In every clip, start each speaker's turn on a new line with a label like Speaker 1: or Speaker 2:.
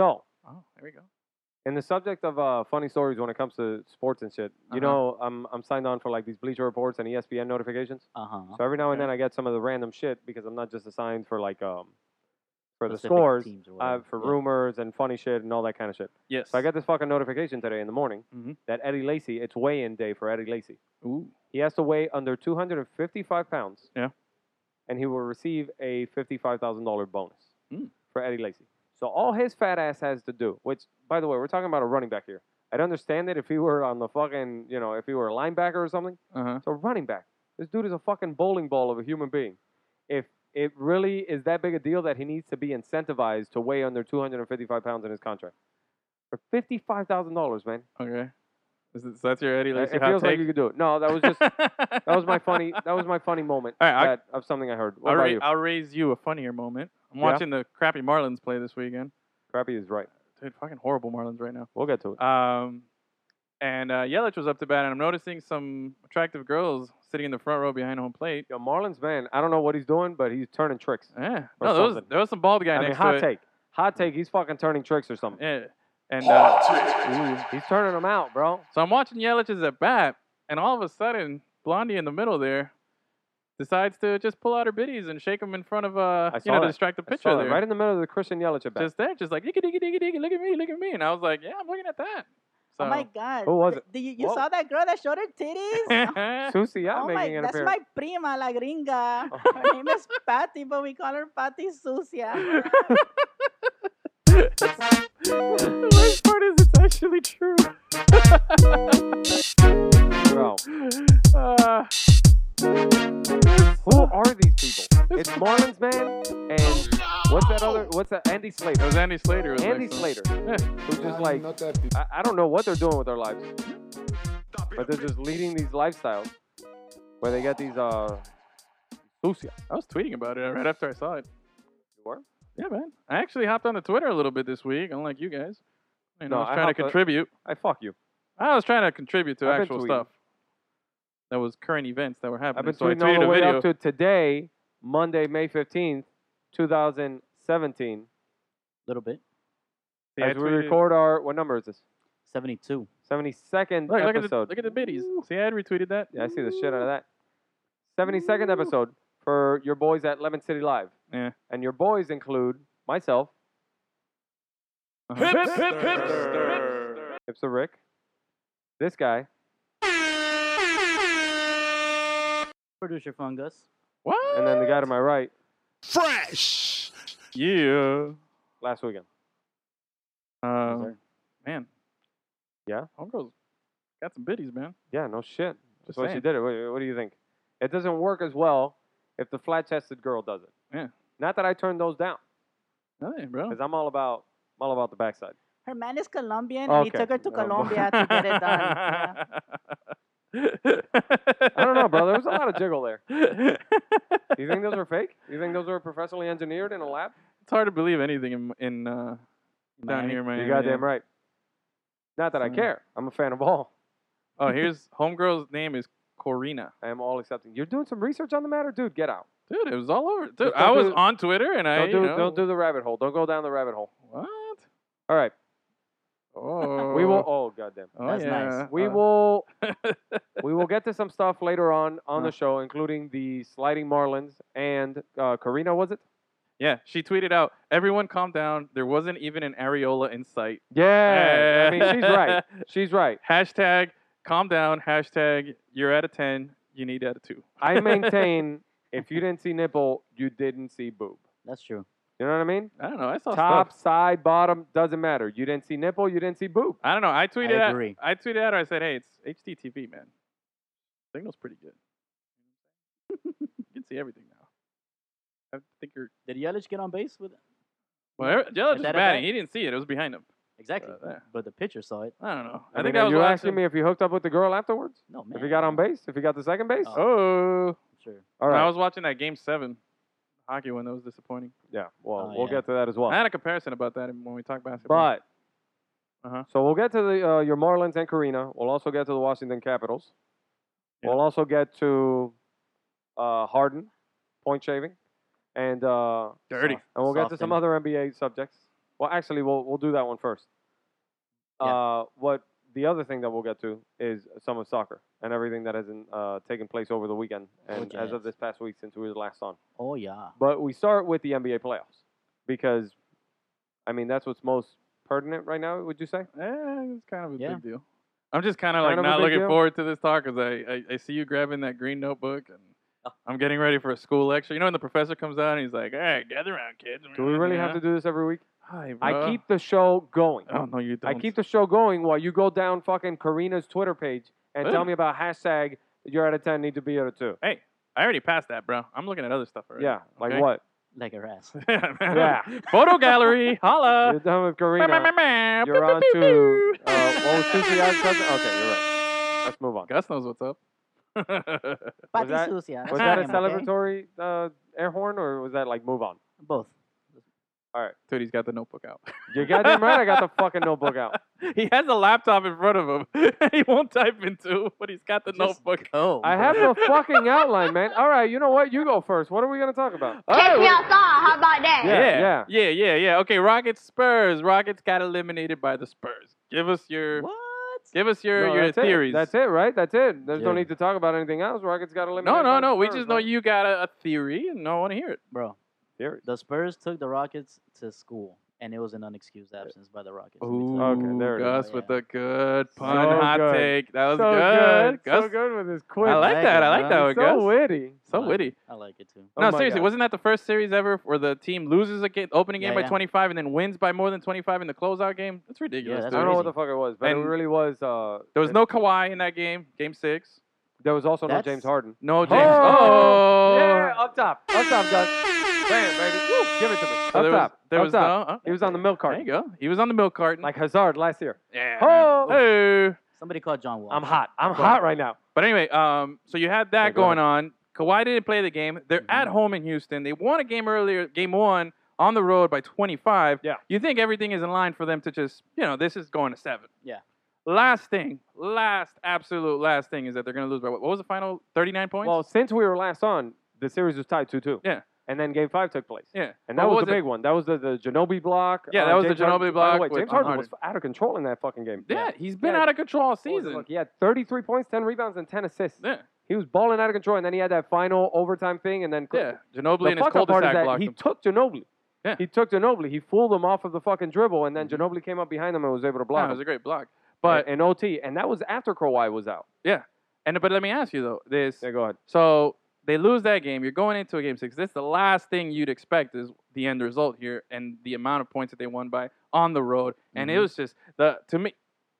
Speaker 1: So,
Speaker 2: Oh, there we go.
Speaker 1: in the subject of uh, funny stories when it comes to sports and shit, you
Speaker 2: Uh-huh.
Speaker 1: know, I'm, I'm signed on for like these Bleacher Reports and E ESPN notifications.
Speaker 2: Uh huh.
Speaker 3: Uh-huh.
Speaker 1: So every now and
Speaker 2: Okay.
Speaker 1: then I get some of the random shit because I'm not just assigned for like um for the
Speaker 2: Specific
Speaker 1: scores,
Speaker 2: teams or
Speaker 1: uh,
Speaker 2: whatever.
Speaker 1: for
Speaker 2: Yeah.
Speaker 1: rumors and funny shit and all that kind of shit.
Speaker 2: Yes.
Speaker 1: So I got this fucking notification today in the morning
Speaker 2: Mhm.
Speaker 1: that Eddie Lacy, it's weigh-in day for Eddie Lacy.
Speaker 2: Ooh.
Speaker 1: He has to weigh under 255 pounds.
Speaker 2: Yeah.
Speaker 1: And he will receive a $55,000 bonus
Speaker 2: Mm.
Speaker 1: for Eddie Lacy. So all his fat ass has to do, which, by the way, we're talking about a running back here. I'd understand it if he were on the fucking, you know, if he were a linebacker or something.
Speaker 2: Uh huh.
Speaker 1: It's a running back. This dude is a fucking bowling ball of a human being. If it really is that big a deal that he needs to be incentivized to weigh under 255 pounds in his contract. For $55,000, man.
Speaker 2: Okay. Is it, so that's your Eddie
Speaker 1: It
Speaker 2: Lacy
Speaker 1: it
Speaker 2: hot
Speaker 1: feels like
Speaker 2: take.
Speaker 1: you could do it. No, that was just
Speaker 2: that
Speaker 1: that was my funny. That was my funny moment
Speaker 2: All right, I-
Speaker 1: that, of something I heard. What
Speaker 2: I'll,
Speaker 1: about
Speaker 2: ra-
Speaker 1: you?
Speaker 2: I'll raise you a funnier moment. I'm
Speaker 1: Yeah?
Speaker 2: watching the crappy Marlins play this weekend.
Speaker 1: Crappy is right.
Speaker 2: Dude, fucking horrible Marlins right now.
Speaker 1: We'll get to it.
Speaker 2: Um, and uh, Yelich was up to bat, and I'm noticing some attractive girls sitting in the front row behind home plate.
Speaker 1: Yo, Marlins man, I don't know what he's doing, but he's turning tricks.
Speaker 2: Yeah.
Speaker 1: Or
Speaker 2: No, there was,
Speaker 1: something.
Speaker 2: there was some bald guy
Speaker 1: I mean,
Speaker 2: next
Speaker 1: hot
Speaker 2: to it.
Speaker 1: take, hot take. He's fucking turning tricks or something.
Speaker 2: Yeah. And uh, ooh.
Speaker 1: He's turning them out, bro.
Speaker 2: so I'm watching Yelich's at bat, and all of a sudden, Blondie in the middle there decides to just pull out her biddies and shake them in front of uh,
Speaker 1: I
Speaker 2: you
Speaker 1: saw
Speaker 2: know,
Speaker 1: that.
Speaker 2: to distract the
Speaker 1: I saw
Speaker 2: pitcher
Speaker 1: that
Speaker 2: there.
Speaker 1: right in the middle of the Christian Yelich at bat.
Speaker 2: just there, just like digga digga digga digga, look at me, look at me, and I was like, yeah, I'm looking at that. So,
Speaker 4: oh my god.
Speaker 1: Who was
Speaker 4: Th-
Speaker 1: it?
Speaker 4: th- you you
Speaker 1: Whoa.
Speaker 4: saw that girl that showed her titties?
Speaker 1: Susie, I'm
Speaker 4: oh my,
Speaker 1: making an
Speaker 4: that's
Speaker 1: appearance.
Speaker 4: my prima, la gringa.
Speaker 1: Oh.
Speaker 4: Her name is Patty, but we call her Patty Sucia.
Speaker 2: the worst part is it's actually true.
Speaker 1: Bro,
Speaker 2: Uh,
Speaker 1: who are these people? It's Marlins man and what's that other? What's that? Andy
Speaker 2: it
Speaker 1: Slater.
Speaker 2: was Andy Slater. Was
Speaker 1: Andy
Speaker 2: next one.
Speaker 1: Slater,
Speaker 2: Yeah.
Speaker 1: who's just like I, I don't know what they're doing with their lives, but they're just leading these lifestyles where they got these uh, sucia.
Speaker 2: I was tweeting about it right after I saw it.
Speaker 1: You were?
Speaker 2: Yeah, man. I actually hopped on the Twitter a little bit this week, unlike you guys. You know,
Speaker 1: No,
Speaker 2: I was
Speaker 1: I
Speaker 2: trying to
Speaker 1: hopped on-
Speaker 2: contribute.
Speaker 1: I fuck you.
Speaker 2: I was trying to contribute to
Speaker 1: I've been
Speaker 2: actual
Speaker 1: tweeting.
Speaker 2: stuff. That was current events that were happening.
Speaker 1: I've been
Speaker 2: so I
Speaker 1: tweeting all
Speaker 2: tweeted
Speaker 1: the
Speaker 2: a
Speaker 1: way
Speaker 2: video.
Speaker 1: up to today, Monday, May fifteenth, two thousand seventeen.
Speaker 3: little bit.
Speaker 2: See, I
Speaker 1: As we
Speaker 2: tweeted-
Speaker 1: record our what number is this?
Speaker 3: 72.
Speaker 1: Seventy second
Speaker 2: Look, look at the
Speaker 1: episode.
Speaker 2: look at the biddies. See, I had retweeted that.
Speaker 1: yeah, I see the shit out of that. Seventy second episode for your boys at Lemon City Live.
Speaker 2: Yeah.
Speaker 1: And your boys include myself,
Speaker 2: Uh-huh.
Speaker 3: Hip, hip,
Speaker 1: Hipster Rick, this guy,
Speaker 3: Producer Fungus.
Speaker 2: What?
Speaker 1: and then the guy to my right
Speaker 5: Fresh.
Speaker 2: Yeah.
Speaker 1: last weekend.
Speaker 2: Um,
Speaker 3: sir.
Speaker 2: man.
Speaker 1: Yeah?
Speaker 2: Homegirl's got some biddies, man.
Speaker 1: Yeah, no shit.
Speaker 2: Just
Speaker 1: That's why she
Speaker 2: saying.
Speaker 1: did it. What, what do you think? It doesn't work as well if the flat-chested girl does it.
Speaker 2: Yeah.
Speaker 1: Not that I turned those down,
Speaker 2: Nothing, bro.
Speaker 1: because I'm all about I'm all about the backside.
Speaker 4: Her man is Colombian, and
Speaker 1: Okay.
Speaker 4: he took her to
Speaker 1: Oh, boy.
Speaker 4: Colombia to get it done. Yeah.
Speaker 1: I don't know, bro. There was a lot of jiggle there. Do you think those are fake? Do you think those are professionally engineered in a lab?
Speaker 2: it's hard to believe anything in in uh, down here in Miami.
Speaker 1: You're goddamn
Speaker 2: yeah. Mm.
Speaker 1: right. Not that I
Speaker 2: So-
Speaker 1: care. I'm a fan of all.
Speaker 2: Oh, here's homegirl's name is Corina.
Speaker 1: I am all accepting. You're doing some research on the matter, dude. Get out.
Speaker 2: Dude, it was all over. Dude,
Speaker 1: Just
Speaker 2: I
Speaker 1: don't
Speaker 2: was
Speaker 1: do-
Speaker 2: on Twitter and I
Speaker 1: Don't do
Speaker 2: you know,
Speaker 1: don't do the rabbit hole. Don't go down the rabbit hole.
Speaker 2: what?
Speaker 1: All right.
Speaker 2: Oh,
Speaker 1: We will. Oh goddamn.
Speaker 2: Oh,
Speaker 3: That's nice.
Speaker 2: yeah.
Speaker 1: We
Speaker 2: Uh,
Speaker 1: will we will get to some stuff later on on
Speaker 2: Uh.
Speaker 1: the show, including the sliding Marlins and uh, Karina. Was it?
Speaker 2: Yeah, she tweeted out, "Everyone, calm down. There wasn't even an areola in sight."
Speaker 1: Yeah. I mean, she's right. She's right.
Speaker 2: Hashtag calm down. Hashtag you're at a 10. You need at a 2.
Speaker 1: I maintain if you didn't see nipple, you didn't see boob.
Speaker 3: That's true.
Speaker 1: You know what I mean?
Speaker 2: I don't know. I saw
Speaker 1: Top,
Speaker 2: Oh, stuff.
Speaker 1: side, bottom doesn't matter. You didn't see nipple, you didn't see boob.
Speaker 2: I don't know. I tweeted
Speaker 3: I
Speaker 2: out.
Speaker 3: agree.
Speaker 2: I tweeted out. I said, "Hey, it's HDTV, man. Signal's pretty good. you can see everything now." I think you're.
Speaker 3: Did Yelich get on base with it?
Speaker 2: Well, Jello just
Speaker 3: that a
Speaker 2: batting.
Speaker 3: bet?
Speaker 2: He didn't see it. It was behind him.
Speaker 3: Exactly.
Speaker 2: Uh, yeah.
Speaker 3: But the pitcher saw it.
Speaker 2: I don't know. I,
Speaker 1: mean,
Speaker 2: think
Speaker 1: are
Speaker 2: I was
Speaker 1: you
Speaker 2: watching.
Speaker 1: asking me if you hooked up with the girl afterwards?
Speaker 3: No, man.
Speaker 1: If you got on base? If you got the second base?
Speaker 3: Oh.
Speaker 2: Oh,
Speaker 3: Sure.
Speaker 1: All
Speaker 2: I
Speaker 1: right.
Speaker 2: was watching that game seven hockey one. That was disappointing.
Speaker 1: yeah. Well,
Speaker 3: Oh,
Speaker 1: we'll
Speaker 3: yeah.
Speaker 1: get to that as well.
Speaker 2: I had a comparison about that when we talk basketball.
Speaker 1: But
Speaker 2: Uh-huh.
Speaker 1: so we'll get to the uh, your Marlins and Karina. We'll also get to the Washington Capitals.
Speaker 2: Yeah.
Speaker 1: We'll also get to uh, Harden, point shaving, and uh,
Speaker 2: dirty.
Speaker 1: and we'll get to some
Speaker 3: Soften.
Speaker 1: other NBA subjects. Well, actually, we'll we'll do that one first.
Speaker 3: Yeah.
Speaker 1: Uh, what the other thing that we'll get to is some of soccer and everything that has in, uh, taken place over the weekend and as
Speaker 3: yes.
Speaker 1: of this past week since we were last on.
Speaker 3: Oh yeah.
Speaker 1: But we start with the NBA playoffs because, I mean, that's what's most pertinent right now. Would you say?
Speaker 2: Eh, it's kind of a
Speaker 3: Yeah.
Speaker 2: big deal. I'm just kind of like
Speaker 1: Kind of a
Speaker 2: not
Speaker 1: big
Speaker 2: looking
Speaker 1: deal?
Speaker 2: forward to this talk because I, I, I see you grabbing that green notebook and
Speaker 3: Oh.
Speaker 2: I'm getting ready for a school lecture. You know when the professor comes out and he's like, "All right, gather around, kids."
Speaker 1: Do we really have to do this every week?
Speaker 2: Hi, bro.
Speaker 1: I keep the show going.
Speaker 2: Oh no, you
Speaker 1: I
Speaker 2: don't.
Speaker 1: keep the show going while you go down fucking Karina's Twitter page and tell
Speaker 2: Really?
Speaker 1: me about hashtag you're out of 10, need to be out of 2.
Speaker 2: I already passed that, bro. I'm looking at other stuff already.
Speaker 1: Yeah, like
Speaker 2: Okay.
Speaker 1: what?
Speaker 3: Like her ass.
Speaker 2: yeah.
Speaker 1: Yeah.
Speaker 2: Photo gallery.
Speaker 1: you're
Speaker 2: Holla.
Speaker 1: done with
Speaker 2: Bah, bah, bah,
Speaker 1: Karina.
Speaker 2: bah.
Speaker 1: You're
Speaker 2: Boop,
Speaker 1: on
Speaker 2: boop,
Speaker 1: to.
Speaker 2: boop.
Speaker 1: Uh, well, since we asked something- okay, you're right. Let's move on.
Speaker 2: Gus knows what's up. Boop,
Speaker 4: Pati
Speaker 1: that-
Speaker 4: sucia. That's
Speaker 1: Was that a
Speaker 4: him, okay?
Speaker 1: celebratory uh, air horn or was that like move on?
Speaker 3: Both.
Speaker 2: he's got the notebook out.
Speaker 1: You goddamn right, I got the fucking notebook out.
Speaker 2: he has a laptop in front of him. he won't type into, but he's got the
Speaker 3: Just
Speaker 2: notebook.
Speaker 3: Oh.
Speaker 1: I have the fucking outline, man. All right, you know what? You go first. What are we going to talk about?
Speaker 2: All
Speaker 6: Catch
Speaker 2: right,
Speaker 6: me
Speaker 2: well-
Speaker 6: outside. How about that?
Speaker 1: Yeah,
Speaker 2: Uh, yeah, yeah, yeah, yeah. Okay, Rockets, Spurs. Rockets got eliminated by the Spurs. Give us your,
Speaker 4: What?
Speaker 2: give us your,
Speaker 1: No,
Speaker 2: your
Speaker 1: that's
Speaker 2: theories.
Speaker 1: It. That's it, right? That's it. There's no
Speaker 3: Yeah.
Speaker 1: need to talk about anything else. Rockets got eliminated.
Speaker 2: No,
Speaker 1: by
Speaker 2: no,
Speaker 1: the
Speaker 2: no. We
Speaker 1: Spurs,
Speaker 2: just know
Speaker 1: right?
Speaker 2: you got a, a theory, and no one hear it.
Speaker 3: Bro,
Speaker 1: Theories.
Speaker 3: the Spurs took the Rockets to school, and it was an unexcused absence by the Rockets. let me tell you.
Speaker 1: Okay, there it is.
Speaker 2: Gus
Speaker 3: Yeah.
Speaker 2: with a good pun,
Speaker 1: So
Speaker 2: hot
Speaker 1: good.
Speaker 2: take. That was
Speaker 1: so
Speaker 2: good. Gus,
Speaker 1: So good with his quick.
Speaker 2: I like
Speaker 3: Like
Speaker 2: that.
Speaker 3: it,
Speaker 2: I like that
Speaker 3: huh?
Speaker 2: one,
Speaker 1: so
Speaker 2: Gus.
Speaker 1: witty.
Speaker 2: So
Speaker 3: I like-
Speaker 2: witty.
Speaker 3: I like it too.
Speaker 1: Oh
Speaker 2: no,
Speaker 1: my
Speaker 2: seriously,
Speaker 1: God.
Speaker 2: wasn't that the first series ever where the team loses a game, opening game
Speaker 3: Yeah,
Speaker 2: by
Speaker 3: yeah.
Speaker 2: 25 and then wins by more than 25 in the closeout game? That's ridiculous.
Speaker 1: I
Speaker 3: that's
Speaker 2: dude.
Speaker 1: don't know what
Speaker 3: crazy.
Speaker 1: the fuck it was, but it
Speaker 2: And-
Speaker 1: really was. Uh,
Speaker 2: There was no Kawhi in that game, game six.
Speaker 1: There was also no
Speaker 3: That's-
Speaker 1: James Harden.
Speaker 2: No James.
Speaker 1: Oh!
Speaker 2: Oh,
Speaker 1: Yeah, up top, up top, Gus. Bam, baby. Woo, give it to me.
Speaker 2: So
Speaker 1: up
Speaker 2: Oh, there was,
Speaker 1: top.
Speaker 2: There
Speaker 1: up
Speaker 2: was
Speaker 1: top.
Speaker 2: no. huh?
Speaker 1: He was on the milk
Speaker 2: There you
Speaker 1: carton,
Speaker 2: go. He was on the milk carton.
Speaker 1: like Hazard last year.
Speaker 2: yeah.
Speaker 1: Oh!
Speaker 2: man. Hey.
Speaker 3: Somebody called John Wall.
Speaker 1: I'm hot. I'm hot right now.
Speaker 2: But anyway, um, so you had that
Speaker 1: Yeah, go Mm-hmm.
Speaker 2: going on. Kawhi didn't play the game. They're
Speaker 3: Mhm.
Speaker 2: at home in Houston. They won a game earlier, game one, on the road by 25.
Speaker 1: Yeah.
Speaker 2: You think everything is in line for them to just, you know, this is going to seven.
Speaker 3: Yeah.
Speaker 2: Last thing, last, absolute last thing is that they're going to lose by what what was the final? 39 points?
Speaker 1: Well, since we were last on, the series was tied two-two.
Speaker 2: Yeah.
Speaker 1: And then Game Five took place.
Speaker 2: yeah.
Speaker 1: And that
Speaker 2: What
Speaker 1: was, the big one. That was the, the Ginobili block.
Speaker 2: Yeah,
Speaker 1: uh,
Speaker 2: that was the
Speaker 1: James Harden-
Speaker 2: Ginobili
Speaker 1: by the
Speaker 2: block
Speaker 1: way,
Speaker 2: with-
Speaker 1: James
Speaker 2: on
Speaker 1: Harden
Speaker 2: Harden.
Speaker 1: was out of control in that fucking game.
Speaker 2: Yeah, he's been
Speaker 1: Yeah.
Speaker 2: out of control all
Speaker 1: What was it
Speaker 2: season.
Speaker 1: like? He had 33 points, 10 rebounds, and 10 assists.
Speaker 2: Yeah,
Speaker 1: He was balling out of control, and then he had that final overtime thing, and then
Speaker 2: yeah. Ginobili
Speaker 1: the
Speaker 2: and his
Speaker 1: fuck up part is
Speaker 2: cul-de-sac
Speaker 1: that
Speaker 2: blocked
Speaker 1: he
Speaker 2: him.
Speaker 1: took Ginobili.
Speaker 2: Yeah.
Speaker 1: He took Ginobili. He fooled him off of the fucking dribble, and then
Speaker 2: Mhm.
Speaker 1: Ginobili came up behind him and was able to
Speaker 2: No,
Speaker 1: block
Speaker 2: it was
Speaker 1: him.
Speaker 2: a great block. But
Speaker 1: in, in OT, and that was after Kawhi was out.
Speaker 2: and but let me ask you though, this
Speaker 1: Yeah, go ahead.
Speaker 2: So they lose that game. You're going into a game six. That's the last thing you'd expect is the end result here and the amount of points that they won by on the road. And it
Speaker 3: Mhm.
Speaker 2: was just the to me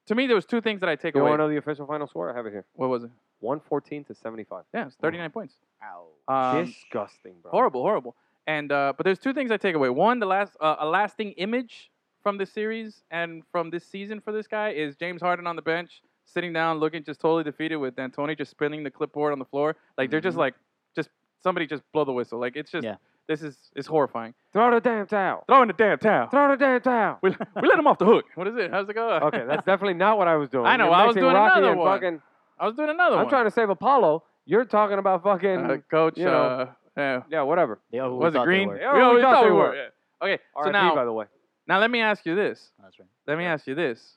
Speaker 2: to me there was two things that I take
Speaker 1: You
Speaker 2: away.
Speaker 1: want to know the official final score? I have it here.
Speaker 2: what was it?
Speaker 1: 114 to 75.
Speaker 2: Yeah, it's 39 points.
Speaker 3: Ow.
Speaker 2: Um,
Speaker 1: Disgusting, bro.
Speaker 2: horrible, horrible. And uh, but there's two things I take away. One, the last uh, a lasting image from this series and from this season for this guy is James Harden on the bench, sitting down, looking just totally defeated, with D'Antoni just spinning the clipboard on the floor. Like they're
Speaker 1: Mm-hmm.
Speaker 2: just
Speaker 3: Mhm.
Speaker 2: like, just somebody just blow the whistle. Like it's just
Speaker 3: Yeah.
Speaker 2: this is it's horrifying.
Speaker 1: Throw the damn towel.
Speaker 2: Throw in the damn towel.
Speaker 1: Throw the damn towel.
Speaker 2: We, we let him off the hook. What is it? How's it go?
Speaker 1: okay, that's definitely not what I was doing.
Speaker 2: I know,
Speaker 1: You're
Speaker 2: I was
Speaker 1: mixing
Speaker 2: doing
Speaker 1: Rocky
Speaker 2: another
Speaker 1: and
Speaker 2: one.
Speaker 1: Fucking,
Speaker 2: I was doing another
Speaker 1: I'm
Speaker 2: one.
Speaker 1: trying to save Apollo. You're talking about fucking
Speaker 2: uh, coach.
Speaker 1: you know.
Speaker 2: uh, yeah,
Speaker 1: yeah, whatever.
Speaker 3: They are who we
Speaker 2: was it
Speaker 3: thought they
Speaker 2: Green?
Speaker 3: were.
Speaker 1: Yeah, we thought they were.
Speaker 2: yeah. Okay, so
Speaker 1: RIP, by
Speaker 2: now
Speaker 1: the way,
Speaker 2: now let me ask you this.
Speaker 3: That's right.
Speaker 2: Let me ask you this.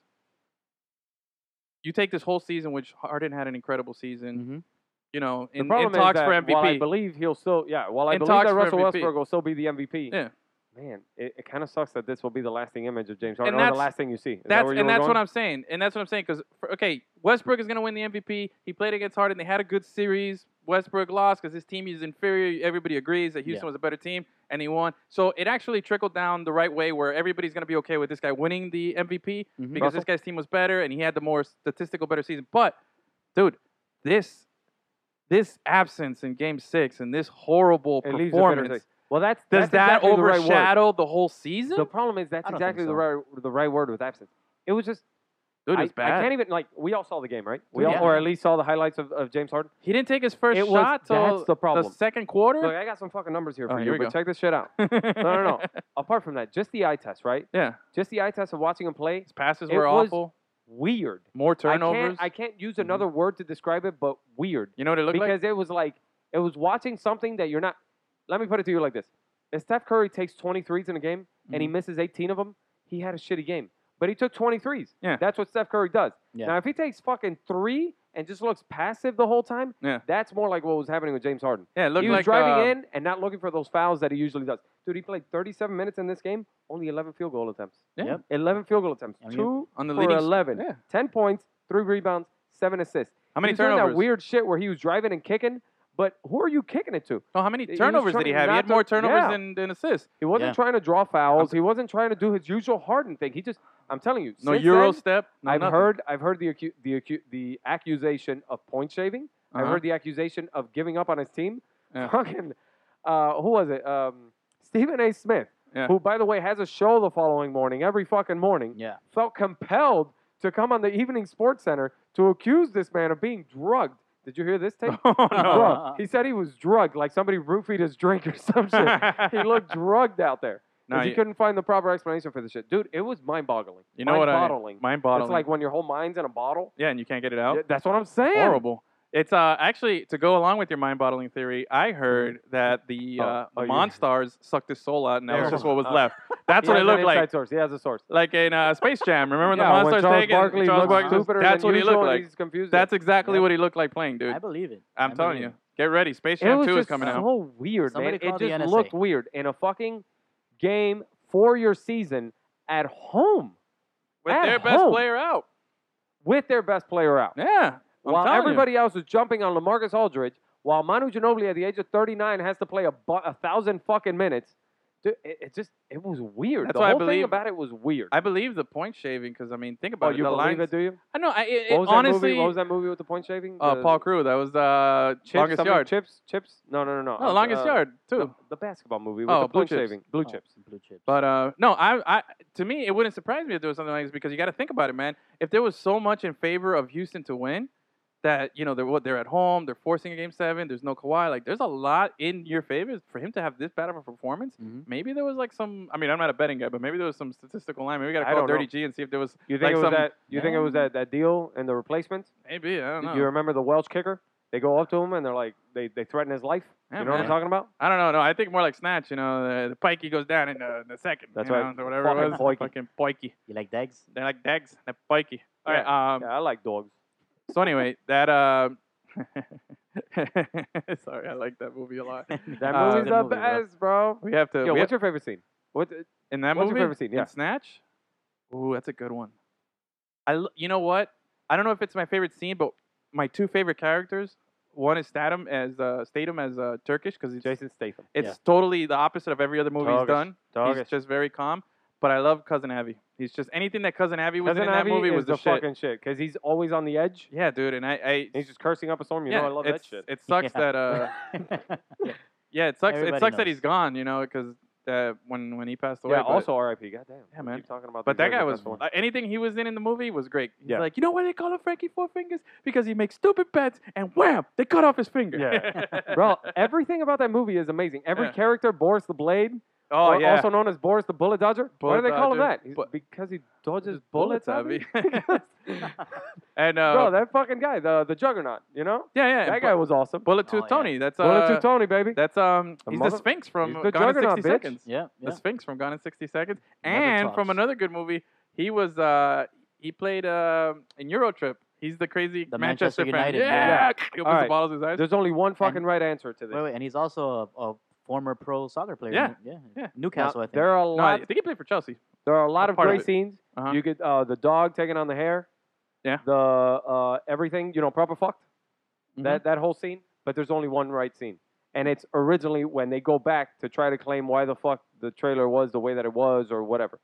Speaker 2: You take this whole season, which Harden had an incredible season,
Speaker 3: Mhm.
Speaker 2: you know,
Speaker 1: Mm-hmm. the
Speaker 2: in, in
Speaker 1: problem is
Speaker 2: talks
Speaker 1: that
Speaker 2: for
Speaker 1: while I
Speaker 2: MVP.
Speaker 1: believe he'll still, yeah, while I
Speaker 2: In
Speaker 1: believe
Speaker 2: talks
Speaker 1: that
Speaker 2: for
Speaker 1: Russell
Speaker 2: MVP.
Speaker 1: Westbrook will still be the MVP.
Speaker 2: Yeah.
Speaker 1: Man, it, it kind of sucks that this will be the last thing image of James Harden,
Speaker 2: And
Speaker 1: or the
Speaker 2: that's-
Speaker 1: last thing you see. Is that
Speaker 2: that's
Speaker 1: where you
Speaker 2: and
Speaker 1: were
Speaker 2: that's
Speaker 1: going?
Speaker 2: what I'm saying, and that's what I'm saying because okay, Westbrook is going to win the MVP. He played against Harden. They had a good series. Westbrook lost because his team is inferior. Everybody agrees that Houston
Speaker 3: Yeah.
Speaker 2: was a better team, and he won. So it actually trickled down the right way, where everybody's going to be okay with this guy winning the MVP.
Speaker 1: Mm-hmm.
Speaker 3: Mhm.
Speaker 2: because this guy's team was better and he had the more statistical better season. But dude, this this absence in game six and this horrible
Speaker 1: It leaves a bitter
Speaker 2: performance
Speaker 1: taste. Well, that's
Speaker 2: does
Speaker 1: that's
Speaker 2: that
Speaker 1: exactly the right word.
Speaker 2: overshadow the whole season?
Speaker 1: The problem is that's
Speaker 3: I don't think
Speaker 1: exactly the
Speaker 3: so.
Speaker 1: right the right word with absence. It was just
Speaker 2: dude,
Speaker 1: I,
Speaker 2: it's bad.
Speaker 1: I can't even like we all saw the game, right? We
Speaker 2: Dude,
Speaker 1: all,
Speaker 2: yeah.
Speaker 1: or at least saw the highlights of, of James Harden.
Speaker 2: he didn't take his first
Speaker 1: It was-
Speaker 2: shot till
Speaker 1: that's the problem.
Speaker 2: second quarter.
Speaker 1: Look, I got some fucking numbers here
Speaker 2: Oh,
Speaker 1: for
Speaker 2: here
Speaker 1: you,
Speaker 2: we
Speaker 1: but
Speaker 2: go.
Speaker 1: check this shit out. no, no. Apart from that, just the eye test, right?
Speaker 2: yeah,
Speaker 1: Just the eye test of watching him play,
Speaker 2: his passes
Speaker 1: It
Speaker 2: were
Speaker 1: was
Speaker 2: awful.
Speaker 1: weird.
Speaker 2: More turnovers. Mm-hmm.
Speaker 1: I can't, I can't use another word to describe it, but weird.
Speaker 2: you know what it looked like?
Speaker 1: because it was like it was watching something that
Speaker 2: Mm-hmm.
Speaker 1: you're not. Let me put it to you like this: If Steph Curry takes 23s in a game and he misses 18 of them, he had a shitty game, but he took 23s.
Speaker 2: Yeah.
Speaker 1: That's what Steph Curry does.
Speaker 3: Yeah.
Speaker 1: Now, if he takes fucking three and just looks passive the whole time,
Speaker 2: Yeah.
Speaker 1: that's more like what was happening with James Harden.
Speaker 2: Yeah, it looked
Speaker 1: he was
Speaker 2: like
Speaker 1: driving
Speaker 2: uh,
Speaker 1: in and not looking for those fouls that he usually does. Dude, he played 37 minutes in this game, only 11 field goal attempts.
Speaker 2: Yeah.
Speaker 3: Yep.
Speaker 1: 11 field goal attempts.
Speaker 3: And he-
Speaker 1: Two
Speaker 2: on the
Speaker 1: for
Speaker 2: leading.
Speaker 1: 11.
Speaker 2: yeah.
Speaker 1: 10 points, three rebounds, seven assists.
Speaker 2: How
Speaker 1: he
Speaker 2: many
Speaker 1: was doing
Speaker 2: turnovers?
Speaker 1: That weird shit where he was driving and kicking, but who are you kicking it to?
Speaker 2: No, how many
Speaker 1: He was
Speaker 2: turnovers
Speaker 1: trying
Speaker 2: did he have? He had
Speaker 1: not to-
Speaker 2: more turnovers
Speaker 1: yeah.
Speaker 2: than, than assists.
Speaker 1: He wasn't
Speaker 3: Yeah.
Speaker 1: trying to draw fouls. He wasn't trying to do his usual Harden thing. He just, I'm telling you,
Speaker 2: No
Speaker 1: since
Speaker 2: euro
Speaker 1: then,
Speaker 2: step. No
Speaker 1: I've
Speaker 2: nothing.
Speaker 1: heard, I've heard the acu- the acu- the accusation of point shaving. I've
Speaker 2: Uh-huh.
Speaker 1: heard the accusation of giving up on his team.
Speaker 2: Yeah.
Speaker 1: Fucking, uh, who was it? Um, Stephen A. Smith,
Speaker 2: Yeah.
Speaker 1: who by the way has a show the following morning, every fucking morning,
Speaker 3: Yeah.
Speaker 1: felt compelled to come on the evening sports center to accuse this man of being drugged. Did you hear this tape?
Speaker 2: Oh, no.
Speaker 1: Drugged. He said he was drugged, like somebody roofied his drink or some shit. he looked drugged out there. 'cause
Speaker 2: No,
Speaker 1: he
Speaker 2: you-
Speaker 1: couldn't find the proper explanation for the shit. Dude, it was mind boggling.
Speaker 2: You know what? I-
Speaker 1: Mind boggling.
Speaker 2: Mind bottling.
Speaker 1: It's like when your whole mind's in a bottle.
Speaker 2: yeah, and you can't get it out.
Speaker 1: Yeah, That's what I'm saying.
Speaker 2: Horrible. It's uh, actually to go along with your mind-boggling theory. I heard that the
Speaker 1: Mm-hmm. Oh,
Speaker 2: uh,
Speaker 1: oh, you-
Speaker 2: Monstars sucked his soul out, and that was
Speaker 1: There.
Speaker 2: just what was
Speaker 1: Oh.
Speaker 2: left. That's
Speaker 1: He
Speaker 2: what
Speaker 1: has
Speaker 2: it
Speaker 1: an
Speaker 2: looked like.
Speaker 1: inside Source. He has a source.
Speaker 2: like in uh, Space Jam. Remember when
Speaker 1: Yeah,
Speaker 2: the
Speaker 1: when
Speaker 2: monsters
Speaker 1: Charles
Speaker 2: taking
Speaker 1: Barkley
Speaker 2: Charles
Speaker 1: looks
Speaker 2: Barkley?
Speaker 1: stupider
Speaker 2: that's
Speaker 1: than
Speaker 2: what he
Speaker 1: usual
Speaker 2: looked
Speaker 1: and
Speaker 2: like.
Speaker 1: He's confused.
Speaker 2: That's exactly
Speaker 1: Yeah.
Speaker 2: what he looked like playing, dude.
Speaker 3: I believe it.
Speaker 2: I'm
Speaker 3: I
Speaker 2: telling
Speaker 3: believe
Speaker 2: you, get ready. Space
Speaker 1: it
Speaker 2: Jam
Speaker 1: was
Speaker 2: Two is
Speaker 1: just
Speaker 2: coming
Speaker 1: so
Speaker 2: out.
Speaker 1: weird,
Speaker 3: Somebody
Speaker 1: man. It
Speaker 3: call the
Speaker 1: just
Speaker 3: NSA.
Speaker 1: looked weird in a fucking game for your season at home
Speaker 2: With
Speaker 1: At
Speaker 2: their best
Speaker 1: home.
Speaker 2: player out.
Speaker 1: with their best player out.
Speaker 2: Yeah. I'm
Speaker 1: while
Speaker 2: telling you.
Speaker 1: everybody else was jumping on Lamarcus Aldridge, while Manu Ginobili at the age of 39 has to play a, bu- a thousand fucking minutes. Dude, it, it just it was weird.
Speaker 2: That's
Speaker 1: the
Speaker 2: why I
Speaker 1: whole thing
Speaker 2: believe-
Speaker 1: about it was weird.
Speaker 2: I believe the point shaving because I mean, think
Speaker 1: oh,
Speaker 2: about it.
Speaker 1: you
Speaker 2: the
Speaker 1: believe
Speaker 2: lines,
Speaker 1: it, do you?
Speaker 2: I know. I, it,
Speaker 1: What was
Speaker 2: it,
Speaker 1: that
Speaker 2: honestly,
Speaker 1: movie? What was that movie with the point shaving?
Speaker 2: Uh,
Speaker 1: The-
Speaker 2: Paul Crew. That was uh,
Speaker 1: Chips,
Speaker 2: longest
Speaker 1: something-
Speaker 2: yard.
Speaker 1: Chips, chips. No, no, no, no.
Speaker 2: No, longest
Speaker 1: Uh,
Speaker 2: yard too.
Speaker 1: The, the basketball movie with
Speaker 2: Oh,
Speaker 1: the
Speaker 2: Blue
Speaker 1: point
Speaker 2: Chips.
Speaker 1: shaving. Blue
Speaker 3: Oh,
Speaker 1: chips.
Speaker 3: Blue chips.
Speaker 2: But uh, no, I, I, to me, it wouldn't surprise me if there was something like this because you got to think about it, man. If there was so much in favor of Houston to win, that you know they're what they're at home, they're forcing a game seven. There's no Kawhi. Like, there's a lot in your favor for him to have this bad of a performance.
Speaker 1: Mm-hmm.
Speaker 3: Mhm.
Speaker 2: Maybe there was like some. I mean, I'm not a betting guy, but maybe there was some statistical line. Maybe we got
Speaker 1: I
Speaker 2: to call
Speaker 1: don't know.
Speaker 2: Dirty G and see if there was.
Speaker 1: You think
Speaker 2: Like
Speaker 1: it was
Speaker 2: some-
Speaker 1: that? You think it was
Speaker 3: Yeah.
Speaker 1: that, that deal and the replacement?
Speaker 2: Maybe I don't know.
Speaker 1: You remember the Welsh kicker? They go up to him and they're like, they, they threaten his life.
Speaker 2: Yeah,
Speaker 1: you know what I'm
Speaker 2: man.
Speaker 1: talking about?
Speaker 2: I don't know. No, I think more like snatch. You know, the, the pike he goes down in the, the second.
Speaker 1: That's
Speaker 2: you
Speaker 1: right.
Speaker 2: Know, or whatever it was.
Speaker 1: Fucking pikey.
Speaker 2: Fucking pikey.
Speaker 3: you like dags?
Speaker 2: They're like dags. They're pikey. All right. Um,
Speaker 1: Yeah, I like dogs.
Speaker 2: So anyway, that uh, sorry, I like that movie a lot.
Speaker 1: That
Speaker 2: Uh,
Speaker 1: movie's
Speaker 3: that
Speaker 1: the
Speaker 3: movie, bro.
Speaker 1: best, bro.
Speaker 2: We have to.
Speaker 1: Yo,
Speaker 2: we
Speaker 1: what's
Speaker 2: have,
Speaker 1: your favorite scene? What?
Speaker 2: in that
Speaker 1: what's your
Speaker 2: movie,
Speaker 1: favorite scene?
Speaker 2: in
Speaker 1: Yeah.
Speaker 2: Snatch. Ooh, that's a good one. I l- you know what? I don't know if it's my favorite scene, but my two favorite characters. One is Statham as uh, Statham as uh, Turkish because he's
Speaker 1: Jason Statham.
Speaker 2: it's
Speaker 3: Yeah.
Speaker 2: totally the opposite of every other movie he's
Speaker 1: Turkish.
Speaker 2: done.
Speaker 1: Dog.
Speaker 2: He's just very calm. But I love Cousin Abby. He's just anything that Cousin Abby was
Speaker 1: Cousin
Speaker 2: in, in that
Speaker 1: Abby
Speaker 2: movie
Speaker 1: is
Speaker 2: was
Speaker 1: the
Speaker 2: shit.
Speaker 1: fucking shit because he's always on the edge.
Speaker 2: yeah, dude, and I, I
Speaker 1: He's just cursing up a storm. You
Speaker 2: yeah,
Speaker 1: know, I love that
Speaker 2: it's-
Speaker 1: shit.
Speaker 2: It sucks
Speaker 3: Yeah.
Speaker 2: that uh, Yeah, it sucks. it
Speaker 3: Everybody
Speaker 2: sucks that
Speaker 3: knows.
Speaker 2: he's gone. You know, because uh, when when he passed away.
Speaker 1: Yeah.
Speaker 2: but,
Speaker 1: Also, R.I.P. Goddamn.
Speaker 2: Yeah,
Speaker 1: we
Speaker 2: man.
Speaker 1: Keep talking about
Speaker 2: but
Speaker 1: these
Speaker 2: that guy
Speaker 1: guys
Speaker 2: was
Speaker 1: that perform.
Speaker 2: uh, anything he was in in the movie was great. He's
Speaker 1: Yeah.
Speaker 2: like, you know why they call him Frankie Four Fingers? Because he makes stupid bets, and wham, they cut off his finger.
Speaker 1: Yeah. Bro, everything about that movie is amazing. Every
Speaker 2: Yeah.
Speaker 1: character, Boris the Blade,
Speaker 2: oh
Speaker 1: or
Speaker 2: yeah.
Speaker 1: also known as Boris the Bullet Dodger. Why do
Speaker 2: Bullet
Speaker 1: they call him
Speaker 2: Dodger.
Speaker 1: that? He's-
Speaker 2: Bu-
Speaker 1: because he dodges bullets.
Speaker 2: Bullets,
Speaker 1: Abby.
Speaker 2: Abby. and uh,
Speaker 1: Bro, that fucking guy, the the Juggernaut. You know,
Speaker 2: yeah, yeah.
Speaker 1: that
Speaker 2: and
Speaker 1: guy
Speaker 2: Bu-
Speaker 1: was awesome.
Speaker 2: Bullet Tooth
Speaker 3: Oh, yeah.
Speaker 2: Tony. That's uh,
Speaker 1: Bullet to Tony, baby.
Speaker 2: That's um,
Speaker 1: The
Speaker 2: he's
Speaker 1: mother-
Speaker 2: the Sphinx from
Speaker 1: he's the
Speaker 2: Gone in
Speaker 1: juggernaut,
Speaker 2: 60
Speaker 1: bitch.
Speaker 2: Seconds.
Speaker 3: yeah, yeah.
Speaker 2: The Sphinx from Gone in 60 Seconds.
Speaker 3: Never
Speaker 2: And from
Speaker 3: talks.
Speaker 2: another good movie, he was uh he played uh, in Eurotrip. He's the crazy
Speaker 3: The
Speaker 2: Manchester,
Speaker 3: Manchester United,
Speaker 2: fan. Yeah.
Speaker 3: yeah.
Speaker 2: He opens
Speaker 1: All
Speaker 2: the
Speaker 1: right.
Speaker 2: ball to his eyes.
Speaker 1: There's only one fucking
Speaker 3: And-
Speaker 1: right answer to this.
Speaker 3: Wait, wait, and he's also a, a former pro soccer player.
Speaker 2: Yeah,
Speaker 3: yeah,
Speaker 2: yeah.
Speaker 1: Now,
Speaker 3: Newcastle, I think.
Speaker 1: there are a
Speaker 2: No, I
Speaker 1: lot.
Speaker 2: think he played for Chelsea.
Speaker 1: There are a lot
Speaker 2: a
Speaker 1: of
Speaker 2: part of
Speaker 1: great
Speaker 2: it.
Speaker 1: scenes.
Speaker 2: Uh-huh.
Speaker 1: You get uh, the dog taking on the hair.
Speaker 2: Yeah.
Speaker 1: The uh, everything, you know, proper fucked.
Speaker 2: Mm-hmm.
Speaker 1: That that whole scene. But there's only one right scene, and it's originally when they go back to try to claim why the fuck the trailer was the way that it was or whatever.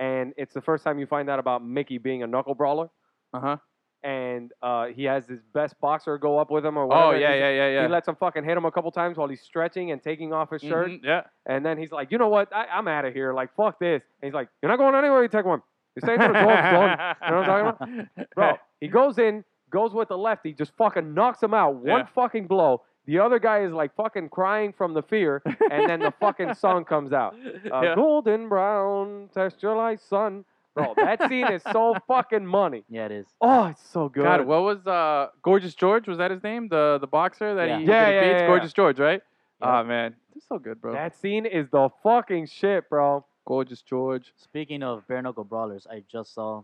Speaker 1: And it's the first time you find out about Mickey being a knuckle brawler,
Speaker 2: Uh-huh.
Speaker 1: and uh, he has his best boxer go up with him or whatever.
Speaker 2: Oh
Speaker 1: and
Speaker 2: yeah,
Speaker 1: he's-
Speaker 2: yeah, yeah, yeah.
Speaker 1: He lets him fucking hit him a couple times while he's stretching and taking off his shirt.
Speaker 2: Mhm, Yeah.
Speaker 1: And then he's like, you know what? I, I'm out of here. Like, fuck this. And he's like, you're not going anywhere. You take one. You're staying there. dog. You know what I'm talking
Speaker 2: about?
Speaker 1: Bro, he goes in, goes with the lefty, just fucking knocks him out. One
Speaker 2: Yeah.
Speaker 1: fucking blow. The other guy is like fucking crying from the fear. And then the fucking song comes out. Uh,
Speaker 2: yeah.
Speaker 1: Golden brown, texture like sun. Bro, that scene is so fucking money.
Speaker 3: yeah, it is.
Speaker 1: Oh, it's so good.
Speaker 2: God, what was uh Gorgeous George? Was that his name? The the boxer that
Speaker 3: Yeah.
Speaker 2: he,
Speaker 1: Yeah,
Speaker 2: that he
Speaker 1: yeah,
Speaker 2: beats?
Speaker 1: yeah, yeah.
Speaker 2: Gorgeous George, right?
Speaker 1: Yeah.
Speaker 2: Oh man. It's so good, bro.
Speaker 1: that scene is the fucking shit, bro.
Speaker 2: Gorgeous George.
Speaker 3: Speaking of bare knuckle brawlers, I just saw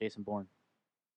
Speaker 3: Jason Bourne.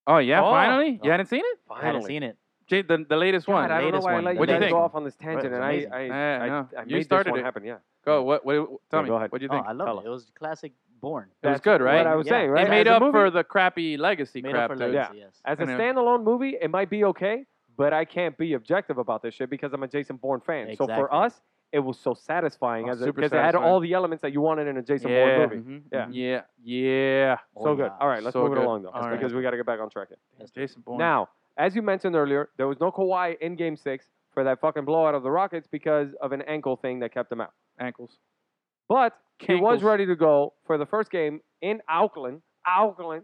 Speaker 2: Oh yeah,
Speaker 1: Oh.
Speaker 2: finally. You
Speaker 3: Oh.
Speaker 2: hadn't seen it?
Speaker 3: I haven't
Speaker 1: Finally.
Speaker 3: seen it.
Speaker 2: J- the, the latest one.
Speaker 1: God, I don't know
Speaker 3: Latest
Speaker 1: why I
Speaker 3: one,
Speaker 1: let
Speaker 2: the
Speaker 1: you guys
Speaker 2: latest
Speaker 1: go
Speaker 3: one.
Speaker 1: off on this tangent,
Speaker 3: Right,
Speaker 1: and
Speaker 3: it's
Speaker 1: I,
Speaker 3: amazing.
Speaker 1: I,
Speaker 2: Yeah,
Speaker 1: I,
Speaker 2: no.
Speaker 1: I
Speaker 2: You
Speaker 1: made
Speaker 2: started
Speaker 1: this one
Speaker 2: it.
Speaker 1: happen. Yeah,
Speaker 2: Go. What? What? Tell
Speaker 1: Yeah,
Speaker 2: me.
Speaker 1: go ahead.
Speaker 2: What do you
Speaker 3: Oh,
Speaker 2: think?
Speaker 3: I
Speaker 1: Tell
Speaker 3: love
Speaker 1: us.
Speaker 3: it. It was classic Bourne.
Speaker 2: It was
Speaker 1: That's
Speaker 2: good, right?
Speaker 1: What I was
Speaker 3: Yeah.
Speaker 1: saying, right?
Speaker 2: It made
Speaker 1: As a
Speaker 2: up
Speaker 1: movie-
Speaker 2: for the crappy legacy
Speaker 3: Made
Speaker 2: crap,
Speaker 3: up for
Speaker 2: dude.
Speaker 3: legacy, yes.
Speaker 1: As a
Speaker 2: Yeah.
Speaker 1: standalone movie, it might be okay, but I can't be objective about this shit because I'm a Jason Bourne fan. So for
Speaker 3: Exactly.
Speaker 1: us, it was so satisfying
Speaker 2: Oh,
Speaker 1: as
Speaker 2: super
Speaker 1: because it had
Speaker 2: satisfying.
Speaker 1: all the elements that you wanted in a Jason
Speaker 2: Yeah. Mm-hmm,
Speaker 1: Bourne movie.
Speaker 3: Mhm,
Speaker 1: Yeah.
Speaker 3: mhm.
Speaker 2: Yeah. Yeah.
Speaker 3: Oh,
Speaker 1: so good.
Speaker 3: yeah.
Speaker 1: All right, let's
Speaker 2: So
Speaker 1: move
Speaker 2: good.
Speaker 1: it along though,
Speaker 2: All right.
Speaker 1: because we got to get back on track. Here.
Speaker 3: That's good.
Speaker 2: Jason Bourne.
Speaker 1: Now, as you mentioned earlier, there was no Kawhi in Game Six for that fucking blowout of the Rockets because of an ankle thing that kept him out.
Speaker 2: ankles.
Speaker 1: But he was
Speaker 2: Cankles.
Speaker 1: ready to go for the first game in Auckland. Auckland.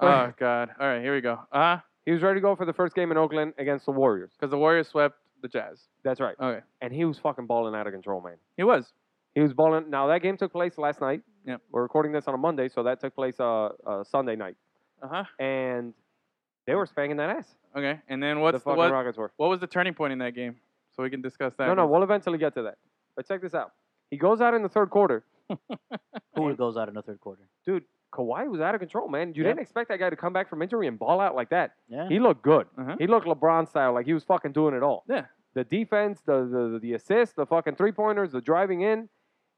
Speaker 2: Oh God. All right. Here we go. Uh huh.
Speaker 1: He was ready to go for the first game in Oakland against the Warriors.
Speaker 2: Because the Warriors swept the Jazz.
Speaker 1: That's right.
Speaker 2: Okay.
Speaker 1: And he was fucking balling out of control, man.
Speaker 2: He was.
Speaker 1: He was balling. Now that game took place last night.
Speaker 2: Yep.
Speaker 1: We're recording this on a Monday, so that took place uh, uh Sunday night,
Speaker 2: Uh
Speaker 1: Uh-huh.
Speaker 2: huh.
Speaker 1: and they were spanking that ass.
Speaker 2: Okay. And then what's
Speaker 1: the
Speaker 2: the,
Speaker 1: fucking
Speaker 2: what?
Speaker 1: Rockets were.
Speaker 2: What was the turning point in that game? So we can discuss that.
Speaker 1: No, no,
Speaker 2: 'cause-
Speaker 1: we'll eventually get to that. But check this out. He goes out in the third quarter.
Speaker 3: Who goes out in the third quarter?
Speaker 1: Kawhi was out of control, man. You
Speaker 2: Yeah.
Speaker 1: didn't expect that guy to come back from injury and ball out like that.
Speaker 3: Yeah.
Speaker 1: He looked good.
Speaker 2: Uh-huh.
Speaker 1: He looked LeBron style, like he was fucking doing it all.
Speaker 2: Yeah.
Speaker 1: The defense, the the, the assist, the fucking three pointers, the driving in.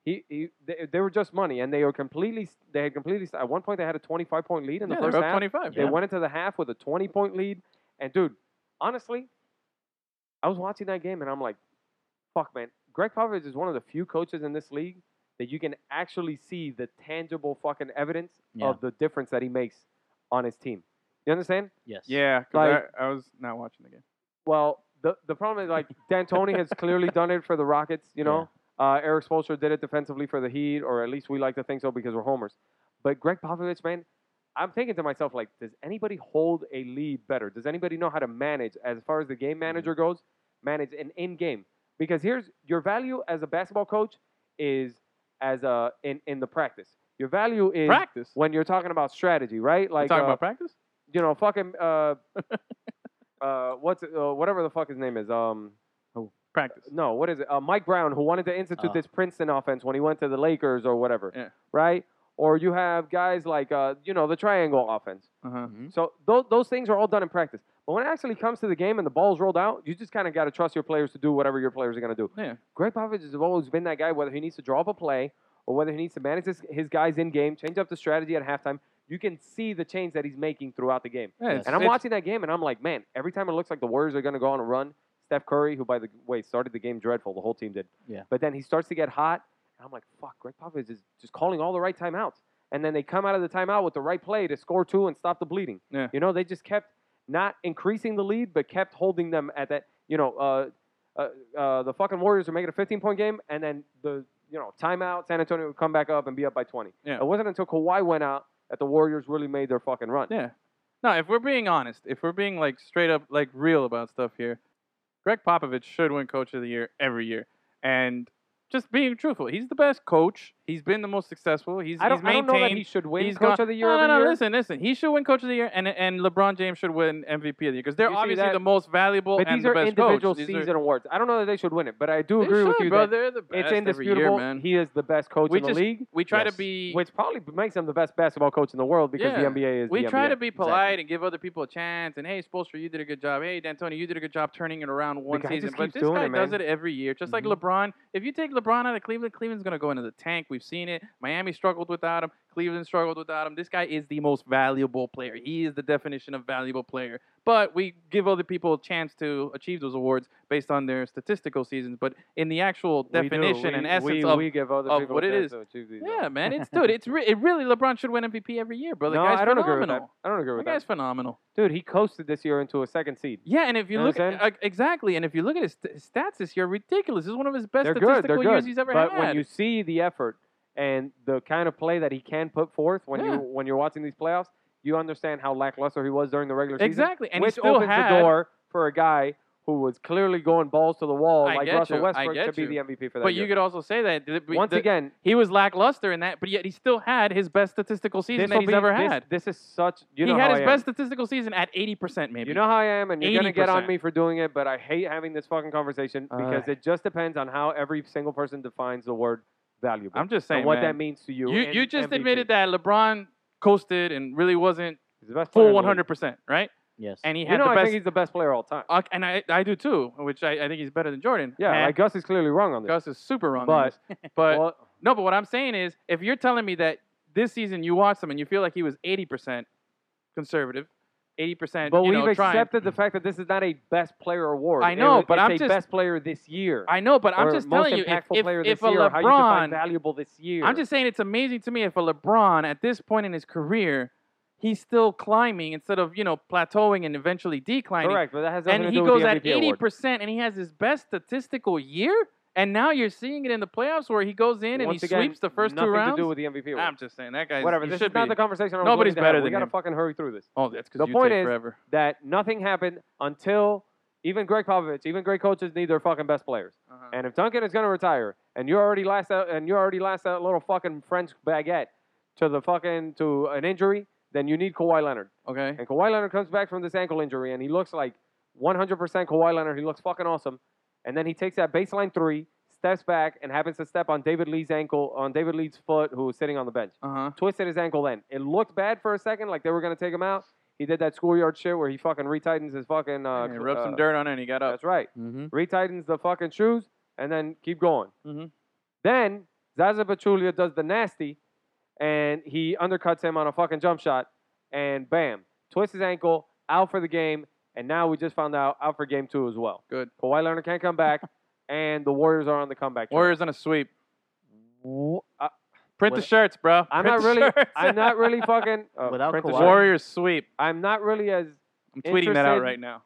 Speaker 1: He, he they, they were just money, and they were completely. They had completely. At one point, they had a twenty-five point lead in the
Speaker 2: yeah,
Speaker 1: first
Speaker 2: they were up
Speaker 1: half.
Speaker 2: 25.
Speaker 1: They
Speaker 2: Yeah.
Speaker 1: went into the half with a 20 point lead. And dude, honestly, I was watching that game and I'm like, fuck, man. Greg Popovich is one of the few coaches in this league that you can actually see the tangible fucking evidence
Speaker 3: Yeah.
Speaker 1: of the difference that he makes on his team. You understand?
Speaker 3: yes.
Speaker 2: Yeah. 'cause
Speaker 1: Like-
Speaker 2: I, I was not watching the game.
Speaker 1: Well, the, the problem is like D'Antoni has clearly done it for the Rockets, you know. Uh, Eric Spoelstra did it defensively for the Heat, or at least we like to think so because we're homers. But Greg Popovich, man, I'm thinking to myself like, does anybody hold a lead better? Does anybody know how to manage as far as the
Speaker 2: Mm-hmm.
Speaker 1: game manager goes? Manage an in game because here's your value as a basketball coach is as a in in the practice. Your value is
Speaker 2: Practice. What,
Speaker 1: when you're talking about strategy, right?
Speaker 2: you
Speaker 1: Like
Speaker 2: talking
Speaker 1: uh,
Speaker 2: about practice?
Speaker 1: you know, fucking uh, uh, what's it, uh, whatever the fuck his name is. Um,
Speaker 2: Practice.
Speaker 1: no, what is it? Uh, Mike Brown, who wanted to institute
Speaker 3: Uh.
Speaker 1: this Princeton offense when he went to the Lakers or whatever,
Speaker 2: Yeah.
Speaker 1: right? Or you have guys like uh, you know, the triangle offense.
Speaker 2: Uh huh.
Speaker 3: Mm-hmm.
Speaker 1: So those those things are all done in practice. But when it actually comes to the game and the ball's rolled out, you just kind of got to trust your players to do whatever your players are going to do.
Speaker 2: Yeah.
Speaker 1: Greg Popovich has always been that guy, whether he needs to draw up a play or whether he needs to manage his, his guys in game, change up the strategy at halftime. You can see the change that he's making throughout the game.
Speaker 2: yeah it's-
Speaker 1: And I'm
Speaker 2: it's-
Speaker 1: watching that game, and I'm like, man, every time it looks like the Warriors are going to go on a run, Steph Curry, who by the way started the game dreadful, the whole team did.
Speaker 3: Yeah.
Speaker 1: But then he starts to get hot, and I'm like, fuck, Greg Popovich is just calling all the right timeouts, and then they come out of the timeout with the right play to score two and stop the bleeding.
Speaker 2: Yeah.
Speaker 1: You know, they just kept not increasing the lead, but kept holding them at that. You know, uh, uh, uh, the fucking Warriors were making a 15 point game, and then the you know timeout, San Antonio would come back up and be up by 20.
Speaker 2: Yeah.
Speaker 1: It wasn't until Kawhi went out that the Warriors really made their fucking run.
Speaker 2: Yeah. No, if we're being honest, if we're being like straight up, like real about stuff here, Greg Popovich should win Coach of the Year every year. And just being truthful, he's the best coach. He's been the most successful. He's,
Speaker 1: I don't,
Speaker 2: he's
Speaker 1: I don't
Speaker 2: maintained.
Speaker 1: know that he should win
Speaker 2: He's
Speaker 1: Coach
Speaker 2: gone-
Speaker 1: of the Year.
Speaker 2: No, no,
Speaker 1: every
Speaker 2: no.
Speaker 1: year.
Speaker 2: Listen, listen. He should win Coach of the Year, and and LeBron James should win MVP of the year because they're
Speaker 1: You see
Speaker 2: obviously
Speaker 1: that?
Speaker 2: the most valuable
Speaker 1: But
Speaker 2: and
Speaker 1: these
Speaker 2: the
Speaker 1: are
Speaker 2: best
Speaker 1: individual
Speaker 2: coach. These are-
Speaker 1: season awards. I don't know that they should win it, but I do
Speaker 2: They
Speaker 1: agree with
Speaker 2: should,
Speaker 1: you
Speaker 2: bro.
Speaker 1: that
Speaker 2: They're the best
Speaker 1: it's
Speaker 2: Every year,
Speaker 1: indisputable.
Speaker 2: man.
Speaker 1: he is the best coach
Speaker 2: we
Speaker 1: in
Speaker 2: just
Speaker 1: the league,
Speaker 2: we try
Speaker 3: Yes.
Speaker 2: to be
Speaker 1: which probably makes him the best basketball coach in the world because
Speaker 2: Yeah.
Speaker 1: the NBA is.
Speaker 2: we
Speaker 1: the
Speaker 2: try
Speaker 1: NBA.
Speaker 2: to be polite and give other people a chance. And hey, Spolster, you did a good job. Hey, D'Antoni, you did a good job turning it around one
Speaker 1: guy
Speaker 2: season.
Speaker 1: just
Speaker 2: But
Speaker 1: keeps
Speaker 2: this
Speaker 1: doing
Speaker 2: guy
Speaker 1: it,
Speaker 2: does
Speaker 1: man. Mm-hmm.
Speaker 2: it every year, just like
Speaker 3: Mhm.
Speaker 2: LeBron. If you take LeBron out of Cleveland, Cleveland's going to go into the tank. We've seen it. Miami struggled without him. Cleveland struggled without him. This guy is the most valuable player. He is the definition of valuable player. But we give other people a chance to achieve those awards based on their statistical seasons. But in the actual
Speaker 1: We do.
Speaker 2: definition
Speaker 1: We-
Speaker 2: and essence
Speaker 1: we,
Speaker 2: of
Speaker 1: we give other
Speaker 2: of
Speaker 1: people
Speaker 2: what
Speaker 1: a
Speaker 2: it
Speaker 1: chance
Speaker 2: is.
Speaker 1: to achieve these
Speaker 2: yeah, man, it's dude, it's re- it really LeBron should win MVP every year, bro. The
Speaker 1: no,
Speaker 2: guy's
Speaker 1: I don't agree with
Speaker 2: phenomenal.
Speaker 1: that. I don't agree with
Speaker 2: That guy's
Speaker 1: that.
Speaker 2: phenomenal.
Speaker 1: Dude, he coasted this year into a second seed.
Speaker 2: Yeah, and if you
Speaker 1: You know
Speaker 2: look
Speaker 1: what I'm
Speaker 2: at, like, exactly, and if you look at his st- his stats this year, ridiculous. This is one of his best
Speaker 1: They're good.
Speaker 2: statistical
Speaker 1: They're
Speaker 2: years
Speaker 1: good.
Speaker 2: he's ever
Speaker 1: but
Speaker 2: had.
Speaker 1: when you see the effort and the kind of play that he can put forth when
Speaker 2: Yeah.
Speaker 1: you when you're watching these playoffs, you understand how lackluster he was during the regular season.
Speaker 2: exactly, and
Speaker 1: which
Speaker 2: he still
Speaker 1: opens
Speaker 2: had
Speaker 1: the door for a guy who was clearly going balls to the wall
Speaker 2: I
Speaker 1: like
Speaker 2: get
Speaker 1: Russell
Speaker 2: you, I
Speaker 1: Westbrook
Speaker 2: get
Speaker 1: to be
Speaker 2: you.
Speaker 1: the MVP for that.
Speaker 2: But you
Speaker 1: year.
Speaker 2: could also say that th-
Speaker 1: once
Speaker 2: the-
Speaker 1: again,
Speaker 2: he was lackluster in that, but yet he still had his best statistical season
Speaker 1: this
Speaker 2: that
Speaker 1: will
Speaker 2: he's
Speaker 1: be-
Speaker 2: ever
Speaker 1: this-
Speaker 2: had.
Speaker 1: This, is such you
Speaker 2: he
Speaker 1: know
Speaker 2: had
Speaker 1: how
Speaker 2: his
Speaker 1: I
Speaker 2: best statistical season at eighty percent,
Speaker 1: Am.
Speaker 2: maybe.
Speaker 1: You know how I am, and you're gonna get on
Speaker 2: 80%.
Speaker 1: me for doing it, but I hate having this fucking conversation because
Speaker 2: Uh.
Speaker 1: it just depends on how every single person defines the word valuable.
Speaker 2: I'm just saying,
Speaker 1: and what
Speaker 2: man.
Speaker 1: that means to you.
Speaker 2: You
Speaker 1: in
Speaker 2: you just
Speaker 1: MVP.
Speaker 2: admitted that LeBron coasted and really wasn't
Speaker 1: He's the best player
Speaker 2: full
Speaker 1: in the league.
Speaker 2: 100, percent right?
Speaker 3: Yes.
Speaker 2: And he had
Speaker 1: You know,
Speaker 2: the
Speaker 1: I
Speaker 2: best.
Speaker 1: think he's the best player all time.
Speaker 2: uh, and I I do too, which I, I think he's better than Jordan.
Speaker 1: Yeah,
Speaker 2: and
Speaker 1: like Gus is clearly wrong on this.
Speaker 2: Gus is super wrong. on
Speaker 1: But-
Speaker 2: this. but
Speaker 1: Well,
Speaker 2: no, but what I'm saying is, if you're telling me that this season you watched him and you feel like he was 80 percent conservative, 80 percent,
Speaker 1: but
Speaker 2: you
Speaker 1: we've
Speaker 2: know, trying.
Speaker 1: accepted the fact that this is not a best player award.
Speaker 2: I know,
Speaker 1: It-
Speaker 2: but
Speaker 1: it's
Speaker 2: I'm
Speaker 1: a
Speaker 2: just-
Speaker 1: best player this year.
Speaker 2: I know, but I'm
Speaker 1: or
Speaker 2: just
Speaker 1: most
Speaker 2: telling you, if,
Speaker 1: impactful
Speaker 2: if,
Speaker 1: player
Speaker 2: if
Speaker 1: this
Speaker 2: a
Speaker 1: year, how you define
Speaker 2: LeBron,
Speaker 1: valuable this year.
Speaker 2: I'm just saying it's amazing to me if a LeBron at this point in his career, he's still climbing instead of you know plateauing and eventually declining.
Speaker 1: correct, but that has nothing
Speaker 2: And
Speaker 1: to
Speaker 2: he
Speaker 1: do with
Speaker 2: goes
Speaker 1: the
Speaker 2: at
Speaker 1: MVP award.
Speaker 2: 80 percent, and he has his best statistical year. And now you're seeing it in the playoffs where he goes in and
Speaker 1: Once
Speaker 2: he
Speaker 1: again,
Speaker 2: sweeps the first two
Speaker 1: nothing
Speaker 2: rounds.
Speaker 1: to do with the MVP award.
Speaker 2: I'm just saying that guy.
Speaker 1: Whatever.
Speaker 2: He
Speaker 1: This
Speaker 2: should
Speaker 1: is not
Speaker 2: be.
Speaker 1: the conversation. I was
Speaker 2: Nobody's
Speaker 1: looking to have.
Speaker 2: better
Speaker 1: We
Speaker 2: than
Speaker 1: gotta
Speaker 2: him.
Speaker 1: fucking hurry through this.
Speaker 2: Oh, that's because
Speaker 1: The
Speaker 2: you
Speaker 1: point
Speaker 2: take
Speaker 1: is-
Speaker 2: forever.
Speaker 1: That nothing happened until even Greg Popovich, even great coaches need their fucking best players.
Speaker 2: Uh-huh.
Speaker 1: And if Duncan is gonna retire, and you already last out, and you already last that little fucking French baguette to the fucking to an injury, then you need Kawhi Leonard.
Speaker 2: okay.
Speaker 1: And Kawhi Leonard comes back from this ankle injury, and he looks like 100% Kawhi Leonard. He looks fucking awesome. And then he takes that baseline three, steps back, and happens to step on David Lee's ankle, on David Lee's foot, who was sitting on the bench.
Speaker 2: Uh huh.
Speaker 1: Twisted his ankle then. It looked bad for a second, like they were going to take him out. He did that schoolyard shit where he fucking retightens his fucking. Uh,
Speaker 2: and he rubbed some
Speaker 1: uh,
Speaker 2: dirt on it and he got up.
Speaker 1: That's right.
Speaker 3: Mm-hmm.
Speaker 1: Retightens the fucking shoes, and then keep going.
Speaker 2: Mhm.
Speaker 1: Then Zaza Pachulia does the nasty, and he undercuts him on a fucking jump shot, and bam, twists his ankle, out for the game, and now we just found out out for game two as well.
Speaker 2: Good.
Speaker 1: Kawhi Leonard can't come back, and the Warriors are on the comeback. trail.
Speaker 2: Warriors on a sweep.
Speaker 1: Uh,
Speaker 2: Print the
Speaker 3: What-
Speaker 2: shirts, bro.
Speaker 1: I'm
Speaker 2: Print
Speaker 1: not
Speaker 2: the
Speaker 1: really.
Speaker 2: shirts.
Speaker 1: I'm not really fucking. Uh,
Speaker 3: Without
Speaker 1: print the
Speaker 3: Kawhi.
Speaker 1: shirt.
Speaker 2: Warriors sweep.
Speaker 1: I'm not really as.
Speaker 2: I'm tweeting that out
Speaker 1: Interested-
Speaker 2: right now.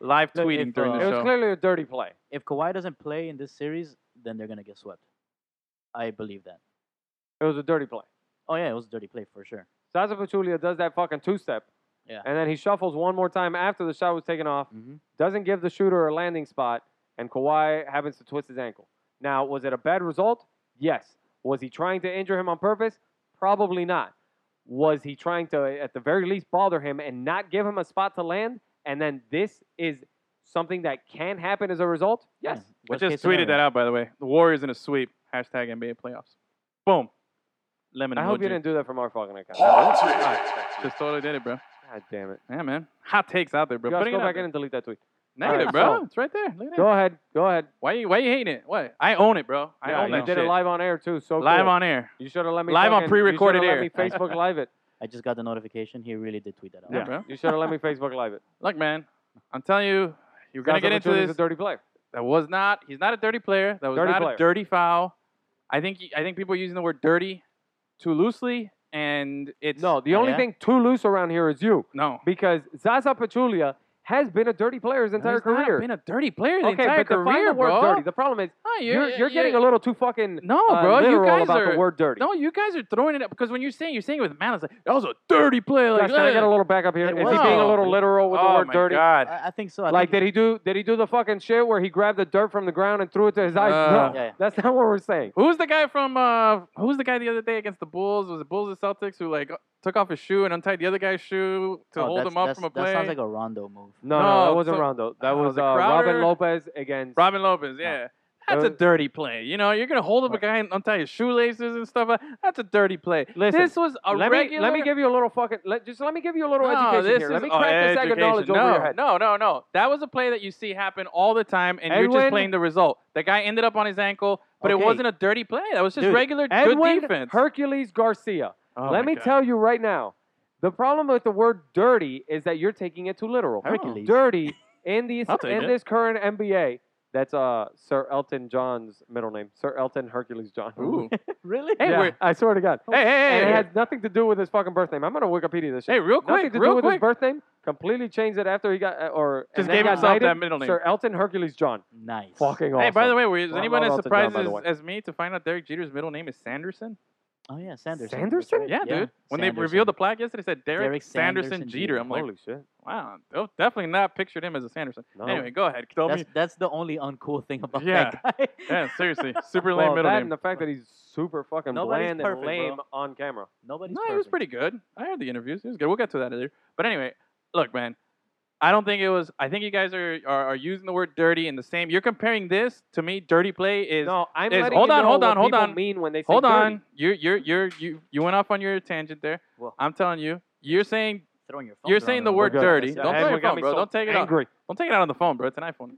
Speaker 2: Live
Speaker 3: Look,
Speaker 2: tweeting
Speaker 3: if,
Speaker 2: during
Speaker 3: uh,
Speaker 2: the
Speaker 1: It was
Speaker 2: show.
Speaker 1: clearly a dirty play.
Speaker 3: If Kawhi doesn't play in this series, then they're gonna get swept. I believe that.
Speaker 1: It was a dirty play.
Speaker 3: Oh yeah, it was a dirty play for sure.
Speaker 1: Zaza Pachulia does that fucking two step.
Speaker 3: Yeah.
Speaker 1: And then he shuffles one more time after the shot was taken off.
Speaker 3: Mm-hmm.
Speaker 1: doesn't give the shooter a landing spot, and Kawhi happens to twist his ankle. Now, was it a bad result? Yes. Was he trying to injure him on purpose? Probably not. Was he trying to, at the very least, bother him and not give him a spot to land? And then this is something that can happen as a result? Yes.
Speaker 3: Mm-hmm.
Speaker 2: I just tweeted that out, by the way. The Warriors in a sweep. Hashtag NBA playoffs. Boom. Lemon
Speaker 1: I hope
Speaker 2: emoji.
Speaker 1: you didn't do that from our fucking account.
Speaker 2: Just totally did it, bro.
Speaker 1: God damn it.
Speaker 2: Yeah, man. Hot takes out there, bro.
Speaker 1: You guys
Speaker 2: Putting
Speaker 1: go
Speaker 2: it out
Speaker 1: back in
Speaker 2: there.
Speaker 1: and delete that tweet.
Speaker 2: Negative,
Speaker 1: Alright,
Speaker 2: bro.
Speaker 1: so-
Speaker 2: It's right there. Look at that.
Speaker 1: Go ahead. Go ahead.
Speaker 2: Why you Why you hating it? What? I own it, bro. I
Speaker 1: Yeah,
Speaker 2: own
Speaker 1: you
Speaker 2: that
Speaker 1: did
Speaker 2: shit.
Speaker 1: it live on air, too. So
Speaker 2: Live
Speaker 1: cool.
Speaker 2: on air.
Speaker 1: You should have let me
Speaker 2: Live on
Speaker 1: fucking- you
Speaker 2: pre-recorded
Speaker 1: shoulda
Speaker 2: air.
Speaker 1: Let me Facebook Live it.
Speaker 3: I just got the notification. He really did tweet that out.
Speaker 2: Yeah, bro.
Speaker 1: You should have let me Facebook Live it.
Speaker 2: Look, man. I'm telling you, you're gonna get into
Speaker 1: Opportunity's
Speaker 2: this.
Speaker 1: a dirty player.
Speaker 2: That was not. He's not a dirty player. That was
Speaker 1: Dirty
Speaker 2: not
Speaker 1: player.
Speaker 2: a dirty foul. I think. I think people are using the word dirty too loosely, and it's
Speaker 1: No, the
Speaker 3: Oh,
Speaker 1: only
Speaker 3: yeah?
Speaker 1: thing too loose around here is you,
Speaker 2: no.
Speaker 1: because Zaza Pachulia has been a dirty player his
Speaker 2: No,
Speaker 1: entire
Speaker 2: he's not
Speaker 1: career.
Speaker 2: been a dirty player the
Speaker 1: okay,
Speaker 2: entire
Speaker 1: but define
Speaker 2: career,
Speaker 1: the word
Speaker 2: bro.
Speaker 1: dirty. The problem is
Speaker 2: No,
Speaker 1: you're, you're, getting a little too fucking
Speaker 2: no,
Speaker 1: uh,
Speaker 2: bro. You
Speaker 1: literal
Speaker 2: guys
Speaker 1: about
Speaker 2: are
Speaker 1: the word dirty.
Speaker 2: no. You guys are throwing it up because when you're saying you're saying it with malice. Like, that was a dirty play. Like,
Speaker 1: Josh, can I get a
Speaker 2: ugh.
Speaker 1: little back up here?
Speaker 3: It
Speaker 1: Is
Speaker 3: was
Speaker 1: he being a
Speaker 3: dirty.
Speaker 1: little literal with the
Speaker 2: oh
Speaker 1: word
Speaker 2: my
Speaker 1: dirty?
Speaker 2: god.
Speaker 3: I, I think so. I
Speaker 1: Like
Speaker 3: think
Speaker 1: did he do did he do the fucking shit where he grabbed the dirt from the ground and threw it to his eyes?
Speaker 2: Uh,
Speaker 1: no,
Speaker 3: Yeah.
Speaker 1: that's not what we're saying.
Speaker 2: Who's the guy from? Uh, who was the guy the other day against the Bulls? Was it Bulls or Celtics who like took off his shoe and untied the other guy's shoe to
Speaker 3: oh,
Speaker 2: hold
Speaker 3: that's-
Speaker 2: him up
Speaker 3: that's-
Speaker 2: from a
Speaker 3: That
Speaker 2: play?
Speaker 3: sounds like a Rondo move.
Speaker 1: No, no,
Speaker 2: No,
Speaker 1: that wasn't
Speaker 2: so-
Speaker 1: Rondo. That
Speaker 2: uh,
Speaker 1: was,
Speaker 2: was it
Speaker 1: uh, Robin
Speaker 2: Crowder?
Speaker 1: Lopez against.
Speaker 2: Robin
Speaker 3: Oh.
Speaker 2: Lopez, yeah. That's
Speaker 1: Uh,
Speaker 2: a dirty play. You know, you're gonna hold up a guy and untie his shoelaces and stuff. like- That's a dirty play.
Speaker 1: Listen,
Speaker 2: this was a
Speaker 1: let
Speaker 2: regular.
Speaker 1: Me, let me give you a little fucking. Let, just let me give you a little
Speaker 2: no,
Speaker 1: education
Speaker 2: this
Speaker 1: here. Let
Speaker 2: is-
Speaker 1: me
Speaker 2: oh,
Speaker 1: crack this egg of
Speaker 2: education.
Speaker 1: knowledge
Speaker 2: no,
Speaker 1: over your head.
Speaker 2: No, no, no. That was a play that you see happen all the time, and you're
Speaker 1: Edwin-
Speaker 2: just playing the result. The guy ended up on his ankle, but
Speaker 3: Okay.
Speaker 2: it wasn't a dirty play. That was just
Speaker 3: Dude,
Speaker 2: regular
Speaker 1: Edwin
Speaker 2: good defense.
Speaker 1: Hercules Garcia.
Speaker 2: Oh my
Speaker 1: Let me
Speaker 2: God.
Speaker 1: tell you right now, the problem with the word "dirty" is that you're taking it too literal.
Speaker 3: Hercules.
Speaker 1: Dirty in these
Speaker 2: Oh. I'll take
Speaker 1: in
Speaker 2: it.
Speaker 1: this current NBA. That's uh Sir Elton John's middle name, Sir Elton Hercules John.
Speaker 2: Ooh.
Speaker 3: Really?
Speaker 2: Hey,
Speaker 1: Yeah,
Speaker 2: we're-
Speaker 1: I swear to God.
Speaker 2: hey, hey, hey,
Speaker 1: And
Speaker 2: hey.
Speaker 1: it has nothing to do with his fucking birth name. I'm gonna Wikipedia this shit.
Speaker 2: Hey, real quick,
Speaker 1: nothing to
Speaker 2: real
Speaker 1: do with
Speaker 2: quick.
Speaker 1: his birth name. Completely changed it after he got uh, or and
Speaker 2: Just
Speaker 1: then
Speaker 2: gave
Speaker 1: got
Speaker 2: himself
Speaker 1: knighted
Speaker 2: that middle name.
Speaker 1: Sir Elton Hercules John.
Speaker 3: Nice.
Speaker 1: Fucking awesome.
Speaker 2: Hey, by the way, was
Speaker 1: Well,
Speaker 2: anyone
Speaker 1: not
Speaker 2: as
Speaker 1: all to John, by
Speaker 2: surprised
Speaker 1: the
Speaker 2: as,
Speaker 1: way.
Speaker 2: as me to find out Derek Jeter's middle name is Sanderson?
Speaker 3: Oh yeah, Sanderson. that's
Speaker 1: Sanderson?
Speaker 3: right.
Speaker 2: Yeah, dude. When they revealed the plaque yesterday, it said Derek,
Speaker 3: Derek
Speaker 2: Sanderson,
Speaker 3: Sanderson
Speaker 2: Jeter.
Speaker 3: Jeter.
Speaker 2: I'm like,
Speaker 1: Holy shit.
Speaker 2: wow, they've definitely not pictured him as a Sanderson.
Speaker 1: No.
Speaker 2: Anyway, go ahead. Tell
Speaker 3: That's,
Speaker 2: me.
Speaker 3: that's the only uncool thing about that guy.
Speaker 2: Yeah, seriously, super lame
Speaker 1: well,
Speaker 2: middle
Speaker 1: that
Speaker 2: name.
Speaker 1: and the fact that he's super fucking
Speaker 3: Nobody's
Speaker 1: bland
Speaker 3: perfect,
Speaker 1: and
Speaker 3: bro.
Speaker 1: lame on camera.
Speaker 3: Nobody's
Speaker 2: no, he was
Speaker 3: perfect.
Speaker 2: pretty good. I heard the interviews. He was good. We'll get to that later. But anyway, look, man, I don't think it was. I think you guys are, are, are using the word dirty in the same. You're comparing this to me. Dirty play is
Speaker 1: No, I'm
Speaker 2: is-
Speaker 1: letting
Speaker 2: hold
Speaker 1: you
Speaker 2: on,
Speaker 1: know
Speaker 2: hold
Speaker 1: what
Speaker 2: on, hold
Speaker 1: people
Speaker 2: on.
Speaker 1: mean when they say
Speaker 2: Hold
Speaker 1: dirty.
Speaker 2: on. You're you're you're you you went off on your tangent there.
Speaker 3: Well-
Speaker 2: I'm telling you. You're saying
Speaker 3: Throwing your phone.
Speaker 2: you're saying the word
Speaker 1: We're good.
Speaker 2: dirty.
Speaker 1: Yeah,
Speaker 2: Don't
Speaker 1: everyone
Speaker 2: throw your
Speaker 1: got
Speaker 2: phone,
Speaker 1: me
Speaker 2: bro.
Speaker 1: so
Speaker 2: don't take it out.
Speaker 1: angry.
Speaker 2: Don't take it out on the phone, bro. It's an iPhone.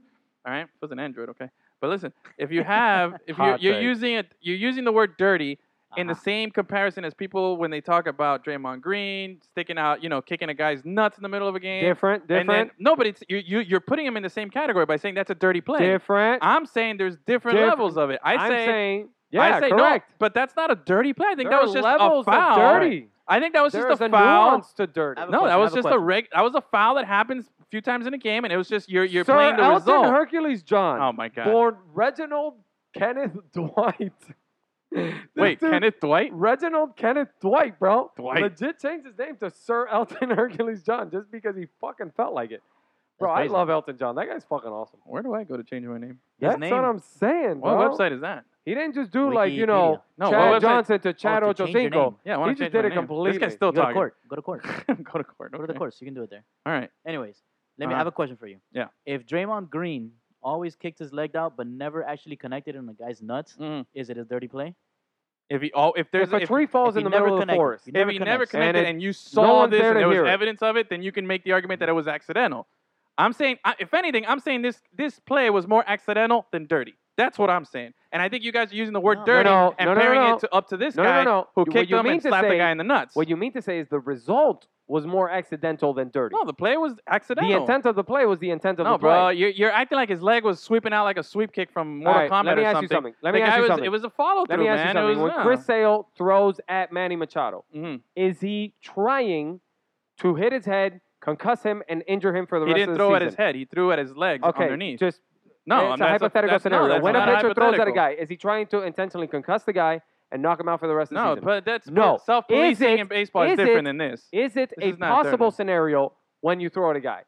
Speaker 2: All right, it was an Android, okay. But listen, if you have, if you're,
Speaker 1: Hot
Speaker 2: you're
Speaker 1: take. Uh-huh.
Speaker 2: using it, you're using the word dirty in the
Speaker 3: uh
Speaker 2: same comparison as people when they talk about Draymond Green sticking out, you know, kicking a guy's nuts in the middle of a game.
Speaker 1: Different,
Speaker 2: And then,
Speaker 1: different,
Speaker 2: no, but it's you, you. You're putting him in the same category by saying that's a dirty play.
Speaker 1: different.
Speaker 2: I'm saying there's different,
Speaker 1: Diff-
Speaker 2: levels of it. I
Speaker 1: I'm
Speaker 2: say,
Speaker 1: saying, yeah,
Speaker 2: I say
Speaker 1: correct.
Speaker 2: no, but that's not a dirty play. I think
Speaker 1: There
Speaker 2: that was
Speaker 1: are
Speaker 2: just
Speaker 1: levels
Speaker 2: a foul.
Speaker 1: Of dirty.
Speaker 2: I think that was
Speaker 1: There's
Speaker 2: just
Speaker 1: a
Speaker 2: a foul.
Speaker 1: nuance to dirty.
Speaker 3: I have a
Speaker 2: No,
Speaker 3: question,
Speaker 2: that
Speaker 3: I
Speaker 2: was
Speaker 3: have a
Speaker 2: just a
Speaker 3: question.
Speaker 2: reg. That was a foul that happens a few times in a game, and it was just you're you're
Speaker 1: Sir
Speaker 2: playing the
Speaker 1: Elton
Speaker 2: result.
Speaker 1: Hercules John.
Speaker 2: Oh my god!
Speaker 1: Born Reginald Kenneth Dwight. This
Speaker 2: Wait,
Speaker 1: dude-
Speaker 2: Kenneth Dwight.
Speaker 1: Reginald Kenneth Dwight, bro.
Speaker 2: Dwight.
Speaker 1: Legit changed his name to Sir Elton Hercules John just because he fucking felt like it. Bro,
Speaker 3: That's
Speaker 1: I
Speaker 3: crazy.
Speaker 1: love Elton John. That guy's fucking awesome.
Speaker 2: Where do I go to change my name?
Speaker 3: His
Speaker 1: That's
Speaker 3: name-
Speaker 1: what I'm saying,
Speaker 2: What
Speaker 1: bro.
Speaker 2: website is that?
Speaker 1: He didn't just do like, you know,
Speaker 3: Wikipedia.
Speaker 2: No,
Speaker 1: Chad
Speaker 2: what website?
Speaker 1: Johnson to Chad
Speaker 3: Oh, to change your
Speaker 1: Ochocinco.
Speaker 3: name.
Speaker 2: Yeah, I want
Speaker 1: He
Speaker 2: to change
Speaker 1: just did
Speaker 2: my
Speaker 1: it
Speaker 2: name. This
Speaker 1: completely.
Speaker 2: guy's still
Speaker 3: Go to
Speaker 2: talking.
Speaker 3: court. Go to court.
Speaker 2: go to court.
Speaker 3: Go to the
Speaker 2: okay.
Speaker 3: courts. You can do it there.
Speaker 2: All right.
Speaker 3: Anyways, let me.
Speaker 2: Uh-huh.
Speaker 3: I have a question for you.
Speaker 2: Yeah.
Speaker 3: If Draymond Green always kicked his leg out but never actually connected on the guy's nuts,
Speaker 2: Mm.
Speaker 3: is it a dirty play?
Speaker 2: If he all if there's
Speaker 1: If a
Speaker 2: if,
Speaker 1: tree falls in
Speaker 3: if he
Speaker 1: the
Speaker 3: never
Speaker 1: middle of the
Speaker 3: connected,
Speaker 1: forest,
Speaker 3: he
Speaker 2: if he never
Speaker 3: connects.
Speaker 2: connected
Speaker 1: it-
Speaker 2: and, you saw
Speaker 1: one's
Speaker 2: this
Speaker 1: there
Speaker 2: and
Speaker 1: to
Speaker 2: there was
Speaker 1: hear it.
Speaker 2: evidence of it, then you can make the argument that it was accidental. I'm saying, I, if anything, I'm saying this this play was more accidental than dirty. That's what I'm saying, and I think you guys are using the word
Speaker 3: No,
Speaker 2: dirty
Speaker 1: no,
Speaker 2: and
Speaker 1: no, no,
Speaker 2: pairing
Speaker 1: no.
Speaker 2: it to, up to this
Speaker 1: No, no,
Speaker 2: guy
Speaker 1: no. You-
Speaker 2: who
Speaker 1: what
Speaker 2: kicked
Speaker 1: you
Speaker 2: him
Speaker 1: mean
Speaker 2: and
Speaker 1: to
Speaker 2: slapped
Speaker 1: say-
Speaker 2: the guy in the nuts.
Speaker 1: What you mean to say is the result was more accidental than dirty.
Speaker 2: no, the play was accidental.
Speaker 1: the intent of the play was the intent of
Speaker 2: no,
Speaker 1: the play.
Speaker 2: bro, you're, you're acting like his leg was sweeping out like a sweep kick from Mortal
Speaker 1: All right,
Speaker 2: Kombat
Speaker 1: let me
Speaker 2: or
Speaker 1: ask
Speaker 2: something.
Speaker 1: you something. Let me
Speaker 2: the
Speaker 1: ask
Speaker 2: guy
Speaker 1: you
Speaker 2: was,
Speaker 1: something.
Speaker 2: It was a follow
Speaker 1: Let
Speaker 2: through,
Speaker 1: me
Speaker 2: man.
Speaker 1: ask you
Speaker 2: It
Speaker 1: something.
Speaker 2: was,
Speaker 1: when
Speaker 2: yeah.
Speaker 1: Chris Sale throws at Manny Machado,
Speaker 2: Mhm.
Speaker 1: is he trying to hit his head, concuss him, and injure him for the
Speaker 2: he
Speaker 1: rest
Speaker 2: didn't
Speaker 1: of the
Speaker 2: throw at
Speaker 1: season?
Speaker 2: his head. He threw at his legs
Speaker 1: Okay,
Speaker 2: underneath.
Speaker 1: just
Speaker 2: no,
Speaker 1: it's
Speaker 2: I'm-
Speaker 1: a
Speaker 2: that's
Speaker 1: hypothetical
Speaker 2: that's-
Speaker 1: scenario.
Speaker 2: No, that's
Speaker 1: when a
Speaker 2: not
Speaker 1: pitcher throws at a
Speaker 2: hypothetical.
Speaker 1: guy, is he trying to intentionally concuss the guy and knock him out for the rest
Speaker 2: No,
Speaker 1: of the season?
Speaker 2: but that's
Speaker 1: No.
Speaker 2: but self-policing
Speaker 1: Is it-
Speaker 2: in baseball is,
Speaker 1: is
Speaker 2: different
Speaker 1: it-
Speaker 2: than this.
Speaker 1: is it
Speaker 2: This
Speaker 1: a
Speaker 2: is not
Speaker 1: possible
Speaker 2: dirty.
Speaker 1: scenario when you throw at a guy?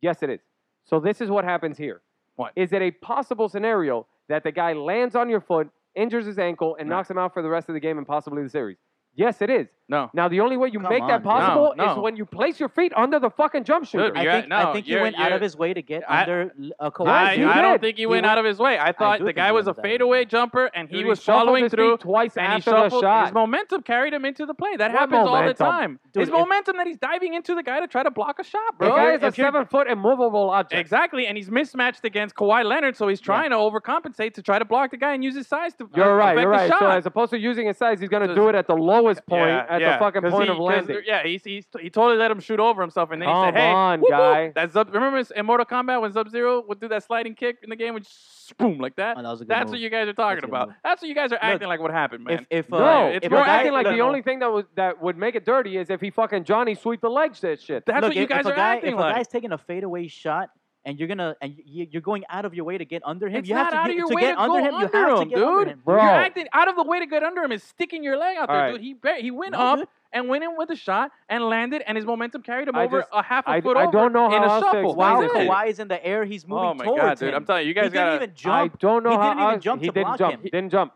Speaker 1: Yes, it is. So this is what happens here.
Speaker 2: What?
Speaker 1: Is it a possible scenario that the guy lands on your foot, injures his ankle, and
Speaker 2: No.
Speaker 1: knocks him out for the rest of the game and possibly the series? Yes, it is.
Speaker 2: No,
Speaker 1: Now the only way you
Speaker 3: Come
Speaker 1: make
Speaker 3: on,
Speaker 1: that
Speaker 3: dude.
Speaker 1: possible
Speaker 2: No,
Speaker 1: is
Speaker 2: no.
Speaker 1: when you place your feet under the fucking jump shooter.
Speaker 2: Dude,
Speaker 3: I
Speaker 2: You're
Speaker 3: think,
Speaker 2: at- no,
Speaker 3: I think he
Speaker 2: you're-
Speaker 3: went out of
Speaker 2: you're-
Speaker 3: his way to get
Speaker 2: I-
Speaker 3: under l- a Kawhi.
Speaker 2: I,
Speaker 1: he
Speaker 2: I don't
Speaker 1: did.
Speaker 2: think he
Speaker 3: He
Speaker 2: went
Speaker 3: went-
Speaker 2: out of his way. I thought
Speaker 3: do
Speaker 2: the
Speaker 3: think
Speaker 2: guy
Speaker 3: he
Speaker 2: was a
Speaker 3: went out of his
Speaker 2: fadeaway
Speaker 3: way.
Speaker 2: jumper, and he
Speaker 1: Dude,
Speaker 2: was
Speaker 1: shuffled
Speaker 2: following
Speaker 1: his feet
Speaker 2: through.
Speaker 1: twice
Speaker 2: And he
Speaker 1: after the
Speaker 2: shuffled.
Speaker 1: shot.
Speaker 2: His momentum carried him into the play. That
Speaker 1: What
Speaker 2: happens all the
Speaker 1: momentum?
Speaker 2: time.
Speaker 3: Dude,
Speaker 2: his
Speaker 3: if-
Speaker 2: momentum that he's diving into the guy to try to block a shot,
Speaker 1: the guy
Speaker 2: bro.
Speaker 1: is a seven foot immovable object.
Speaker 2: Exactly, and he's mismatched against Kawhi Leonard, so he's trying to overcompensate to try to block the guy and use his size to uh,
Speaker 1: You're right.
Speaker 2: affect
Speaker 1: You're
Speaker 2: the
Speaker 1: right.
Speaker 2: shot.
Speaker 1: So as opposed to using his size, he's gonna
Speaker 2: So
Speaker 1: do it at the lowest point
Speaker 2: Yeah,
Speaker 1: at
Speaker 2: yeah,
Speaker 1: the fucking
Speaker 2: 'cause
Speaker 1: point
Speaker 2: he-
Speaker 1: of
Speaker 2: 'cause
Speaker 1: landing.
Speaker 2: Yeah, he, he, he totally let him shoot over himself, and then he
Speaker 1: Come
Speaker 2: said, "Hey,
Speaker 1: on,
Speaker 2: whoop, whoop."
Speaker 1: guy.
Speaker 2: That's Zub- remember in Mortal Kombat when Sub Zero would do that sliding kick in the game, which boom like that.
Speaker 3: Oh, that was a good
Speaker 2: That's
Speaker 3: move.
Speaker 2: what you guys are
Speaker 3: That's
Speaker 2: talking
Speaker 3: a good
Speaker 2: about.
Speaker 3: move.
Speaker 2: That's what you guys are acting like what happened, man.
Speaker 3: If if uh,
Speaker 1: No,
Speaker 2: it's
Speaker 3: if
Speaker 1: you're
Speaker 2: more
Speaker 3: a guy-
Speaker 1: acting like
Speaker 3: look,
Speaker 1: the only thing that was that would make it dirty is if he fucking Johnny sweep the leg that shit.
Speaker 2: That's
Speaker 3: look,
Speaker 2: what you
Speaker 3: if-
Speaker 2: guys
Speaker 3: if a
Speaker 2: are
Speaker 3: guy-
Speaker 2: acting
Speaker 3: If a
Speaker 2: like.
Speaker 3: guy's taking a fadeaway shot and you're gonna and you, you're going out of your way to get under him,
Speaker 2: It's
Speaker 3: you
Speaker 2: not
Speaker 3: have to
Speaker 2: out
Speaker 3: get,
Speaker 2: of your
Speaker 3: to
Speaker 2: way
Speaker 3: get
Speaker 2: to
Speaker 3: under
Speaker 2: go
Speaker 3: him. You
Speaker 2: under
Speaker 3: have
Speaker 2: him,
Speaker 3: to get
Speaker 2: dude.
Speaker 3: under him.
Speaker 1: Bro.
Speaker 2: You're acting out of the way to get under him is sticking your leg out there,
Speaker 1: Alright.
Speaker 2: dude. He ba- he went
Speaker 3: No,
Speaker 2: up
Speaker 3: dude.
Speaker 2: and went in with a shot and landed, and his momentum carried him
Speaker 1: I
Speaker 2: over
Speaker 1: just-
Speaker 2: a half a
Speaker 1: I-
Speaker 2: foot
Speaker 1: I
Speaker 2: over
Speaker 1: don't know
Speaker 2: in
Speaker 1: how
Speaker 2: a
Speaker 1: else to
Speaker 2: shuffle.
Speaker 1: explain
Speaker 3: While
Speaker 1: it.
Speaker 2: That's it.
Speaker 3: Kawhi is in the air, he's moving
Speaker 2: Oh my
Speaker 3: towards
Speaker 2: god, dude!
Speaker 3: him.
Speaker 2: I'm telling you, you
Speaker 3: he
Speaker 2: guys
Speaker 3: didn't
Speaker 2: gotta.
Speaker 3: even
Speaker 1: I
Speaker 3: jump.
Speaker 1: don't know
Speaker 3: He
Speaker 1: how
Speaker 3: didn't even
Speaker 1: else-
Speaker 3: jump
Speaker 1: he
Speaker 3: to
Speaker 1: didn't
Speaker 3: block
Speaker 1: jump.
Speaker 3: him.
Speaker 1: He didn't jump.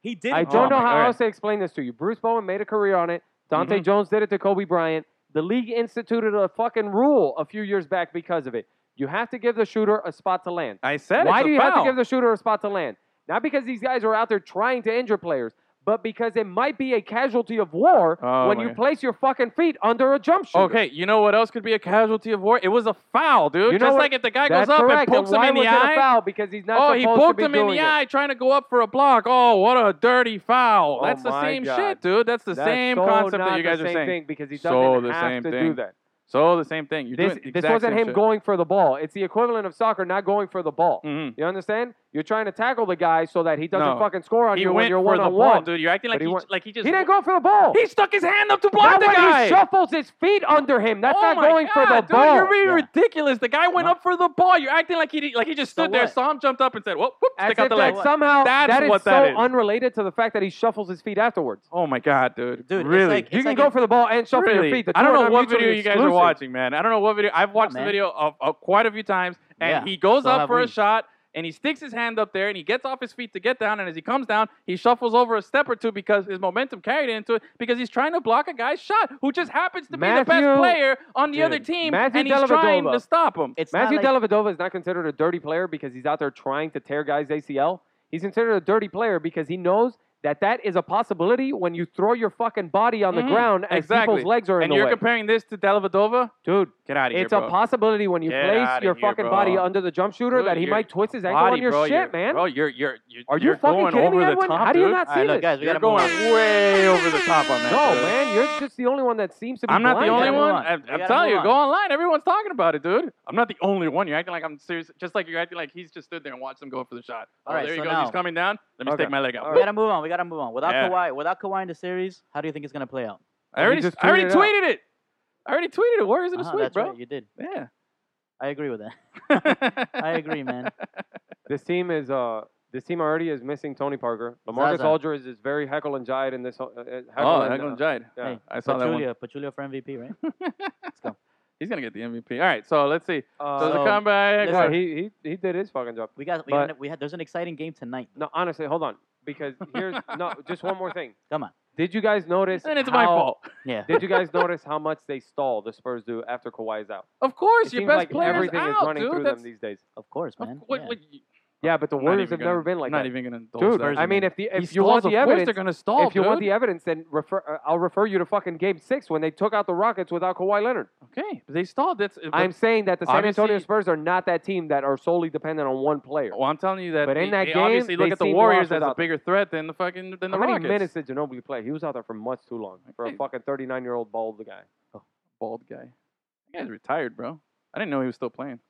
Speaker 3: He didn't.
Speaker 1: I
Speaker 2: Oh
Speaker 1: don't
Speaker 3: jump.
Speaker 1: know
Speaker 2: my
Speaker 1: how
Speaker 2: God.
Speaker 1: else to explain this to you. Bruce Bowen made a career on it. Dante
Speaker 2: Mhm.
Speaker 1: Jones did it to Kobe Bryant. The league instituted a fucking rule a few years back because of it. You have to give the shooter a spot to land.
Speaker 2: I said,
Speaker 1: Why
Speaker 2: it's
Speaker 1: do
Speaker 2: a
Speaker 1: you have to
Speaker 2: foul.
Speaker 1: give the shooter a spot to land? Not because these guys are out there trying to injure players, but because it might be a casualty of war
Speaker 2: Oh
Speaker 1: when
Speaker 2: my
Speaker 1: you
Speaker 2: God.
Speaker 1: place your fucking feet under a jump shooter.
Speaker 2: Okay, you know what else could be a casualty of war? It was a foul,
Speaker 1: You
Speaker 2: dude.
Speaker 1: know
Speaker 2: Just
Speaker 1: what-
Speaker 2: like if the guy
Speaker 1: That's
Speaker 2: goes up
Speaker 1: correct.
Speaker 2: and pokes him
Speaker 1: why
Speaker 2: in the
Speaker 1: was it a
Speaker 2: eye.
Speaker 1: foul? Because he's not
Speaker 2: Oh, he
Speaker 1: supposed
Speaker 2: poked
Speaker 1: to be
Speaker 2: him in the
Speaker 1: doing it.
Speaker 2: eye trying to go up for a block. Oh, what a dirty foul.
Speaker 1: Oh
Speaker 2: That's the
Speaker 1: my
Speaker 2: same
Speaker 1: God.
Speaker 2: shit, dude. That's the
Speaker 1: That's
Speaker 2: same
Speaker 1: so
Speaker 2: concept
Speaker 1: not
Speaker 2: that you guys
Speaker 1: the
Speaker 2: are
Speaker 1: same
Speaker 2: saying.
Speaker 1: thing because he doesn't
Speaker 2: So the
Speaker 1: have
Speaker 2: same
Speaker 1: to do
Speaker 2: thing.
Speaker 1: that.
Speaker 2: So the same thing. You're
Speaker 1: This,
Speaker 2: doing the
Speaker 1: this
Speaker 2: exact
Speaker 1: wasn't
Speaker 2: same
Speaker 1: him
Speaker 2: shit.
Speaker 1: going for the ball. It's the equivalent of soccer not going for the ball.
Speaker 2: Mhm.
Speaker 1: You understand? You're trying to tackle the guy so that he doesn't
Speaker 2: No.
Speaker 1: fucking score on
Speaker 2: He
Speaker 1: you when
Speaker 2: went
Speaker 1: you're
Speaker 2: for
Speaker 1: one
Speaker 2: the
Speaker 1: on
Speaker 2: ball,
Speaker 1: one.
Speaker 2: dude. You're acting like
Speaker 1: But he
Speaker 2: he,
Speaker 1: went-
Speaker 2: like he
Speaker 1: He
Speaker 2: just
Speaker 1: didn't go for the ball.
Speaker 2: He stuck his hand up to block
Speaker 1: Not
Speaker 2: the
Speaker 1: when
Speaker 2: guy.
Speaker 1: he shuffles his feet under him. That's
Speaker 2: oh
Speaker 1: not
Speaker 2: my
Speaker 1: going
Speaker 2: God,
Speaker 1: for the
Speaker 2: dude,
Speaker 1: ball.
Speaker 2: You're being
Speaker 3: Yeah.
Speaker 2: ridiculous. The guy went
Speaker 3: No.
Speaker 2: up for the ball. You're acting like he did- like he just
Speaker 3: So
Speaker 2: stood there,
Speaker 3: what?
Speaker 2: saw him, jumped up, and said, "Whoop, whoop,
Speaker 1: As
Speaker 2: stick
Speaker 1: if
Speaker 2: out the
Speaker 1: that
Speaker 2: leg."
Speaker 1: somehow
Speaker 2: That's
Speaker 1: that is
Speaker 2: what
Speaker 1: so
Speaker 2: that is.
Speaker 1: unrelated to the fact that he shuffles his feet afterwards.
Speaker 2: Oh my god, dude!
Speaker 3: Dude, it's
Speaker 2: really?
Speaker 3: like-
Speaker 1: you can
Speaker 3: like
Speaker 1: go
Speaker 3: a-
Speaker 1: for the ball and shuffle
Speaker 2: really?
Speaker 1: your feet. The
Speaker 2: I don't
Speaker 1: two are
Speaker 2: know
Speaker 1: not
Speaker 2: what video
Speaker 1: mutually
Speaker 2: you guys are
Speaker 1: exclusive.
Speaker 2: watching, man. I don't know what video. I've watched the
Speaker 3: man.
Speaker 2: video of, of quite a few times, and
Speaker 3: Yeah,
Speaker 2: he goes
Speaker 3: so
Speaker 2: up
Speaker 3: have
Speaker 2: for a
Speaker 3: we.
Speaker 2: shot, and he sticks his hand up there and he gets off his feet to get down. And as he comes down, he shuffles over a step or two because his momentum carried into it because he's trying to block a guy's shot who just happens to be the
Speaker 1: Matthew-
Speaker 2: best player on the
Speaker 1: Dude,
Speaker 2: other team
Speaker 1: Matthew
Speaker 2: and he's trying
Speaker 1: Dellavedova.
Speaker 2: to stop him.
Speaker 3: It's not
Speaker 1: Matthew
Speaker 3: like-
Speaker 1: Dellavedova is not considered a dirty player because he's out there trying to tear guys' ACL. He's considered a dirty player because he knows that that is a possibility when you throw your fucking body on the
Speaker 3: Mm-hmm.
Speaker 2: Mhm.
Speaker 1: ground as
Speaker 2: Exactly.
Speaker 1: people's legs are in
Speaker 2: and
Speaker 1: the
Speaker 2: you're
Speaker 1: way.
Speaker 2: comparing this to Dellavedova?
Speaker 1: Dude,
Speaker 2: Get out of here,
Speaker 1: it's
Speaker 2: bro.
Speaker 1: a possibility when you
Speaker 2: Get
Speaker 1: place
Speaker 2: outta
Speaker 1: your
Speaker 2: here,
Speaker 1: fucking
Speaker 2: bro.
Speaker 1: body under the jump shooter
Speaker 2: Dude,
Speaker 1: that he
Speaker 2: you're-
Speaker 1: might twist his ankle
Speaker 2: Body,
Speaker 1: on your
Speaker 2: bro,
Speaker 1: shit,
Speaker 2: you're-
Speaker 1: man.
Speaker 2: Bro, you're you're you're
Speaker 1: Are you
Speaker 2: you're
Speaker 1: fucking
Speaker 2: going
Speaker 1: kidding me,
Speaker 2: over the
Speaker 1: Edwin?
Speaker 2: top,
Speaker 1: How do you
Speaker 2: dude.
Speaker 1: not
Speaker 3: All right,
Speaker 1: see
Speaker 3: look,
Speaker 1: this?
Speaker 3: guys, we
Speaker 2: You're
Speaker 3: gotta move
Speaker 2: going
Speaker 3: on.
Speaker 2: way over the top on that.
Speaker 1: No,
Speaker 2: dude.
Speaker 1: man, you're just the only one that seems to be
Speaker 2: I'm not the
Speaker 1: blind
Speaker 3: We
Speaker 2: only
Speaker 1: to
Speaker 3: gotta
Speaker 1: that.
Speaker 2: one.
Speaker 3: move on.
Speaker 2: I'm,
Speaker 3: We
Speaker 2: I'm
Speaker 3: gotta
Speaker 2: telling
Speaker 3: move
Speaker 2: you,
Speaker 3: on.
Speaker 2: go online. Everyone's talking about it, dude. I'm not the only one. You're acting like I'm serious. Just like you're acting like he's just stood there and watched him go for the shot.
Speaker 3: All
Speaker 2: oh,
Speaker 3: right,
Speaker 2: there he
Speaker 3: so
Speaker 2: goes. He's
Speaker 3: now-
Speaker 2: coming down. Let me
Speaker 1: Okay.
Speaker 2: stick my leg out.
Speaker 1: All
Speaker 3: We gotta move on. We gotta move on. Without
Speaker 2: Yeah.
Speaker 3: Kawhi, without Kawhi in the series, how do you think it's gonna play out?
Speaker 2: I already,
Speaker 1: You just
Speaker 2: I already
Speaker 1: tweeted it out.
Speaker 2: tweeted it. I already tweeted it. Warriors in a
Speaker 3: Uh-huh,
Speaker 2: sweep,
Speaker 3: that's
Speaker 2: bro.
Speaker 3: right, you did.
Speaker 2: Yeah.
Speaker 3: I agree with that.
Speaker 2: I
Speaker 3: I agree, man.
Speaker 1: This team is uh this team already is missing Tony Parker. Lamarcus
Speaker 3: Zaza.
Speaker 1: Aldridge is very heckle and jive in this. Uh, uh, heckle
Speaker 2: Oh,
Speaker 1: and,
Speaker 2: I'm
Speaker 1: uh,
Speaker 2: going Jide.
Speaker 1: yeah.
Speaker 3: Hey,
Speaker 2: I saw that one.
Speaker 3: Pachulia, Pachulia for MVP, right?
Speaker 2: He's gonna get the MVP. All right, so let's see.
Speaker 1: Uh,
Speaker 2: So,
Speaker 3: So-
Speaker 2: the comeback.
Speaker 1: no,
Speaker 3: listen.
Speaker 1: he, he he did his fucking job.
Speaker 3: We got, we,
Speaker 1: But-
Speaker 3: got we had. There's an exciting game tonight.
Speaker 1: No, honestly, hold on because here's no just one more thing.
Speaker 3: Come on.
Speaker 1: Did you guys notice?
Speaker 2: and it's
Speaker 1: how,
Speaker 2: my fault.
Speaker 3: Yeah.
Speaker 1: did you guys notice how much they stall the Spurs do after Kawhi is out?
Speaker 2: Of course,
Speaker 1: It
Speaker 2: your
Speaker 1: seems
Speaker 2: best
Speaker 1: like
Speaker 2: player
Speaker 1: everything
Speaker 2: is
Speaker 1: is
Speaker 2: out,
Speaker 1: running
Speaker 2: dude.
Speaker 1: through
Speaker 2: That's
Speaker 1: them these days.
Speaker 3: Of course,
Speaker 2: of
Speaker 3: man.
Speaker 2: what,
Speaker 3: yeah.
Speaker 2: what, you-
Speaker 1: Yeah, but the
Speaker 2: I'm not
Speaker 1: Warriors
Speaker 2: even
Speaker 1: have
Speaker 2: gonna-
Speaker 1: never been like
Speaker 2: I'm not
Speaker 1: that.
Speaker 2: even gonna indulge
Speaker 1: Dude,
Speaker 2: that.
Speaker 1: I mean, if the
Speaker 2: he
Speaker 1: if you want
Speaker 2: stalls,
Speaker 1: the
Speaker 2: of course
Speaker 1: evidence,
Speaker 2: they're gonna stall.
Speaker 1: if you want
Speaker 2: dude.
Speaker 1: the evidence, then refer. Uh, I'll refer you to fucking Game Six when they took out the Rockets without Kawhi Leonard.
Speaker 2: okay, but they stalled. That's but-
Speaker 1: e- I'm saying that the San Antonio
Speaker 2: obviously-
Speaker 1: Spurs are not that team that are solely dependent on one player.
Speaker 2: Well, I'm telling you that.
Speaker 1: But
Speaker 2: they,
Speaker 1: in that
Speaker 2: they
Speaker 1: game,
Speaker 2: obviously look
Speaker 1: they
Speaker 2: at the
Speaker 1: seemed
Speaker 2: Warriors
Speaker 1: lost
Speaker 2: as a
Speaker 1: without-
Speaker 2: bigger threat than the fucking than the
Speaker 1: How many minutes
Speaker 2: Rockets.
Speaker 1: did Ginobili play? He was out there for much too long for a
Speaker 2: Okay.
Speaker 1: fucking 39 year old bald guy.
Speaker 2: Bald guy. That guy's retired, bro. I didn't know he was still playing.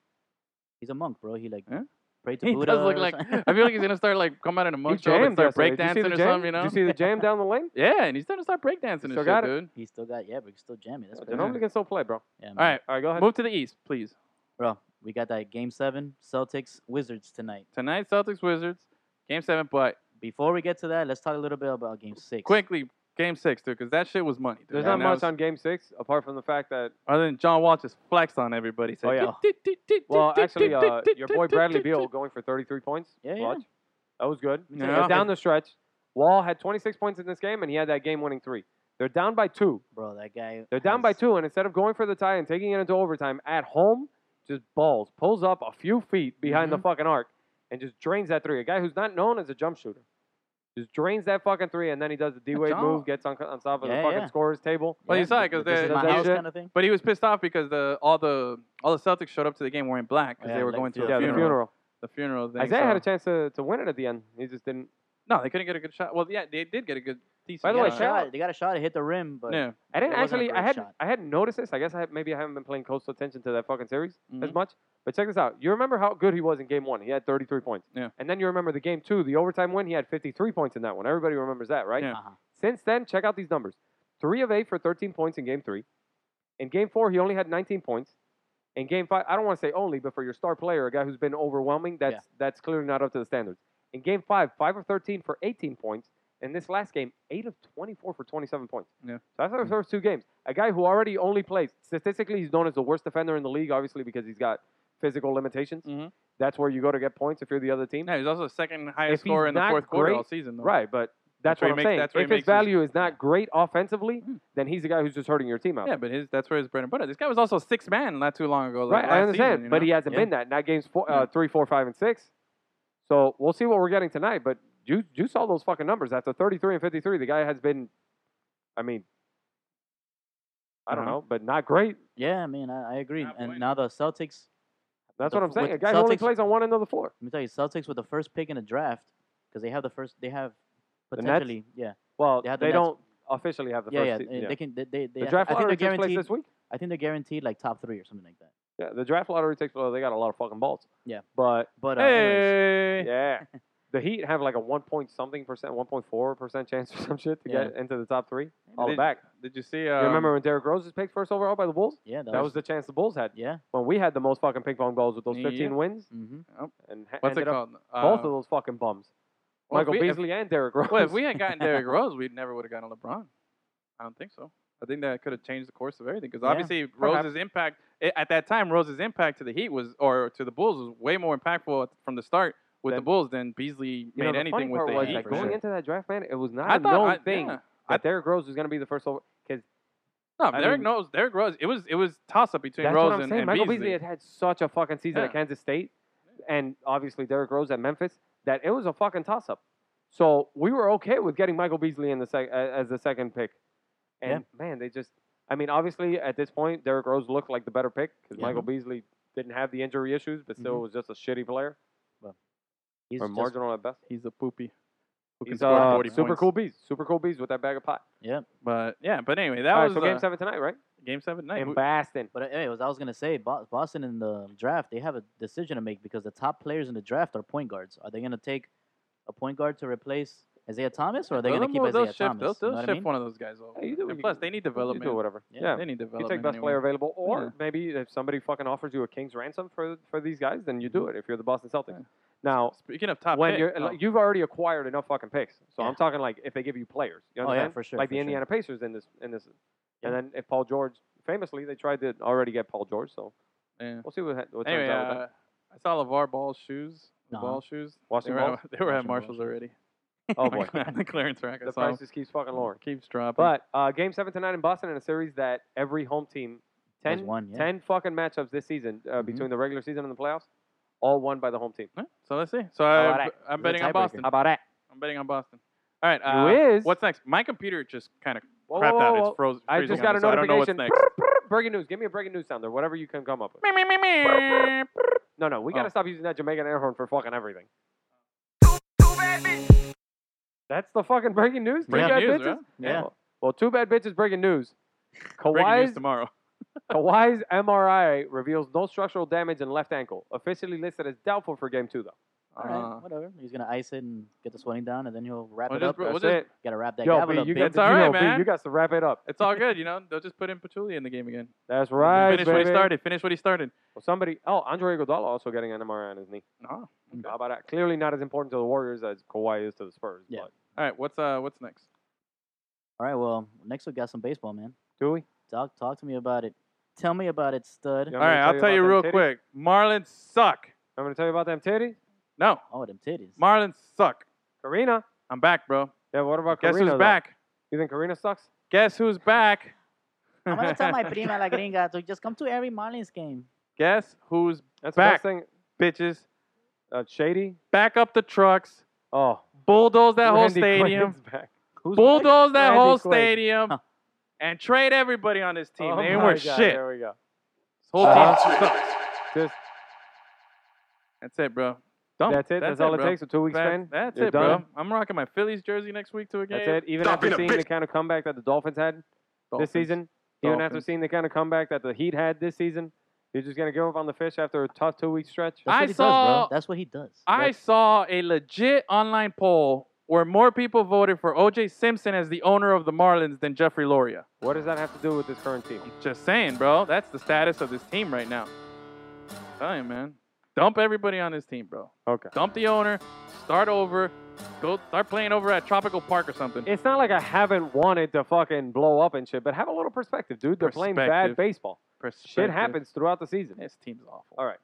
Speaker 3: He's a monk, bro. He like
Speaker 2: Yeah.
Speaker 3: prayed to
Speaker 2: He
Speaker 3: Buddha.
Speaker 2: does look
Speaker 3: or
Speaker 2: like.
Speaker 3: something.
Speaker 2: I feel like he's gonna start like come out in a monk robe and start
Speaker 1: yesterday. Did you see
Speaker 2: breakdancing
Speaker 1: the
Speaker 2: or
Speaker 1: jam?
Speaker 2: something. You know.
Speaker 1: Did you see the jam down the lane?
Speaker 2: Yeah, and he's gonna start breakdancing and
Speaker 1: Still
Speaker 2: shit,
Speaker 1: got it.
Speaker 2: dude.
Speaker 3: he still got yeah, but he's still jamming. That's
Speaker 1: Uh,
Speaker 3: crazy.
Speaker 1: Ginobili can still play, bro.
Speaker 3: Yeah,
Speaker 2: All
Speaker 3: man.
Speaker 2: right,
Speaker 1: All right, go ahead.
Speaker 2: move to the east, please.
Speaker 3: bro. We got that game seven Celtics Wizards tonight.
Speaker 2: Tonight, Celtics Wizards, game seven, but
Speaker 3: Before we get to that, let's talk a little bit about game six.
Speaker 2: quickly. Game six, dude, because that shit was money. Dude.
Speaker 1: There's
Speaker 2: And
Speaker 1: not
Speaker 2: that
Speaker 1: much
Speaker 2: was-
Speaker 1: on Game Six apart from the fact that
Speaker 2: Other than John Wall just flexed on everybody. Said,
Speaker 1: Oh, yeah.
Speaker 2: "Dit, dit, dit, dit,
Speaker 1: well,
Speaker 2: dit,
Speaker 1: actually,
Speaker 2: dit,
Speaker 1: uh,
Speaker 2: dit,
Speaker 1: your
Speaker 2: dit,
Speaker 1: boy
Speaker 2: dit,
Speaker 1: Bradley
Speaker 2: dit,
Speaker 1: Beal
Speaker 2: dit."
Speaker 1: going for 33 points.
Speaker 3: Yeah, yeah.
Speaker 1: Watch. That was good.
Speaker 2: Yeah.
Speaker 1: But down the stretch, Wall had 26 points in this game, and he had that game winning three. They're down by two.
Speaker 3: bro. That guy.
Speaker 1: They're down by
Speaker 3: has-
Speaker 1: two, and instead of going for the tie and taking it into overtime at home, just balls, pulls up a few feet behind the fucking arc, and just drains that three. A guy who's not known as a jump shooter. Just drains that fucking three, and then he does the D Wade
Speaker 2: John-
Speaker 1: move, gets on, on top of the
Speaker 3: Yeah,
Speaker 1: fucking
Speaker 3: yeah.
Speaker 1: scorer's table.
Speaker 2: Well, you saw it, 'cause
Speaker 3: this
Speaker 1: they-
Speaker 3: is my
Speaker 1: they-
Speaker 3: house
Speaker 1: they-
Speaker 3: kind of thing.
Speaker 2: But he was pissed off because the all the all the Celtics showed up to the game wearing black because
Speaker 3: Yeah,
Speaker 2: they were
Speaker 3: like
Speaker 2: going to
Speaker 3: the-
Speaker 2: a
Speaker 1: Oh, yeah,
Speaker 2: funeral. uh,
Speaker 1: the funeral.
Speaker 2: The funeral thing.
Speaker 1: Isaiah
Speaker 2: so-
Speaker 1: had a chance to, to win it at the end. He just didn't.
Speaker 2: No, they couldn't get a good shot. Well, yeah, they did get a good. Decent
Speaker 1: By the
Speaker 3: They
Speaker 1: way,
Speaker 3: got a
Speaker 2: shot.
Speaker 1: shout
Speaker 3: shot. They got a shot. It hit the rim, but
Speaker 2: yeah,
Speaker 1: I didn't
Speaker 3: It wasn't a
Speaker 1: actually. I
Speaker 3: great
Speaker 1: hadn't.
Speaker 3: shot.
Speaker 1: I hadn't noticed this. I guess I, maybe I haven't been paying close attention to that fucking series
Speaker 3: Mm-hmm.
Speaker 1: as much. But check this out. You remember how good he was in game one? He had 33 points.
Speaker 2: Yeah.
Speaker 1: And then you remember the game two, the overtime win. He had 53 points in that one. Everybody remembers that, right?
Speaker 2: Yeah.
Speaker 3: Uh-huh.
Speaker 1: Since then, check out these numbers: three of eight for 13 points in game three. In game four, he only had 19 points. In game five, I don't want to say only, but for your star player, a guy who's been overwhelming, that's that's clearly not up to the standards. In game five, five of 13 for 18 points. In this last game, eight of 24 for 27 points.
Speaker 2: Yeah. Hmm.
Speaker 1: So that's the first two games. A guy who already only plays statistically, he's known as the worst defender in the league, obviously because he's got physical limitations.
Speaker 2: Mhm.
Speaker 1: That's where you go to get points if you're the other team.
Speaker 2: No, he's also the second highest
Speaker 1: If he's
Speaker 2: scorer in the
Speaker 1: not
Speaker 2: fourth quarter
Speaker 1: great-
Speaker 2: all season. Though.
Speaker 1: Right, but that's,
Speaker 2: That's where
Speaker 1: what I'm
Speaker 2: he makes-
Speaker 1: sayes.
Speaker 2: that's where he
Speaker 1: if his
Speaker 2: makes his-
Speaker 1: value is not great offensively,
Speaker 2: Hmm.
Speaker 1: then he's the guy who's just hurting your team out.
Speaker 2: Yeah, but his that's where his bread and butter. This guy was also six man not too long ago. like,
Speaker 1: right,
Speaker 2: last
Speaker 1: I understand,
Speaker 2: season, you
Speaker 1: but
Speaker 2: know?
Speaker 1: he hasn't
Speaker 2: Yeah.
Speaker 1: been that. Now games four,
Speaker 2: Yeah.
Speaker 1: uh, three, four, five, and six. So we'll see what we're getting tonight. But you you saw those fucking numbers after 33 and 53. The guy has been, I mean, I don't
Speaker 2: Uh-huh.
Speaker 1: know, but not great.
Speaker 3: Yeah, I mean, I, I agree.
Speaker 2: Not
Speaker 3: and
Speaker 2: playing.
Speaker 3: now the Celtics.
Speaker 1: That's
Speaker 3: The
Speaker 1: what I'm
Speaker 3: f-
Speaker 1: saying.
Speaker 3: with
Speaker 1: A guy who only
Speaker 3: Celtics-
Speaker 1: plays on one end of the floor.
Speaker 3: Let me tell you, Celtics with the first pick in the draft because they have the first. They have
Speaker 1: Nets?
Speaker 3: potentially. Yeah,
Speaker 1: Well,
Speaker 3: They had the
Speaker 1: they
Speaker 3: Nets.
Speaker 1: don't officially have the
Speaker 3: yeah,
Speaker 1: first.
Speaker 3: yeah,
Speaker 1: seed,
Speaker 3: They, they can. They, they, they
Speaker 1: the draft
Speaker 3: I think
Speaker 1: lottery
Speaker 3: they're
Speaker 1: takes place
Speaker 3: guaranteed.
Speaker 1: this week.
Speaker 3: I think they're guaranteed like top three or something like that.
Speaker 1: Yeah, the draft lottery takes. Well, they got a lot of fucking balls.
Speaker 3: Yeah.
Speaker 1: but
Speaker 3: But uh,
Speaker 2: Hey,
Speaker 3: anyways,
Speaker 1: Yeah. The Heat have like a one point something percent, one point four percent chance or some shit to
Speaker 3: Yeah.
Speaker 1: get into the top three. All
Speaker 2: Did-
Speaker 1: back.
Speaker 2: Did you see? Um,
Speaker 1: you remember when Derrick Rose was picked first overall by the Bulls?
Speaker 3: yeah,
Speaker 1: That was the chance the Bulls had
Speaker 3: yeah.
Speaker 1: when we had the most fucking ping pong goals with those
Speaker 2: Yeah.
Speaker 1: fifteen wins
Speaker 3: Mm-hmm.
Speaker 1: and ha-
Speaker 2: What's
Speaker 1: ended
Speaker 2: it
Speaker 1: up
Speaker 2: called?
Speaker 1: both
Speaker 2: Uh,
Speaker 1: of those fucking bums,
Speaker 2: well, if
Speaker 1: Michael
Speaker 2: we- if-
Speaker 1: Beasley and Derrick Rose.
Speaker 2: Well, if we had gotten Derrick Rose, we never would have gotten LeBron. I don't think so. I think that could have changed the course of everything because
Speaker 3: Yeah,
Speaker 2: obviously Rose's impact i at that time, Rose's impact to the Heat was or to the Bulls was way more impactful at- from the start with
Speaker 1: Than-
Speaker 2: the Bulls than Beasley
Speaker 1: You
Speaker 2: made
Speaker 1: know, the funny
Speaker 2: anything with
Speaker 1: part
Speaker 2: the
Speaker 1: was
Speaker 2: Heat.
Speaker 1: that
Speaker 3: for
Speaker 1: going
Speaker 3: sure.
Speaker 1: into that draft, man, it was not
Speaker 2: I
Speaker 1: a
Speaker 2: thought
Speaker 1: known
Speaker 2: I-
Speaker 1: thing
Speaker 2: yeah.
Speaker 1: that Derrick Rose was going to be the first over because
Speaker 2: No,
Speaker 1: I
Speaker 2: Derrick
Speaker 1: mean-
Speaker 2: knows Derrick Rose. It was it was toss up between
Speaker 1: that's
Speaker 2: Rose
Speaker 1: what I'm
Speaker 2: and,
Speaker 1: saying.
Speaker 2: and
Speaker 1: Michael
Speaker 2: Beasley.
Speaker 1: had had such a fucking season
Speaker 2: Yeah.
Speaker 1: at Kansas State, and obviously Derrick Rose at Memphis that it was a fucking toss up. So we were okay with getting Michael Beasley in the sec- a- as the second pick, and man, they just. I mean, obviously at this point, Derrick Rose looked like the better pick because
Speaker 3: Yeah.
Speaker 1: Michael Beasley didn't have the injury issues, but still
Speaker 2: Mm-hmm.
Speaker 3: Mhm.
Speaker 1: was just a shitty player
Speaker 3: He's
Speaker 1: or
Speaker 3: just-
Speaker 1: marginal at best.
Speaker 2: He's a poopy. Who can
Speaker 1: He's
Speaker 2: score
Speaker 1: uh,
Speaker 2: 40
Speaker 1: super
Speaker 2: points.
Speaker 1: cool bees, super cool bees with that bag of pot.
Speaker 2: But yeah, but anyway, that
Speaker 1: All right,
Speaker 2: was
Speaker 1: so game
Speaker 2: uh,
Speaker 1: seven tonight, right?
Speaker 2: game seven night.
Speaker 1: In Boston.
Speaker 3: But uh, anyways, I was gonna say Bo- Boston in the draft they have a decision to make because the top players in the draft are point guards. Are they gonna take a point guard to replace Isaiah Thomas, or are they
Speaker 2: They'll-
Speaker 3: gonna keep
Speaker 2: they'll
Speaker 3: Isaiah
Speaker 2: shift,
Speaker 3: Thomas?
Speaker 2: They'll,
Speaker 3: You
Speaker 2: they'll
Speaker 3: know what I
Speaker 2: shift
Speaker 3: mean?
Speaker 2: one of those guys over.
Speaker 1: Yeah, you do what
Speaker 2: and
Speaker 1: you
Speaker 2: plus,
Speaker 1: can-
Speaker 2: they need
Speaker 1: You do
Speaker 2: development.
Speaker 1: whatever.
Speaker 3: Yeah.
Speaker 1: yeah.
Speaker 2: They need
Speaker 1: you
Speaker 2: development.
Speaker 1: take best
Speaker 2: anyway.
Speaker 1: player available, or
Speaker 2: Yeah.
Speaker 1: maybe if somebody fucking offers you a king's ransom for for these guys, then you do
Speaker 3: Mm-hmm.
Speaker 1: it. If you're the Boston Celtics,
Speaker 2: Yeah.
Speaker 1: now
Speaker 2: Speaking of top
Speaker 1: when
Speaker 2: pick,
Speaker 1: you're
Speaker 2: oh,
Speaker 1: like, you've already acquired enough fucking picks, so I'm
Speaker 3: Yeah.
Speaker 1: talking like if they give you players, you
Speaker 3: Oh, yeah,
Speaker 1: understand?
Speaker 3: for sure,
Speaker 1: Like
Speaker 3: for
Speaker 1: the
Speaker 3: sure.
Speaker 1: Indiana Pacers in this in this,
Speaker 3: Yeah.
Speaker 1: and then if Paul George, famously, they tried to already get Paul George, so
Speaker 2: yeah.
Speaker 1: we'll see what, ha- what turns
Speaker 2: anyway,
Speaker 1: out. With that.
Speaker 2: uh, I saw LeVar Ball's shoes.
Speaker 3: Uh-huh.
Speaker 2: Ball shoes. They
Speaker 1: Washington
Speaker 2: were,
Speaker 1: Balls.
Speaker 2: at- they were at
Speaker 3: Washington Balls.
Speaker 2: Marshalls already.
Speaker 3: uh,
Speaker 1: Oh boy,
Speaker 2: at the clearance rack. I
Speaker 1: the
Speaker 2: saw 'em.
Speaker 1: price just keeps fucking
Speaker 3: Mm-hmm.
Speaker 1: lowering.
Speaker 2: keeps dropping.
Speaker 1: But uh, game seven tonight in Boston in a series that every home team
Speaker 3: There's
Speaker 1: 10,
Speaker 3: one, yeah.
Speaker 1: 10 fucking matchups this season uh,
Speaker 3: Mhm.
Speaker 1: between the regular season and the playoffs, all won by the home team.
Speaker 2: Huh? so let's see. So
Speaker 1: How
Speaker 2: I,
Speaker 1: about
Speaker 2: I'm
Speaker 3: Is it
Speaker 2: betting on
Speaker 3: tiebreaker?
Speaker 2: Boston.
Speaker 1: How about that?
Speaker 2: I'm betting on Boston. All right.
Speaker 1: You
Speaker 2: Uh,
Speaker 1: is.
Speaker 2: What's next? My computer just kind of
Speaker 1: Whoa,
Speaker 2: crapped
Speaker 1: whoa,
Speaker 2: out.
Speaker 1: whoa, whoa.
Speaker 2: It's frozen.
Speaker 1: I
Speaker 2: freezing
Speaker 1: just got a
Speaker 2: on me, so I don't know what's
Speaker 1: notification.
Speaker 2: next.
Speaker 1: breaking news. Give me a breaking news sound there, whatever you can come up with.
Speaker 2: Me, me, me, me.
Speaker 1: No, no, we
Speaker 2: Oh.
Speaker 1: gotta stop using that Jamaican air horn for fucking everything. That's the fucking breaking news. Two
Speaker 2: Breaking
Speaker 1: bad
Speaker 2: news,
Speaker 1: bitches.
Speaker 2: right?
Speaker 3: Yeah.
Speaker 1: Well, well, two bad bitches breaking news.
Speaker 2: Breaking news
Speaker 1: Kawhi's
Speaker 2: tomorrow.
Speaker 1: Kawhi's MRI reveals no structural damage in left ankle. Officially listed as doubtful for game two, though.
Speaker 3: All
Speaker 2: Uh,
Speaker 3: right, whatever. He's gonna ice it and get the sweating down, and then he'll wrap
Speaker 2: Well,
Speaker 3: it
Speaker 2: just
Speaker 3: up.
Speaker 2: bro- We'll
Speaker 1: That's
Speaker 2: just-
Speaker 1: it.
Speaker 3: gotta wrap that
Speaker 1: Yo,
Speaker 3: gavel
Speaker 1: B,
Speaker 3: up.
Speaker 1: you
Speaker 3: baby.
Speaker 1: got,
Speaker 2: It's all right,
Speaker 1: yo, B,
Speaker 2: man.
Speaker 1: you got to wrap it up.
Speaker 2: It's all good, you know. They'll just put in Patchouli in the game again.
Speaker 1: That's right,
Speaker 2: finish what
Speaker 1: baby.
Speaker 2: he started. Finish what he started.
Speaker 1: Well, somebody. Oh, Andre Iguodala also getting an MRI on his knee.
Speaker 2: No.
Speaker 1: How about that? Clearly not as important to the Warriors as Kawhi is to the Spurs.
Speaker 3: Yeah.
Speaker 1: But
Speaker 2: All right. What's uh What's next?
Speaker 3: All right, well, next we got some baseball, man.
Speaker 1: do we?
Speaker 3: Talk, talk to me about it. Tell me about it, stud.
Speaker 1: Yeah.
Speaker 2: all right. I'll tell you real
Speaker 1: about them
Speaker 2: quick. Marlins suck.
Speaker 1: I'm gonna tell you about them titties.
Speaker 2: No.
Speaker 3: Oh, them titties.
Speaker 2: Marlins suck.
Speaker 1: Karina.
Speaker 2: I'm back, bro.
Speaker 1: Yeah. What about
Speaker 2: Guess
Speaker 1: Karina?
Speaker 2: who's
Speaker 1: though?
Speaker 2: back?
Speaker 1: You think Karina sucks?
Speaker 2: Guess who's back?
Speaker 4: I'm gonna tell my prima la gringa to just come to every Marlins game.
Speaker 2: Guess who's
Speaker 1: That's
Speaker 2: Back.
Speaker 1: the best thing.
Speaker 2: bitches?
Speaker 1: Uh, Shady.
Speaker 2: Back up the trucks.
Speaker 1: Oh,
Speaker 2: Bulldoze that whole
Speaker 1: Randy
Speaker 2: stadium.
Speaker 1: Quaid's back.
Speaker 3: Who's
Speaker 2: Bulldoze that
Speaker 1: Randy
Speaker 2: whole
Speaker 1: Quaid.
Speaker 2: stadium.
Speaker 3: Huh.
Speaker 2: And trade everybody on this team.
Speaker 1: Oh
Speaker 2: they ain't
Speaker 1: my
Speaker 2: worth
Speaker 1: God,
Speaker 2: shit.
Speaker 1: There we go.
Speaker 2: This whole
Speaker 1: Uh,
Speaker 2: team.
Speaker 1: Just,
Speaker 2: That's it, bro. Dump.
Speaker 1: that's it. That's, all it
Speaker 2: Oh, bro.
Speaker 1: takes. A two-week
Speaker 2: That-
Speaker 1: span.
Speaker 2: that's
Speaker 1: You're
Speaker 2: it,
Speaker 1: done.
Speaker 2: bro. I'm rocking my Phillies jersey next week to a game.
Speaker 1: That's it. Even
Speaker 5: Stop
Speaker 1: after
Speaker 5: being a
Speaker 1: seeing the
Speaker 5: bitch.
Speaker 1: kind of comeback that the Dolphins had
Speaker 2: Dolphins.
Speaker 1: this season, even after
Speaker 2: Dolphins.
Speaker 1: seeing the kind of comeback that the Heat had this season, you're just gonna give up on the fish after a tough two-week stretch.
Speaker 3: That's
Speaker 2: I
Speaker 3: what he
Speaker 2: saw-
Speaker 3: Does, bro. That's what he does.
Speaker 2: I saw a legit online poll where more people voted for O.J. Simpson as the owner of the Marlins than Jeffrey Loria.
Speaker 1: What does that have to do with this current team?
Speaker 2: I'm just saying, bro. That's the status of this team right now. i telling you, man. Dump everybody on this team, bro.
Speaker 1: Okay.
Speaker 2: Dump the owner. Start over. Go start playing over at Tropical Park or something.
Speaker 1: It's not like I haven't wanted to fucking blow up and shit, but have a little perspective, dude. They're playing bad
Speaker 2: Perspective.
Speaker 1: baseball. Shit
Speaker 2: Perspective.
Speaker 1: happens throughout the season.
Speaker 2: This team's awful.
Speaker 1: All right.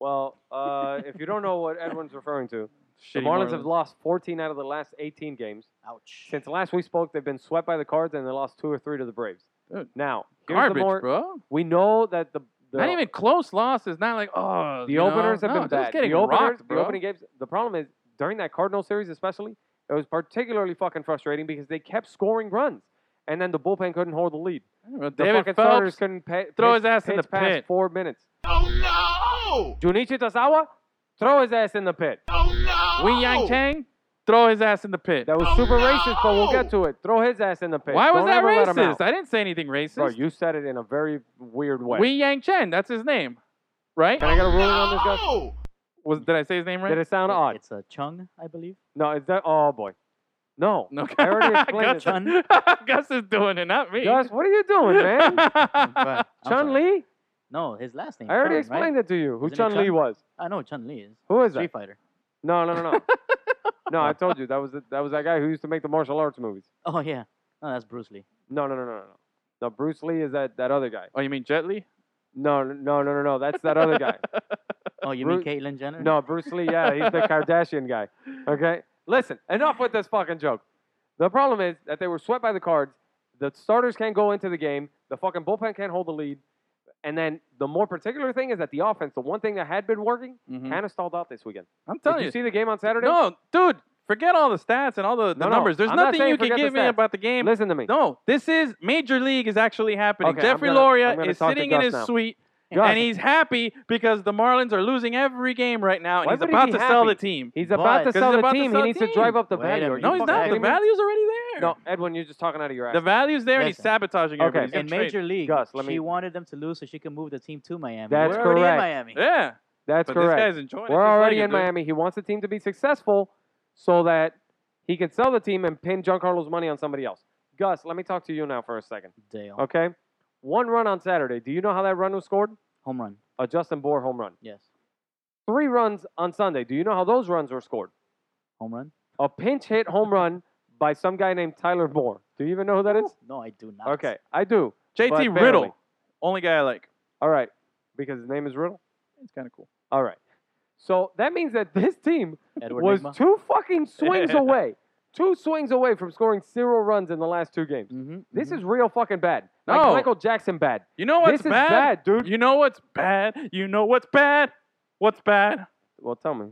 Speaker 1: Well, uh, if you don't know what Edwin's referring to, the
Speaker 2: Shitty
Speaker 1: Marlins have lost 14 out of the last 18 games.
Speaker 3: Ouch.
Speaker 1: Since last we spoke, they've been swept by the Cards and they lost two or three to the Braves.
Speaker 2: Dude,
Speaker 1: Now, here's the
Speaker 2: Garbage,
Speaker 1: more-
Speaker 2: bro.
Speaker 1: we know that the, the
Speaker 2: Not even close losses. Not like oh,
Speaker 1: The
Speaker 2: you know,
Speaker 1: openers have
Speaker 2: no,
Speaker 1: been
Speaker 2: they're
Speaker 1: bad.
Speaker 2: Just getting
Speaker 1: the openers,
Speaker 2: rocked, bro.
Speaker 1: the opening games. The problem is during that Cardinal series, especially, it was particularly fucking frustrating because they kept scoring runs, and then the bullpen couldn't hold the lead.
Speaker 2: Bro,
Speaker 1: The
Speaker 2: David
Speaker 1: fucking starters
Speaker 2: Phelps.
Speaker 1: couldn't pay,
Speaker 2: throw
Speaker 1: pitch,
Speaker 2: his ass in
Speaker 1: pitch
Speaker 2: the
Speaker 1: past
Speaker 2: pit.
Speaker 1: four minutes.
Speaker 5: Oh no!
Speaker 1: Junichi Tasawa, throw his ass in the pit.
Speaker 5: Oh no!
Speaker 2: Wei Yang Chang, throw his ass in the pit.
Speaker 1: That was
Speaker 5: Oh,
Speaker 1: super racist, but we'll
Speaker 5: no!
Speaker 1: get to it. Throw his ass in the pit.
Speaker 2: Why was
Speaker 1: Don't
Speaker 2: that
Speaker 1: ever let him
Speaker 2: racist?
Speaker 1: out.
Speaker 2: I didn't say anything racist.
Speaker 1: Bro, you said it in a very weird way.
Speaker 2: Wei Yang Chen, that's his name, right?
Speaker 1: Can I get a ruling on this, guy?
Speaker 5: Oh
Speaker 2: Was did I say his name right?
Speaker 1: Did it sound odd?
Speaker 3: It's a Chung, I believe.
Speaker 1: No, is that? Oh boy, no.
Speaker 2: no,
Speaker 1: I already explained
Speaker 2: Gus,
Speaker 1: it.
Speaker 2: Gus is doing it, not me.
Speaker 1: Gus, what are you doing, man?
Speaker 3: Bruh, I'm
Speaker 1: Chun
Speaker 3: sorry.
Speaker 1: Li?
Speaker 3: No, his last name.
Speaker 1: I already
Speaker 3: Chung,
Speaker 1: explained
Speaker 3: Right?
Speaker 1: it to you who
Speaker 3: Isn't it
Speaker 1: Chun Li
Speaker 3: Chun?
Speaker 1: was.
Speaker 3: I know Chun Li is.
Speaker 1: Who is that?
Speaker 3: Street Fighter.
Speaker 1: No, no, no, no. no, I told you that was the, that was that guy who used to make the martial arts movies.
Speaker 3: Oh yeah. No, that's Bruce Lee.
Speaker 1: No, no, no, no, no. No, Bruce Lee is that, that other guy.
Speaker 2: Oh, you mean Jet Li?
Speaker 1: No, no, no, no, no. That's that other guy.
Speaker 3: Oh, you mean Caitlyn Jenner?
Speaker 1: No, Bruce Lee. Yeah, he's the Kardashian guy. Okay. Listen, enough with this fucking joke. The problem is that they were swept by the cards. The starters can't go into the game. The fucking bullpen can't hold the lead. And then the more particular thing is that the offense, the one thing that had been working,
Speaker 2: Mhm.
Speaker 1: kind of stalled out this weekend.
Speaker 2: I'm
Speaker 1: Did
Speaker 2: telling
Speaker 1: you,
Speaker 2: you.
Speaker 1: see the game on Saturday?
Speaker 2: No, dude, forget all the stats and all the, the
Speaker 1: No, no,
Speaker 2: numbers. There's
Speaker 1: I'm not
Speaker 2: nothing
Speaker 1: saying
Speaker 2: you can
Speaker 1: forget the
Speaker 2: give me
Speaker 1: stats.
Speaker 2: about the game.
Speaker 1: Listen to me.
Speaker 2: No, this is Major League is actually happening.
Speaker 1: Okay, I'm
Speaker 2: Jeffrey
Speaker 1: gonna- I'm
Speaker 2: Loria
Speaker 1: gonna
Speaker 2: is
Speaker 1: talk to
Speaker 2: sitting in
Speaker 1: Gus
Speaker 2: his
Speaker 1: now.
Speaker 2: suite
Speaker 1: Gus,
Speaker 2: and he's happy because the Marlins are losing every game right now and
Speaker 1: Why
Speaker 2: he's
Speaker 1: would he
Speaker 2: about
Speaker 1: be
Speaker 2: to sell the
Speaker 1: happy?
Speaker 2: team.
Speaker 1: he's
Speaker 3: But-
Speaker 1: about to
Speaker 2: 'Cause he's
Speaker 1: sell the
Speaker 2: about to
Speaker 1: team. he
Speaker 2: sell the
Speaker 1: needs
Speaker 2: team.
Speaker 1: to drive up the
Speaker 3: Wait a
Speaker 1: value. Are
Speaker 3: minute.
Speaker 1: you
Speaker 2: No, he's
Speaker 1: fucking
Speaker 2: not. The
Speaker 1: kidding me?
Speaker 2: value's already there.
Speaker 1: No, Edwin, you're just talking out of your ass.
Speaker 2: The value's there and he's
Speaker 3: Listen.
Speaker 2: sabotaging
Speaker 1: Okay.
Speaker 2: everybody. He's
Speaker 3: In
Speaker 2: gonna
Speaker 3: Major League,
Speaker 1: Gus, let
Speaker 3: she
Speaker 1: me-
Speaker 3: wanted them to lose so she can move the team to Miami.
Speaker 1: That's
Speaker 3: We're already in
Speaker 1: correct.
Speaker 3: Miami.
Speaker 2: trade. Yeah.
Speaker 1: That's
Speaker 2: but
Speaker 1: correct.
Speaker 2: this guy's enjoying it.
Speaker 1: We're
Speaker 2: just like
Speaker 1: already
Speaker 2: it,
Speaker 1: in
Speaker 2: dude.
Speaker 1: Miami. He wants the team to be successful so that he can sell the team and pin Giancarlo's money on somebody else. Gus, let me talk to you now for a second.
Speaker 3: Dale.
Speaker 1: Okay? One run on Saturday. Do you know how that run was scored?
Speaker 3: Home run.
Speaker 1: A Justin Bohr home run.
Speaker 3: Yes.
Speaker 1: Three runs on Sunday. Do you know how those runs were scored?
Speaker 3: Home run?
Speaker 1: A pinch hit home run by some guy named Tyler Moore. Do you even know who that is?
Speaker 3: No, I do not.
Speaker 1: Okay, I do.
Speaker 2: JT
Speaker 1: But
Speaker 2: Riddle,
Speaker 1: barely.
Speaker 2: only guy I like.
Speaker 1: All right, because his name is Riddle.
Speaker 2: It's kind of cool.
Speaker 1: All right. So that means that this team
Speaker 3: Edward
Speaker 1: was
Speaker 3: Nigma.
Speaker 1: two fucking swings away, two swings away from scoring zero runs in the last two games.
Speaker 3: hmm
Speaker 1: This is real fucking bad. Like
Speaker 2: Mm-hmm. No.
Speaker 1: Michael Jackson bad.
Speaker 2: You know what's
Speaker 1: this is
Speaker 2: bad?
Speaker 1: bad, dude.
Speaker 2: You know what's bad? You know what's bad? What's bad?
Speaker 1: Well, tell me.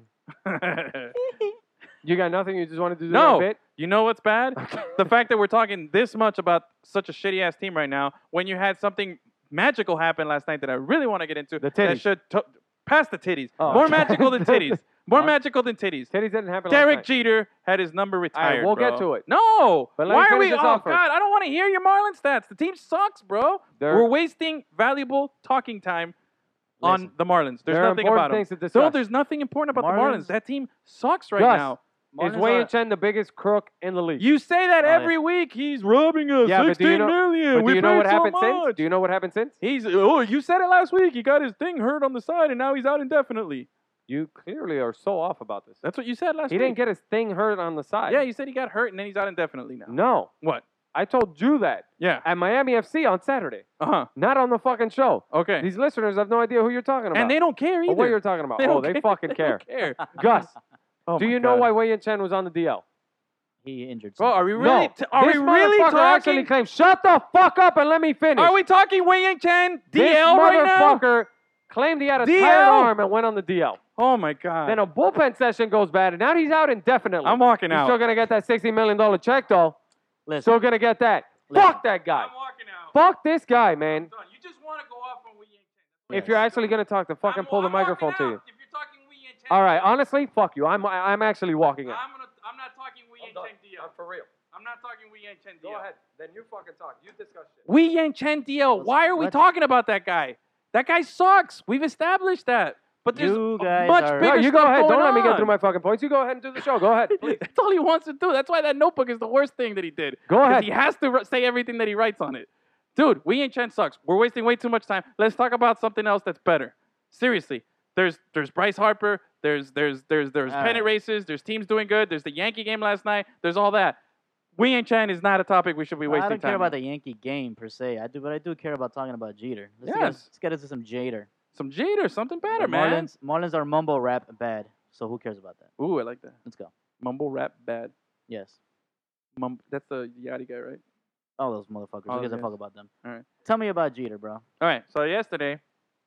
Speaker 1: You got nothing? You just wanted to do
Speaker 2: No.
Speaker 1: that
Speaker 2: you know what's bad?
Speaker 1: bit?
Speaker 2: The fact that we're talking this much about such a shitty ass team right now when you had something magical happen last night that I really want to get into.
Speaker 1: The
Speaker 2: That
Speaker 1: titties.
Speaker 2: should to- pass the titties.
Speaker 1: Oh.
Speaker 2: More magical than titties. More
Speaker 1: Huh?
Speaker 2: magical than titties.
Speaker 1: Titties didn't happen
Speaker 2: Derek
Speaker 1: last night.
Speaker 2: Jeter had his number retired.
Speaker 1: we'll
Speaker 2: bro.
Speaker 1: get to it.
Speaker 2: No,
Speaker 1: But let me
Speaker 2: why are
Speaker 1: finish
Speaker 2: we? Oh
Speaker 1: this off first.
Speaker 2: God, I don't want to hear your Marlin stats. The team sucks, bro.
Speaker 1: They're-
Speaker 2: We're wasting valuable talking time on
Speaker 3: Listen.
Speaker 2: the Marlins. There's
Speaker 1: there are
Speaker 2: nothing
Speaker 1: important
Speaker 2: about them.
Speaker 1: things to discuss.
Speaker 2: No, there's nothing important about the Marlins.
Speaker 3: Marlins-
Speaker 2: That team sucks right
Speaker 1: Gus,
Speaker 2: now.
Speaker 1: is
Speaker 3: Marlins
Speaker 1: Wayne
Speaker 3: are-
Speaker 1: Chen the biggest crook in the league?
Speaker 2: You say that
Speaker 3: Oh, yeah.
Speaker 2: every week. He's robbing us.
Speaker 1: Yeah, but do you
Speaker 2: Sixteen
Speaker 1: know-
Speaker 2: million.
Speaker 1: but do
Speaker 2: we
Speaker 1: you know
Speaker 2: paid
Speaker 1: what
Speaker 2: so
Speaker 1: happened since?
Speaker 2: much.
Speaker 1: Do you know what happened since?
Speaker 2: He's oh, you said it last week. He got his thing hurt on the side, and now he's out indefinitely.
Speaker 1: You clearly are so off about this.
Speaker 2: That's what you said last
Speaker 1: He
Speaker 2: week.
Speaker 1: didn't get his thing hurt on the side.
Speaker 2: yeah, you said he got hurt, and then he's out indefinitely now.
Speaker 1: no.
Speaker 2: What?
Speaker 1: I told you that
Speaker 2: Yeah.
Speaker 1: at Miami FC on Saturday,
Speaker 2: Uh huh.
Speaker 1: not on the fucking show.
Speaker 2: Okay.
Speaker 1: These listeners have no idea who you're talking about.
Speaker 2: and they don't care either.
Speaker 1: Or what you're talking about.
Speaker 2: They
Speaker 1: oh,
Speaker 2: don't
Speaker 1: they
Speaker 2: care.
Speaker 1: fucking
Speaker 2: They
Speaker 1: care.
Speaker 2: don't care.
Speaker 1: Gus,
Speaker 2: Oh
Speaker 1: do
Speaker 2: my
Speaker 1: you know
Speaker 2: God.
Speaker 1: why Wei Yin Chen was on the DL?
Speaker 3: He injured.
Speaker 2: Bro, are
Speaker 3: somebody.
Speaker 2: we really?
Speaker 1: no.
Speaker 2: t- are
Speaker 1: this
Speaker 2: we really
Speaker 1: motherfucker actually
Speaker 2: talking?
Speaker 1: claimed, shut the fuck up and let me finish.
Speaker 2: Are we talking Wei Yang Chen DL
Speaker 1: this
Speaker 2: right now?
Speaker 1: motherfucker claimed he had a tired
Speaker 2: DL?
Speaker 1: arm and went on the DL.
Speaker 2: Oh my god!
Speaker 1: Then a bullpen session goes bad, and now he's out indefinitely.
Speaker 2: I'm walking
Speaker 1: He's
Speaker 2: out.
Speaker 1: still going to get that $60 million check, though.
Speaker 3: Listen,
Speaker 1: Still going to get that.
Speaker 3: Listen.
Speaker 1: Fuck that guy.
Speaker 2: walking out.
Speaker 1: Fuck this guy, man.
Speaker 2: Done. You just want to go off on Wei Yang Chen.
Speaker 1: If you're actually going to talk, then fucking pull the microphone to you.
Speaker 2: If you're talking Wei Yang Chen,
Speaker 1: All right, honestly, fuck you. I'm, I- I'm actually walking out.
Speaker 2: gonna. I'm not talking Wei
Speaker 1: I'm done. I'm for real.
Speaker 2: I'm not talking Wei Yang Chen
Speaker 1: Then you fucking talk. You discuss shit.
Speaker 2: Wei Yang Chen DL.
Speaker 3: Let's-
Speaker 2: Why are we
Speaker 3: let's-
Speaker 2: talking about that guy? That guy sucks. We've established that. But there's
Speaker 3: You
Speaker 2: a
Speaker 3: guys
Speaker 2: much
Speaker 3: are-
Speaker 2: bigger
Speaker 1: No, you go
Speaker 2: stuff
Speaker 1: ahead.
Speaker 2: going
Speaker 1: Don't let me get
Speaker 2: on.
Speaker 1: through my fucking points. You go ahead and do the show. Go ahead, please.
Speaker 2: That's all he wants to do. That's why that notebook is the worst thing that he did.
Speaker 1: Go
Speaker 2: 'Cause
Speaker 1: ahead.
Speaker 2: He has to ri- say everything that he writes on it. Dude, we ain't Chen sucks. We're wasting way too much time. Let's talk about something else that's better. Seriously, there's there's Bryce Harper. There's there's there's there's
Speaker 3: All
Speaker 2: pennant
Speaker 3: right.
Speaker 2: races. There's teams doing good. There's the Yankee game last night. There's all that. We ain't Chen is not a topic we should be wasting
Speaker 3: I don't
Speaker 2: time.
Speaker 3: care
Speaker 2: on.
Speaker 3: about the Yankee game per se. I do, but I do care about talking about Jeter. Let's get,
Speaker 2: Yes.
Speaker 3: let's get into some Jeter.
Speaker 2: Some Jeter, something better,
Speaker 3: The
Speaker 2: man.
Speaker 3: Marlins, Marlins are mumble rap bad, so who cares about that?
Speaker 2: Ooh, I like that.
Speaker 3: Let's go.
Speaker 2: Mumble rap bad.
Speaker 3: Yes.
Speaker 2: Mum- that's the Yachty guy, right?
Speaker 3: All those motherfuckers.
Speaker 2: All
Speaker 3: who gives a
Speaker 2: those
Speaker 3: fuck
Speaker 2: guys.
Speaker 3: about them?
Speaker 2: All right.
Speaker 3: Tell me about Jeter, bro.
Speaker 2: All right. So yesterday,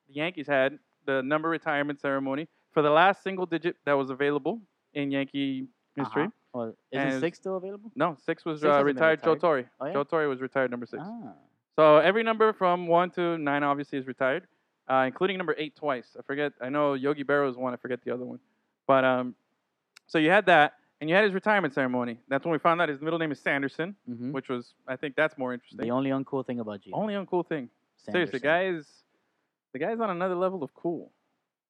Speaker 2: the Yankees had the number retirement ceremony for the last single digit that was available in Yankee history.
Speaker 3: Uh-huh. Well,
Speaker 2: And-
Speaker 3: isn't six still available?
Speaker 2: No, six was
Speaker 3: Six
Speaker 2: uh,
Speaker 3: hasn't been
Speaker 2: retired, Joe
Speaker 3: retired.
Speaker 2: Torre.
Speaker 3: Oh, yeah?
Speaker 2: Joe Torre was retired number six.
Speaker 3: Ah.
Speaker 2: So every number from one to nine obviously is retired, uh, including number eight twice. I forget. I know Yogi Berra's one. I forget the other one. But um, so you had that, and you had his retirement ceremony. That's when we found out his middle name is Sanderson,
Speaker 3: hmm
Speaker 2: which was I think that's more
Speaker 3: The
Speaker 2: interesting.
Speaker 3: only uncool thing about Jeter.
Speaker 2: Only uncool thing. Seriously, the
Speaker 3: Sanderson.
Speaker 2: guy is the guy's on another level of cool,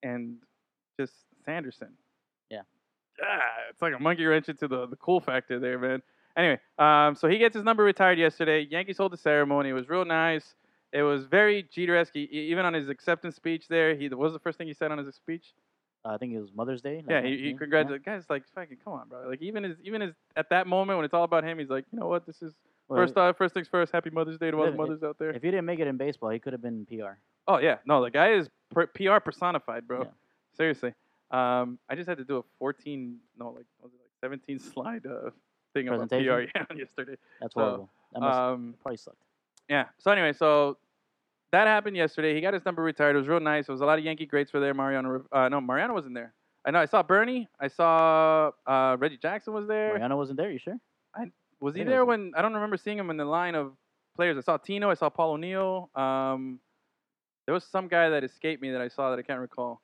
Speaker 2: and just Sanderson.
Speaker 3: Yeah.
Speaker 2: Ah, it's like a monkey wrench into the, the cool factor there, man. Anyway, um, so he gets his number retired yesterday. Yankees hold the ceremony. It was real nice. It was very Jeter-esque. E- Even on his acceptance speech, there, he what was the first thing he said on his speech.
Speaker 3: Uh, I think it was Mother's Day. like
Speaker 2: Yeah,
Speaker 3: that,
Speaker 2: he, he
Speaker 3: yeah?
Speaker 2: congratulated guys. Like, fucking, come on, bro. Like, even his, even his, at that moment when it's all about him, he's like, you know what, this is First, uh, first things first. Happy Mother's Day to all the
Speaker 3: If-
Speaker 2: mothers out there.
Speaker 3: if he didn't make it in baseball, he could have been in PR.
Speaker 2: Oh yeah, no, the guy is pr- PR personified, bro.
Speaker 3: Yeah.
Speaker 2: Seriously, um, I just had to do a 14, no, like what was it like 17 slide uh, thing about PR
Speaker 3: Presentation?
Speaker 2: yeah, yesterday.
Speaker 3: That's
Speaker 2: So,
Speaker 3: horrible. That must
Speaker 2: Um,
Speaker 3: probably sucked.
Speaker 2: yeah. So anyway, so that happened yesterday. He got his number retired. It was real nice. It was a lot of Yankee greats were there. Mariano, Riv- uh, no, Mariano wasn't there. I know. I saw Bernie. I saw uh, Reggie Jackson was there.
Speaker 3: Mariano wasn't there. You sure?
Speaker 2: Was he
Speaker 3: Tino
Speaker 2: there
Speaker 3: was
Speaker 2: when I don't remember seeing him in the line of players? I saw Tino, I saw Paul O'Neill. Um, there was some guy that escaped me that I saw that I can't recall.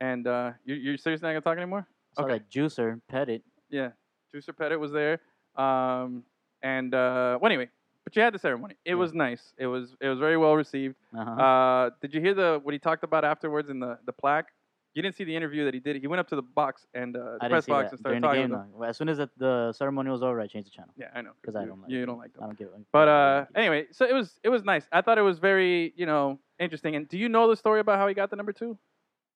Speaker 2: And uh, you, you're seriously not gonna talk anymore?
Speaker 3: I saw
Speaker 2: Okay.
Speaker 3: that Juicer Pettit.
Speaker 2: Yeah, Juicer Pettit was there. Um, and uh, well, anyway, but you had the ceremony. It
Speaker 3: Yeah.
Speaker 2: was nice. It was it was very well received.
Speaker 3: Uh-huh.
Speaker 2: Uh, did you hear the what he talked about afterwards in the the plaque? You didn't see the interview that he did. He went up to the box and uh, the
Speaker 3: I didn't
Speaker 2: press
Speaker 3: see
Speaker 2: box
Speaker 3: that
Speaker 2: and started
Speaker 3: during the
Speaker 2: talking.
Speaker 3: game.
Speaker 2: with them.
Speaker 3: Though. Well, As soon as the, the ceremony was over, I changed the channel
Speaker 2: Yeah, I know.
Speaker 3: because I
Speaker 2: you-
Speaker 3: don't like.
Speaker 2: you
Speaker 3: it.
Speaker 2: don't like them.
Speaker 3: I don't give. it.
Speaker 2: But uh, anyway, so it was it was nice. I thought it was very you know interesting. And do you know the story about how he got the number two?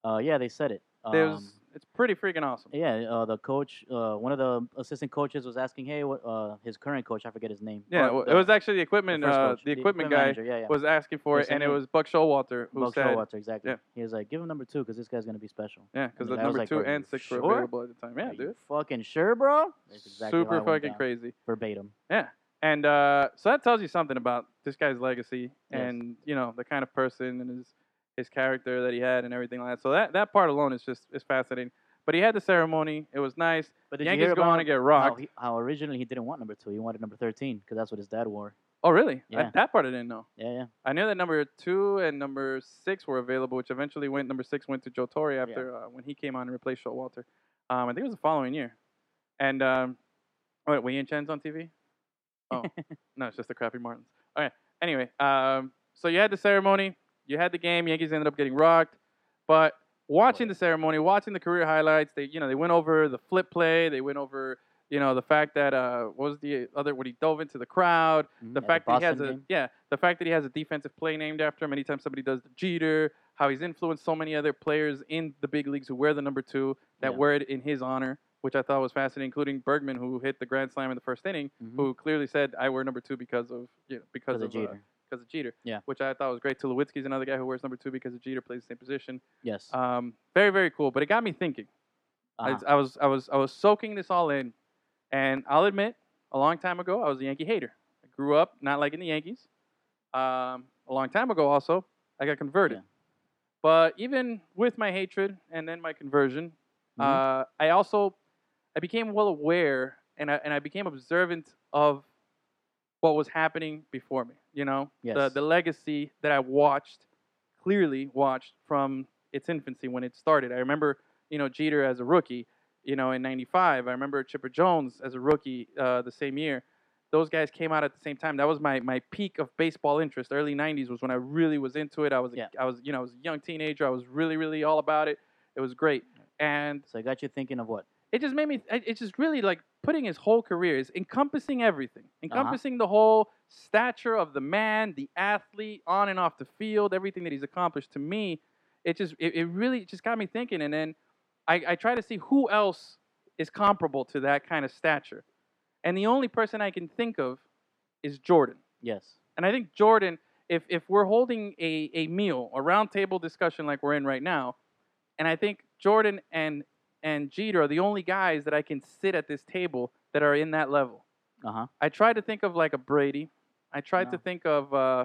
Speaker 3: uh, yeah, they said it.
Speaker 2: There's
Speaker 3: Um,
Speaker 2: it's pretty freaking awesome.
Speaker 3: yeah, uh, the coach, uh, one of the assistant coaches was asking, hey, what, uh, his current coach, I forget his name.
Speaker 2: Yeah,
Speaker 3: Or
Speaker 2: well,
Speaker 3: the-
Speaker 2: it was actually the
Speaker 3: the
Speaker 2: equipment.
Speaker 3: first
Speaker 2: uh,
Speaker 3: coach,
Speaker 2: the equipment guy
Speaker 3: manager, Yeah, yeah.
Speaker 2: was asking for
Speaker 3: Who
Speaker 2: it, and it
Speaker 3: said-
Speaker 2: was Buck Showalter who
Speaker 3: Buck
Speaker 2: said,
Speaker 3: Showalter, exactly.
Speaker 2: yeah.
Speaker 3: He was like, give him number two because this guy's gonna be special.
Speaker 2: yeah, because
Speaker 3: And the
Speaker 2: the
Speaker 3: guy was
Speaker 2: number
Speaker 3: like,
Speaker 2: two
Speaker 3: "Are
Speaker 2: and
Speaker 3: you
Speaker 2: six were
Speaker 3: sure?"
Speaker 2: available at the time. Yeah,
Speaker 3: Are you
Speaker 2: dude,
Speaker 3: fucking sure, bro? That's exactly how
Speaker 2: super
Speaker 3: it went
Speaker 2: fucking
Speaker 3: down.
Speaker 2: crazy.
Speaker 3: Verbatim.
Speaker 2: And uh, so that tells you something about this guy's legacy
Speaker 3: Yes.
Speaker 2: and you know the kind of person and his his character that he had and everything like that. So that that part alone is just is fascinating. But he had the ceremony. It was nice.
Speaker 3: But
Speaker 2: The
Speaker 3: did
Speaker 2: Yankees
Speaker 3: you hear
Speaker 2: go
Speaker 3: about
Speaker 2: on and get
Speaker 3: how,
Speaker 2: rocked.
Speaker 3: he, how originally he didn't want number two? He wanted number thirteen because that's what his dad wore.
Speaker 2: Oh, really? I-
Speaker 3: Yeah.
Speaker 2: that part I didn't know.
Speaker 3: Yeah, yeah.
Speaker 2: I knew that number two and number six were available, which eventually went number six went to Joe Torre after uh, when he came on and replaced Showalter. Um, I think it was the following year. And um, wait, were you and Chen's on TV? Oh, no, it's just the crappy Martins. All right. Anyway, um, so you had the ceremony, you had the game. Yankees ended up getting rocked, but watching the ceremony, watching the career highlights, they you know they went over the flip play, they went over you know the fact that uh, what was the other when he dove into the crowd
Speaker 3: Mhm,
Speaker 2: the
Speaker 3: at
Speaker 2: fact that he has
Speaker 3: Boston
Speaker 2: a
Speaker 3: game.
Speaker 2: yeah, the fact that he has a defensive play named after him. Anytime somebody does the Jeter, how he's influenced so many other players in the big leagues who wear the number two that
Speaker 3: Yeah.
Speaker 2: wear it in his honor, which I thought was fascinating, including Bergman who hit the grand slam in the first inning,
Speaker 3: Mhm.
Speaker 2: who clearly said I wear number two because of you know because
Speaker 3: Because
Speaker 2: of uh,
Speaker 3: of Jeter.
Speaker 2: because of Jeter.
Speaker 3: Yeah.
Speaker 2: which I thought was great. Tulowitzki's another guy who wears number two because of Jeter plays the same position.
Speaker 3: yes.
Speaker 2: Um, very very cool. But it got me thinking. I-
Speaker 3: Uh-huh.
Speaker 2: I, was I was I was soaking this all in, and I'll admit, a long time ago I was a Yankee hater. I grew up not liking the Yankees. Um, a long time ago, also I got converted.
Speaker 3: Yeah.
Speaker 2: But even with my hatred and then my conversion,
Speaker 3: Mm-hmm.
Speaker 2: uh, I also I became well aware and I, and I became observant of what was happening before me. You know, the
Speaker 3: Yes.
Speaker 2: the legacy that I watched clearly watched from its infancy when it started. I remember you know Jeter as a rookie, you know in '95. I remember Chipper Jones as a rookie uh, the same year. Those guys came out at the same time. That was my, my peak of baseball interest. Early '90s was when I really was into it. I was a-
Speaker 3: Yeah.
Speaker 2: I was you know I was a young teenager. I was really really all about it. It was great. And
Speaker 3: so it got you thinking of what?
Speaker 2: it just made me it- it's just really like putting his whole career is encompassing everything encompassing the whole stature of the man the athlete on and off the field everything that he's accomplished to me it just it, it really just got me thinking and then I, I try to see who else is comparable to that kind of stature and the only person i can think of is jordan
Speaker 3: Yes.
Speaker 2: and I think Jordan, if if we're holding a, a meal, a round table discussion like we're in right now, and I think Jordan and and Jeter are the only guys that I can sit at this table that are in that level.
Speaker 3: Uh huh.
Speaker 2: I tried to think of like a Brady. I tried to
Speaker 3: No.
Speaker 2: think of uh,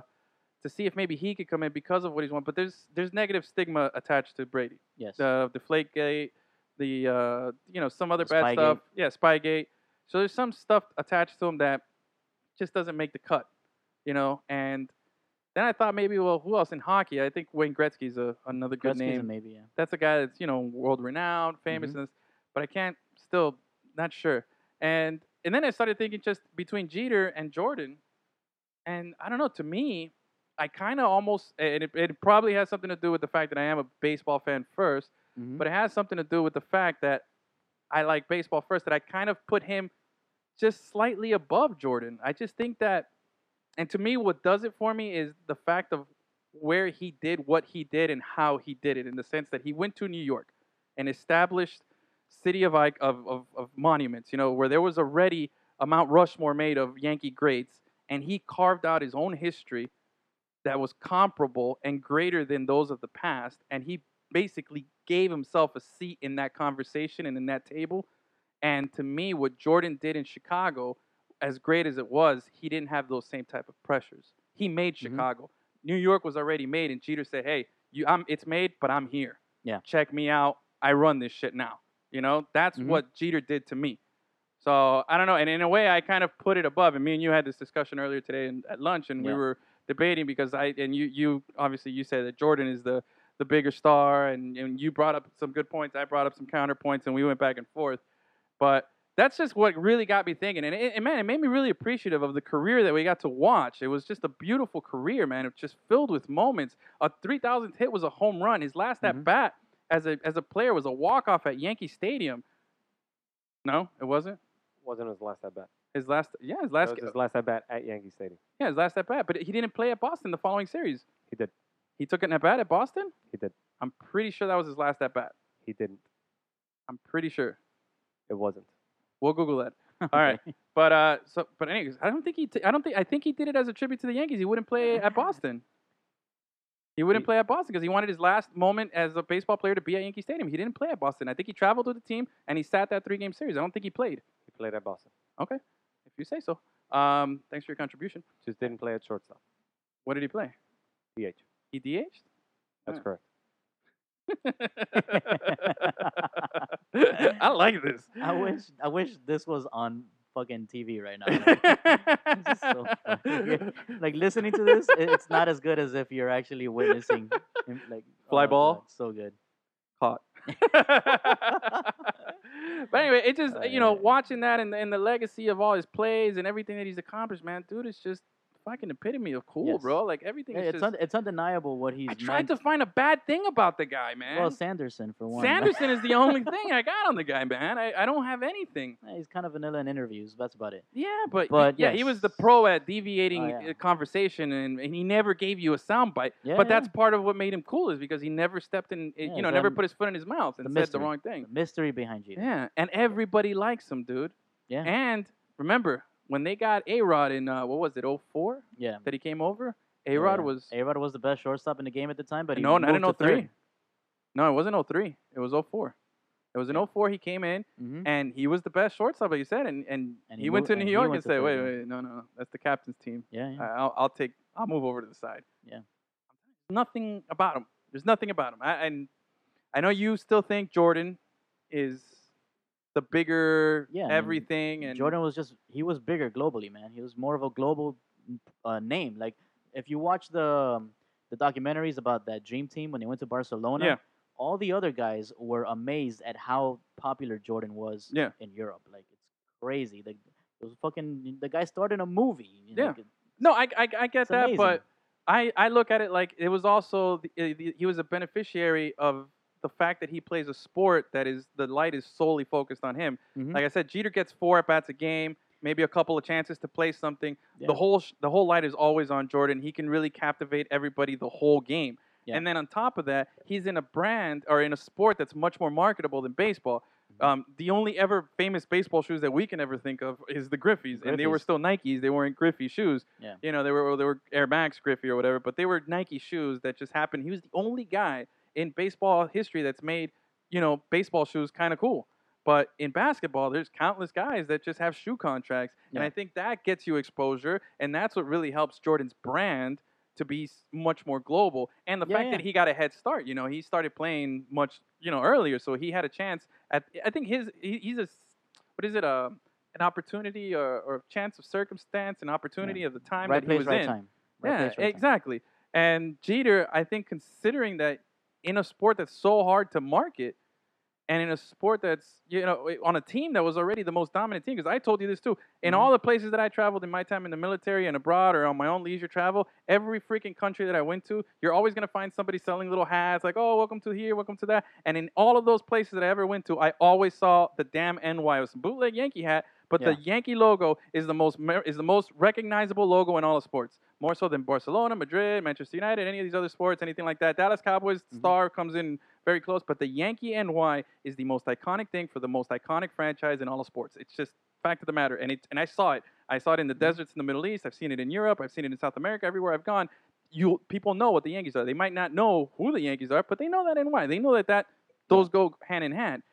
Speaker 2: to see if maybe he could come in because of what he's won. But there's there's negative stigma attached to Brady
Speaker 3: Yes.
Speaker 2: the deflate gate, the uh, you know some other
Speaker 3: The
Speaker 2: bad
Speaker 3: Spygate.
Speaker 2: stuff. Yeah, Spygate. So there's some stuff attached to him that just doesn't make the cut, you know. And then I thought maybe, well, who else in hockey? I think Wayne Gretzky's a, another good
Speaker 3: Gretzky's a
Speaker 2: name.
Speaker 3: maybe. Yeah.
Speaker 2: That's a guy that's you know world renowned, famous,
Speaker 3: Mhm.
Speaker 2: and this, but I can't still not sure. And and then I started thinking just between Jeter and Jordan, and I don't know. To me, I kind of almost and it, it probably has something to do with the fact that I am a baseball fan first
Speaker 3: Mhm.
Speaker 2: but it has something to do with the fact that I like baseball first. That I kind of put him just slightly above Jordan. I just think that, and to me, what does it for me is the fact of where he did what he did and how he did it. In the sense that he went to New York and established city of ic- of of, of monuments. You know, where there was already a Mount Rushmore made of Yankee greats, and he carved out his own history that was comparable and greater than those of the past, and he basically gave himself a seat in that conversation and in that table. And to me, what Jordan did in Chicago, as great as it was, he didn't have those same type of pressures. He made Chicago. New York was already made, and Jeter said, "Hey, you, I'm, it's made, but I'm here.
Speaker 3: Yeah.
Speaker 2: check me out. I run this shit now. You know, that's
Speaker 3: Mhm.
Speaker 2: what Jeter did to me. So I don't know, and in a way, I kind of put it above. And me and you had this discussion earlier today in, at lunch, and we
Speaker 3: Yeah.
Speaker 2: were debating because I and you, you obviously you said that Jordan is the the bigger star, and, and you brought up some good points. I brought up some counterpoints, and we went back and forth. But that's just what really got me thinking. And, it, and man, it made me really appreciative of the career that we got to watch. It was just a beautiful career, man. It was just filled with moments. A 3,000th hit was a home run. His last at
Speaker 1: Mm-hmm.
Speaker 3: Mhm.
Speaker 2: bat as a, as a player was a walk off at Yankee Stadium. No, it wasn't.
Speaker 1: Wasn't his last at bat.
Speaker 2: His last, yeah, his
Speaker 1: That
Speaker 2: last,
Speaker 1: was his last at bat at Yankee Stadium.
Speaker 2: yeah, his last at bat. But he didn't play at Boston the following series.
Speaker 1: He did.
Speaker 2: He took an at bat at Boston.
Speaker 1: He did.
Speaker 2: I'm pretty sure that was his last at bat.
Speaker 1: He didn't.
Speaker 2: I'm pretty sure.
Speaker 1: It wasn't.
Speaker 2: We'll Google that. All right. But uh, so but anyways, I don't think he. T- I don't think. I think he did it as a tribute to the Yankees. He wouldn't play at Boston. He wouldn't
Speaker 3: He-
Speaker 2: play at Boston because he wanted his last moment as a baseball player to be at Yankee Stadium. He didn't play at Boston. I think he traveled with the team and he sat that three-game series. I don't think he played.
Speaker 1: He played at Boston.
Speaker 2: If you say so. Um, thanks for your contribution.
Speaker 1: Just didn't play at shortstop.
Speaker 2: What did he play?
Speaker 1: DH.
Speaker 2: He DH'd.
Speaker 1: That's
Speaker 2: Yeah.
Speaker 1: correct.
Speaker 2: I like this.
Speaker 3: I wish I wish this was on fucking TV right now.
Speaker 2: This
Speaker 3: is so funny. like listening to this, it, it's not as good as if you're actually witnessing. him, Like oh
Speaker 2: Fly
Speaker 3: my
Speaker 2: ball?
Speaker 3: God, so good.
Speaker 2: caught. but anyway, it just
Speaker 3: Oh,
Speaker 2: you know
Speaker 3: yeah.
Speaker 2: watching that and, and the legacy of all his plays and everything that he's accomplished, man, dude, it's just fucking epitome of cool,
Speaker 3: Yes.
Speaker 2: bro. Like everything.
Speaker 3: Yeah,
Speaker 2: is
Speaker 3: it's
Speaker 2: just,
Speaker 3: un- it's undeniable what he's.
Speaker 2: I tried
Speaker 3: meant-
Speaker 2: to find a bad thing about the guy, man.
Speaker 3: Well, Sanderson for one.
Speaker 2: Sanderson is the only thing I got on the guy, man. I, I don't have anything.
Speaker 3: Yeah, he's kind of vanilla in interviews. That's about it.
Speaker 2: Yeah, but,
Speaker 3: But
Speaker 2: yeah, he was the
Speaker 3: yes.
Speaker 2: pro at deviating
Speaker 3: Oh, yeah.
Speaker 2: uh, conversation, and, and he never gave you a soundbite.
Speaker 3: Yeah,
Speaker 2: but
Speaker 3: yeah.
Speaker 2: that's part of what made him cool is because he never stepped in, eh,
Speaker 3: Yeah,
Speaker 2: you know,
Speaker 3: it's
Speaker 2: never
Speaker 3: un-
Speaker 2: put his foot in his mouth and
Speaker 3: the
Speaker 2: said
Speaker 3: mystery.
Speaker 2: the wrong thing.
Speaker 3: the mystery behind you.
Speaker 2: Yeah, and everybody likes him, dude.
Speaker 3: Yeah.
Speaker 2: And remember, when they got A Rod in, uh, what was it, 04
Speaker 3: yeah.
Speaker 2: that he came over? A Rod
Speaker 3: Yeah.
Speaker 2: was.
Speaker 3: A-Rod was the best shortstop in the game at the time, but he
Speaker 2: no, not
Speaker 3: moved
Speaker 2: in
Speaker 3: to
Speaker 2: 03.
Speaker 3: third.
Speaker 2: No, it wasn't 03. It was 04. It was in 04 he came in,
Speaker 3: Mhm.
Speaker 2: and he was the best shortstop, like you said. And, and,
Speaker 3: And
Speaker 2: he,
Speaker 3: he
Speaker 2: went
Speaker 3: moved-
Speaker 2: to
Speaker 3: and
Speaker 2: New
Speaker 3: he
Speaker 2: York
Speaker 3: went
Speaker 2: and
Speaker 3: to
Speaker 2: said,
Speaker 3: third,
Speaker 2: wait,
Speaker 3: yeah.
Speaker 2: wait, wait, no, no, no, that's the captain's team.
Speaker 3: Yeah, yeah.
Speaker 2: I- I'll, I'll take, I'll move over to the side.
Speaker 3: Yeah.
Speaker 2: Nothing about him. There's nothing about him. I, and I know you still think Jordan is the bigger
Speaker 3: Yeah, I mean,
Speaker 2: everything. and
Speaker 3: Jordan was just he was bigger globally, man. He was more of a global uh, name. Like if you watch the um, the documentaries about that dream team when they went to Barcelona,
Speaker 2: Yeah.
Speaker 3: all the other guys were amazed at how popular Jordan was
Speaker 2: Yeah.
Speaker 3: in Europe. Like it's crazy. Like it was fucking the guy started a movie. you know,
Speaker 2: Yeah.
Speaker 3: like,
Speaker 2: No, I, I, I get
Speaker 3: it's
Speaker 2: that,
Speaker 3: amazing.
Speaker 2: but I, I look at it like it was also the, uh, the, he was a beneficiary of the fact that he plays a sport that is the light is solely focused on him.
Speaker 3: Mhm.
Speaker 2: Like I said, Jeter gets four at bats a game, maybe a couple of chances to play something.
Speaker 3: Yeah.
Speaker 2: The whole sh- the whole light is always on Jordan. He can really captivate everybody the whole game.
Speaker 3: Yeah.
Speaker 2: And then on top of that, he's in a brand or in a sport that's much more marketable than baseball.
Speaker 3: Mm-hmm.
Speaker 2: Um, the only ever famous baseball shoes that we can ever think of is the Griffey's, and they were
Speaker 3: Griffey's.
Speaker 2: still Nikes. They weren't Griffey shoes.
Speaker 3: Yeah.
Speaker 2: You know, they were they were Air Max Griffey or whatever, but they were Nike shoes that just happened. He was the only guy in baseball history that's made you know baseball shoes kind of cool. But in basketball, there's countless guys that just have shoe contracts, and
Speaker 3: Yeah.
Speaker 2: I think that gets you exposure, and that's what really helps Jordan's brand to be s- much more global. And the
Speaker 3: Yeah,
Speaker 2: fact
Speaker 3: yeah.
Speaker 2: that he got a head start, you know, he started playing much, you know, earlier, so he had a chance at. I think his he, he's a s- what is it a an opportunity or, or chance of circumstance, an opportunity of the time
Speaker 3: right
Speaker 2: that he
Speaker 3: place,
Speaker 2: was
Speaker 3: right
Speaker 2: in.
Speaker 3: time. Right
Speaker 2: Yeah,
Speaker 3: place, right time.
Speaker 2: exactly. And Jeter, I think, considering that in a sport that's so hard to market, and in a sport that's you know on a team that was already the most dominant team, because I told you this too. In
Speaker 3: Mhm.
Speaker 2: all the places that I traveled in my time in the military and abroad or on my own leisure travel, every freaking country that I went to, you're always gonna find somebody selling little hats like, "Oh, welcome to here, welcome to that." And in all of those places that I ever went to, I always saw the damn NY. It was a bootleg Yankee hat, but
Speaker 3: Yeah.
Speaker 2: the Yankee logo is the most mer- is the most recognizable logo in all of sports, more so than Barcelona, Madrid, Manchester United, any of these other sports, anything like that. Dallas Cowboys
Speaker 3: Mhm.
Speaker 2: star comes in very close, but the Yankee NY is the most iconic thing for the most iconic franchise in all of sports. It's just fact of the matter, and it and I saw it. I saw it in the deserts in the Middle East. I've seen it in Europe. I've seen it in South America. Everywhere I've gone, you people know what the Yankees are. They might not know who the Yankees are, but they know that and why. They know that that those go hand in hand.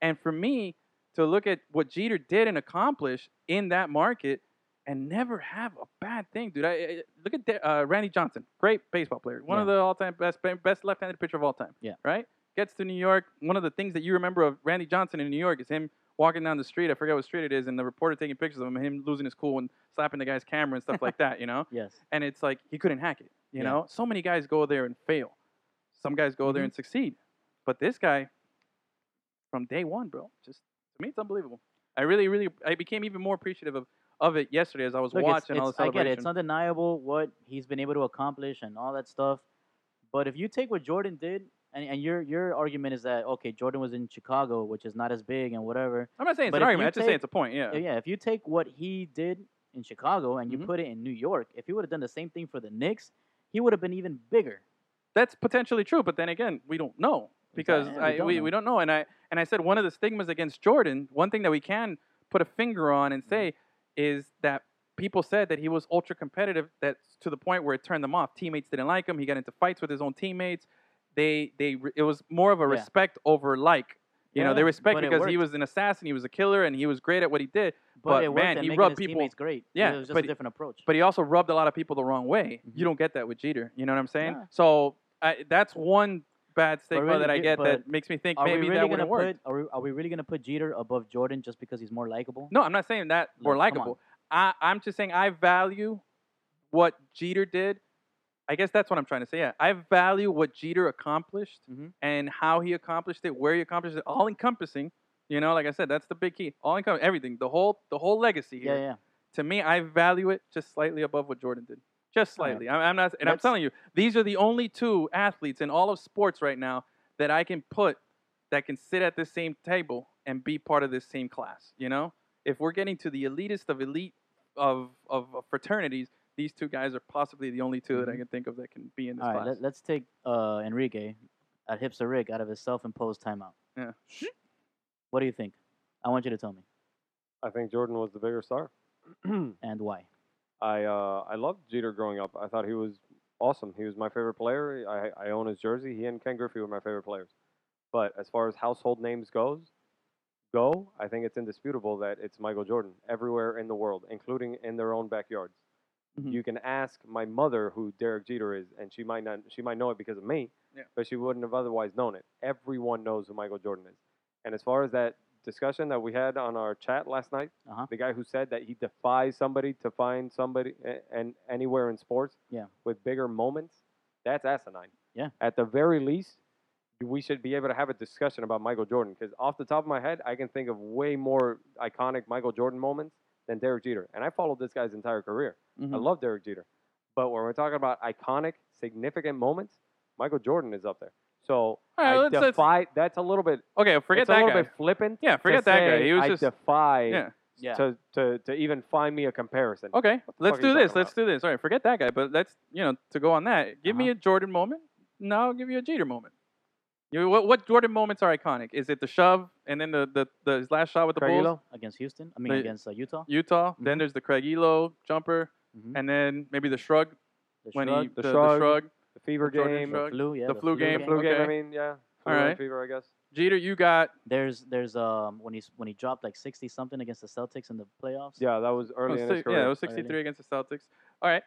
Speaker 2: And for me to look at what Jeter did and accomplish in that market and never have a bad thing, dude. I, I look at the, uh, Randy Johnson, great baseball player, one of the all-time best best left-handed pitcher of all time.
Speaker 3: Yeah.
Speaker 2: Right. Gets to New York. One of the things that you remember of Randy Johnson in New York is him walking down the street. I forget what street it is, and the reporter taking pictures of him, and him losing his cool and slapping the guy's camera and stuff like that. You know.
Speaker 3: Yes.
Speaker 2: And it's like he couldn't hack it. You
Speaker 3: Yeah. Mm-hmm.
Speaker 2: know. So many guys go there and fail. Some guys go there and succeed. But this guy, from day one, bro, just to me, it's unbelievable. I really, really, I became even more appreciative of, of it yesterday as I was
Speaker 3: Look, it's-
Speaker 2: watching all the
Speaker 3: it's- I get
Speaker 2: celebration.
Speaker 3: it. It's undeniable what he's been able to accomplish and all that stuff. But if you take what Jordan did, and, and your your argument is that okay, Jordan was in Chicago, which is not as big and whatever.
Speaker 2: I'm not saying it's an
Speaker 3: But if
Speaker 2: argument.
Speaker 3: you
Speaker 2: I just say
Speaker 3: take-
Speaker 2: it's a point. Yeah.
Speaker 3: Yeah, if you take what he did in Chicago and you
Speaker 2: Mhm.
Speaker 3: put it in New York, if he would have done the same thing for the Knicks, he would have been even bigger.
Speaker 2: that's potentially true. But then again, we don't know because
Speaker 3: Exactly.
Speaker 2: I,
Speaker 3: We don't
Speaker 2: we,
Speaker 3: know.
Speaker 2: we don't know. And I and I said one of the stigmas against Jordan, one thing that we can put a finger on and say
Speaker 3: Mm-hmm.
Speaker 2: is that people said that he was ultra competitive. That's to the point where it turned them off. Teammates didn't like him. He got into fights with his own teammates. They they it was more of a
Speaker 3: Yeah.
Speaker 2: respect over like. You know,
Speaker 3: Yeah,
Speaker 2: they respect
Speaker 3: but it
Speaker 2: because he
Speaker 3: worked.
Speaker 2: was an assassin, he was a killer, and he was great at what he did.
Speaker 3: But,
Speaker 2: But,
Speaker 3: it worked
Speaker 2: man,
Speaker 3: at
Speaker 2: he
Speaker 3: making
Speaker 2: rubbed
Speaker 3: his
Speaker 2: people-
Speaker 3: teammates great.
Speaker 2: Yeah,
Speaker 3: it was just
Speaker 2: but-
Speaker 3: a different approach.
Speaker 2: but he also rubbed a lot of people the wrong way.
Speaker 3: Mm-hmm.
Speaker 2: You don't get that with Jeter. You know what I'm saying? So I, that's one bad stigma
Speaker 3: really,
Speaker 2: that I
Speaker 3: Ju-
Speaker 2: get that
Speaker 3: but
Speaker 2: makes me think
Speaker 3: are
Speaker 2: maybe
Speaker 3: we really
Speaker 2: that
Speaker 3: gonna
Speaker 2: wouldn't work.
Speaker 3: put are we, are we really gonna put Jeter above Jordan just because he's more likable?
Speaker 2: No, I'm not saying that
Speaker 3: Look,
Speaker 2: more
Speaker 3: come
Speaker 2: likable. I, I'm just saying I value what Jeter did. I guess that's what I'm trying to say. Yeah, I value what Jeter accomplished
Speaker 3: Mhm.
Speaker 2: and how he accomplished it, where he accomplished it, all encompassing. You know, like I said, that's the big key. All encompassing, everything, the whole, the whole legacy.
Speaker 3: Yeah,
Speaker 2: Here.
Speaker 3: yeah.
Speaker 2: to me, I value it just slightly above what Jordan did. Just
Speaker 3: All right.
Speaker 2: slightly. I'm, I'm not, and I'm
Speaker 3: Let's-
Speaker 2: telling you, these are the only two athletes in all of sports right now that I can put that can sit at the same table and be part of this same class. You know, if we're getting to the elitist of elite of of of fraternities, these two guys are possibly the only 2 that I
Speaker 1: Mm-hmm.
Speaker 2: can think of that can be in this
Speaker 3: All right,
Speaker 2: class.
Speaker 3: let, us take uh, Enrique at Hipster Rick out of his self-imposed timeout.
Speaker 2: Yeah.
Speaker 3: What do you think? I want you to tell me
Speaker 1: I think Jordan was the bigger star.
Speaker 2: Hmm.
Speaker 3: and why.
Speaker 1: I uh, I loved Jeter growing up. I thought he was awesome. He was my favorite player. I, I own his jersey. He and Ken Griffey were my favorite players. But as far as household names goes, go, I think it's indisputable that it's Michael Jordan everywhere in the world, including in their own backyards.
Speaker 2: Mhm.
Speaker 1: You can ask my mother who Derek Jeter is, and she might not she might know it because of me,
Speaker 2: Yeah.
Speaker 1: but she wouldn't have otherwise known it. Everyone knows who Michael Jordan is. And as far as that discussion that we had on our chat last night,
Speaker 3: Uh-huh.
Speaker 1: the guy who said that he defies somebody to find somebody a- and anywhere in sports
Speaker 3: Yeah.
Speaker 1: with bigger moments, that's asinine.
Speaker 3: Yeah.
Speaker 1: At the very least, we should be able to have a discussion about Michael Jordan because off the top of my head, I can think of way more iconic Michael Jordan moments than Derek Jeter. And I followed this guy's entire career.
Speaker 3: Mm-hmm.
Speaker 1: I
Speaker 2: Mhm.
Speaker 1: love Derek Jeter. But when we're talking about iconic, significant moments, Michael Jordan is up there. So
Speaker 2: All right,
Speaker 1: I
Speaker 2: let's- let's-
Speaker 1: defy. that's a little bit.
Speaker 2: okay, forget
Speaker 1: it's a
Speaker 2: that
Speaker 1: little
Speaker 2: guy.
Speaker 1: bit flippant.
Speaker 2: yeah,
Speaker 1: to
Speaker 2: forget that guy.
Speaker 1: say
Speaker 2: He was
Speaker 1: I
Speaker 2: just
Speaker 1: defy
Speaker 2: yeah.
Speaker 3: Yeah.
Speaker 1: to, to to even find me a comparison.
Speaker 2: Okay,
Speaker 1: fuck
Speaker 2: let's
Speaker 1: are
Speaker 2: do
Speaker 1: you
Speaker 2: this.
Speaker 1: talking
Speaker 2: Let's do this. All right, forget that guy, but let's you know to go on that. Give
Speaker 1: Uh-huh.
Speaker 2: me a Jordan moment. Now I'll give you a Jeter moment. You, what what Jordan moments are iconic? Is it the shove and then the the, the his last shot with the
Speaker 1: Craig
Speaker 2: Bulls,
Speaker 1: Elo? Mm-hmm.
Speaker 3: Against Houston, I mean
Speaker 2: They-
Speaker 3: against uh, Utah.
Speaker 2: Utah? Then
Speaker 3: Mhm.
Speaker 2: there's the Craig Elo jumper,
Speaker 3: Mhm.
Speaker 2: and then maybe the shrug
Speaker 3: The
Speaker 2: when
Speaker 3: shrug,
Speaker 2: he
Speaker 1: the
Speaker 2: the, the
Speaker 1: shrug.
Speaker 2: shrug.
Speaker 1: The Fever
Speaker 2: Jordan
Speaker 1: game,
Speaker 2: Shrug.
Speaker 3: the flu, yeah,
Speaker 2: the flu
Speaker 1: the
Speaker 2: game,
Speaker 1: flu game.
Speaker 2: Okay.
Speaker 1: I mean, yeah,
Speaker 2: All
Speaker 1: Flu and
Speaker 2: right.
Speaker 1: Fever, I guess.
Speaker 2: Jeter, you got
Speaker 3: There's there's um when he's when he dropped like sixty something against the Celtics in the playoffs.
Speaker 1: Yeah, that was early
Speaker 2: oh,
Speaker 1: in
Speaker 2: si-
Speaker 1: his
Speaker 2: yeah,
Speaker 1: career.
Speaker 2: it was 63 against the Celtics. All right,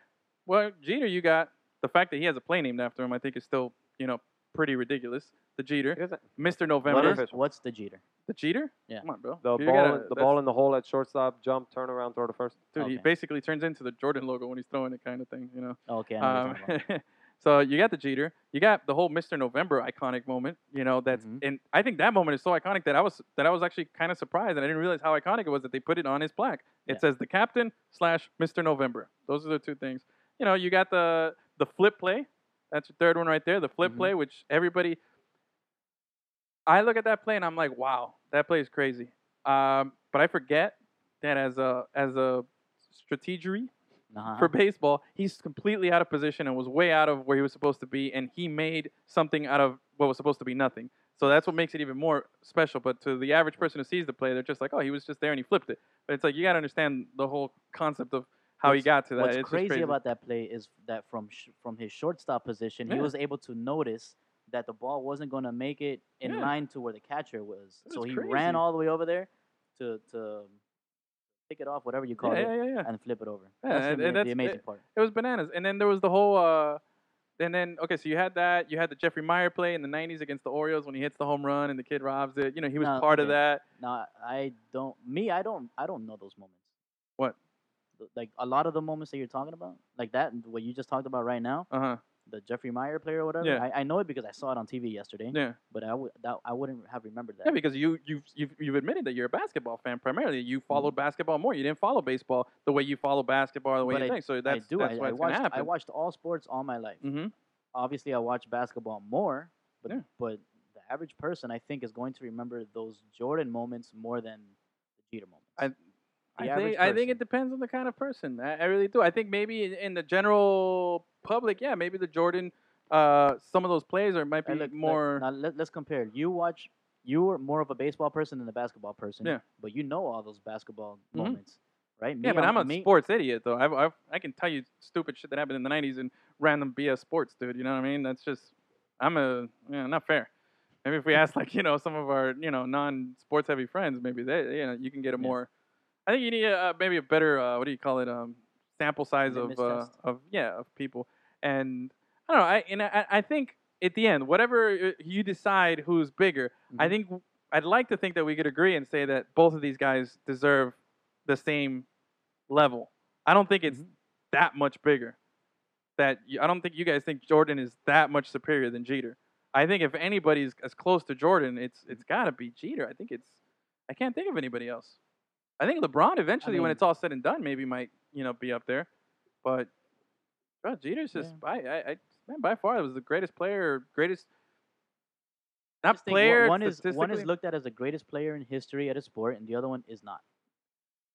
Speaker 2: well Jeter, you got the fact that he has a play named after him. I think is still you know pretty ridiculous. The
Speaker 1: It
Speaker 2: Jeter,
Speaker 1: isn't-
Speaker 2: Mr.
Speaker 3: What
Speaker 2: November,
Speaker 1: Remember-
Speaker 3: is, what's the Jeter?
Speaker 2: the Jeter.
Speaker 3: Yeah.
Speaker 2: come on, bro.
Speaker 1: The
Speaker 2: You
Speaker 1: ball,
Speaker 2: gotta-
Speaker 1: the
Speaker 2: that's-
Speaker 1: ball in the hole at shortstop, jump, turn around, throw to first.
Speaker 2: Dude, he
Speaker 3: Okay.
Speaker 2: basically turns into the Jordan logo when he's throwing it, kind of thing, you know.
Speaker 3: Oh, okay, I know what you're
Speaker 2: Um,
Speaker 3: talking about.
Speaker 2: so you got the Jeter, you got the whole Mr. November iconic moment, you know. That's
Speaker 3: Mhm.
Speaker 2: and I think that moment is so iconic that I was that I was actually kind of surprised and I didn't realize how iconic it was that they put it on his plaque. It
Speaker 3: Yeah.
Speaker 2: says the captain slash Mr. November. Those are the two things. You know, you got the the flip play. That's your third one right there. The flip
Speaker 3: Mhm.
Speaker 2: play, which everybody. I look at that play and I'm like, wow, that play is crazy. Um, but I forget that as a as a strategery
Speaker 3: Nah.
Speaker 2: for baseball, he's completely out of position and was way out of where he was supposed to be, and he made something out of what was supposed to be nothing. So that's what makes it even more special. But to the average person who sees the play, they're just like, oh, he was just there and he flipped it. But it's like you got to understand the whole concept of how he
Speaker 3: What's-
Speaker 2: got to that.
Speaker 3: What's
Speaker 2: It's just
Speaker 3: crazy, about that play is that from sh- from his shortstop position, he
Speaker 2: Yeah.
Speaker 3: was able to notice that the ball wasn't going to make it in
Speaker 2: Yeah.
Speaker 3: line to where the catcher was.
Speaker 2: That's
Speaker 3: so he
Speaker 2: crazy.
Speaker 3: ran all the way over there to to pick it off, whatever you call
Speaker 2: yeah,
Speaker 3: it,
Speaker 2: yeah, yeah, yeah.
Speaker 3: and flip it over.
Speaker 2: Yeah,
Speaker 3: that's,
Speaker 2: and-
Speaker 3: the,
Speaker 2: and
Speaker 3: the
Speaker 2: that's-
Speaker 3: amazing part.
Speaker 2: It was bananas. And then there was the whole. uh and then okay, so you had that. You had the Jeffrey Meyer play in the '90s against the Orioles when he hits the home run and the kid robs it. You know he was
Speaker 3: No,
Speaker 2: part of
Speaker 3: Oh, okay.
Speaker 2: that.
Speaker 3: Now I don't me I don't I don't know those moments.
Speaker 2: What?
Speaker 3: Th- Like a lot of the moments that you're talking about, like that what you just talked about right now,
Speaker 2: Uh huh.
Speaker 3: the Jeffrey Meyer player or whatever.
Speaker 2: Yeah.
Speaker 3: I, I know it because I saw it on TV yesterday.
Speaker 2: Yeah.
Speaker 3: But I would that I wouldn't have remembered that.
Speaker 2: Yeah, because you you've, you've you've admitted that you're a basketball fan primarily. You
Speaker 3: Mm-hmm.
Speaker 2: followed basketball more. You didn't follow baseball the way you follow basketball the way
Speaker 3: But
Speaker 2: you
Speaker 3: I-
Speaker 2: think. So that's
Speaker 3: I do.
Speaker 2: that's
Speaker 3: I,
Speaker 2: why
Speaker 3: I
Speaker 2: it's gonna
Speaker 3: watched.
Speaker 2: happen.
Speaker 3: I watched all sports all my life.
Speaker 2: hmm
Speaker 3: Obviously, I watch basketball more, but
Speaker 2: Yeah.
Speaker 3: but the average person, I think, is going to remember those Jordan moments more than the Jeter moments.
Speaker 2: I-
Speaker 3: The
Speaker 2: I think
Speaker 3: average
Speaker 2: I think it
Speaker 3: person.
Speaker 2: depends on the kind of person. I, I really do. I think maybe in, in the general public, yeah, maybe the Jordan, uh, some of those plays are might
Speaker 3: Hey,
Speaker 2: be
Speaker 3: look, look,
Speaker 2: more.
Speaker 3: now let, us compare. You watch. You were more of a baseball person than a basketball person.
Speaker 2: Yeah.
Speaker 3: But you know all those basketball
Speaker 2: Mhm.
Speaker 3: moments, right?
Speaker 2: yeah,
Speaker 3: Me,
Speaker 2: but I'm a
Speaker 3: me-
Speaker 2: sports idiot though. I've, I've, I can tell you stupid shit that happened in the '90s and random BS sports, dude. You know what I mean? That's just I'm a yeah, not fair. Maybe if we ask like you know some of our you know non-sports heavy friends, maybe they you know you can get a
Speaker 3: Yeah.
Speaker 2: more. I think you need a, maybe a better uh, what do you call it um, sample size of
Speaker 3: Litmus
Speaker 2: uh,
Speaker 3: test?
Speaker 2: of yeah of people and I don't know I and I, I think at the end whatever uh, you decide who's bigger I
Speaker 3: Mhm.
Speaker 2: think I'd like to think that we could agree and say that both of these guys deserve the same level. I don't think it's
Speaker 3: Mm-hmm.
Speaker 2: that much bigger. That you, I don't think you guys think Jordan is that much superior than Jeter. I think if anybody's as close to Jordan, it's
Speaker 3: Mm-hmm.
Speaker 2: it's got to be Jeter. I think it's I can't think of anybody else. I think LeBron eventually, when
Speaker 3: mean-
Speaker 2: it's all said and done, maybe might you know be up there, but bro, Jeter's just
Speaker 3: Yeah.
Speaker 2: by I, I man by far was the greatest player, greatest not
Speaker 3: just think one-
Speaker 2: player.
Speaker 3: One is one
Speaker 2: statistically.
Speaker 3: is looked at as the greatest player in history at a sport, and the other one is not.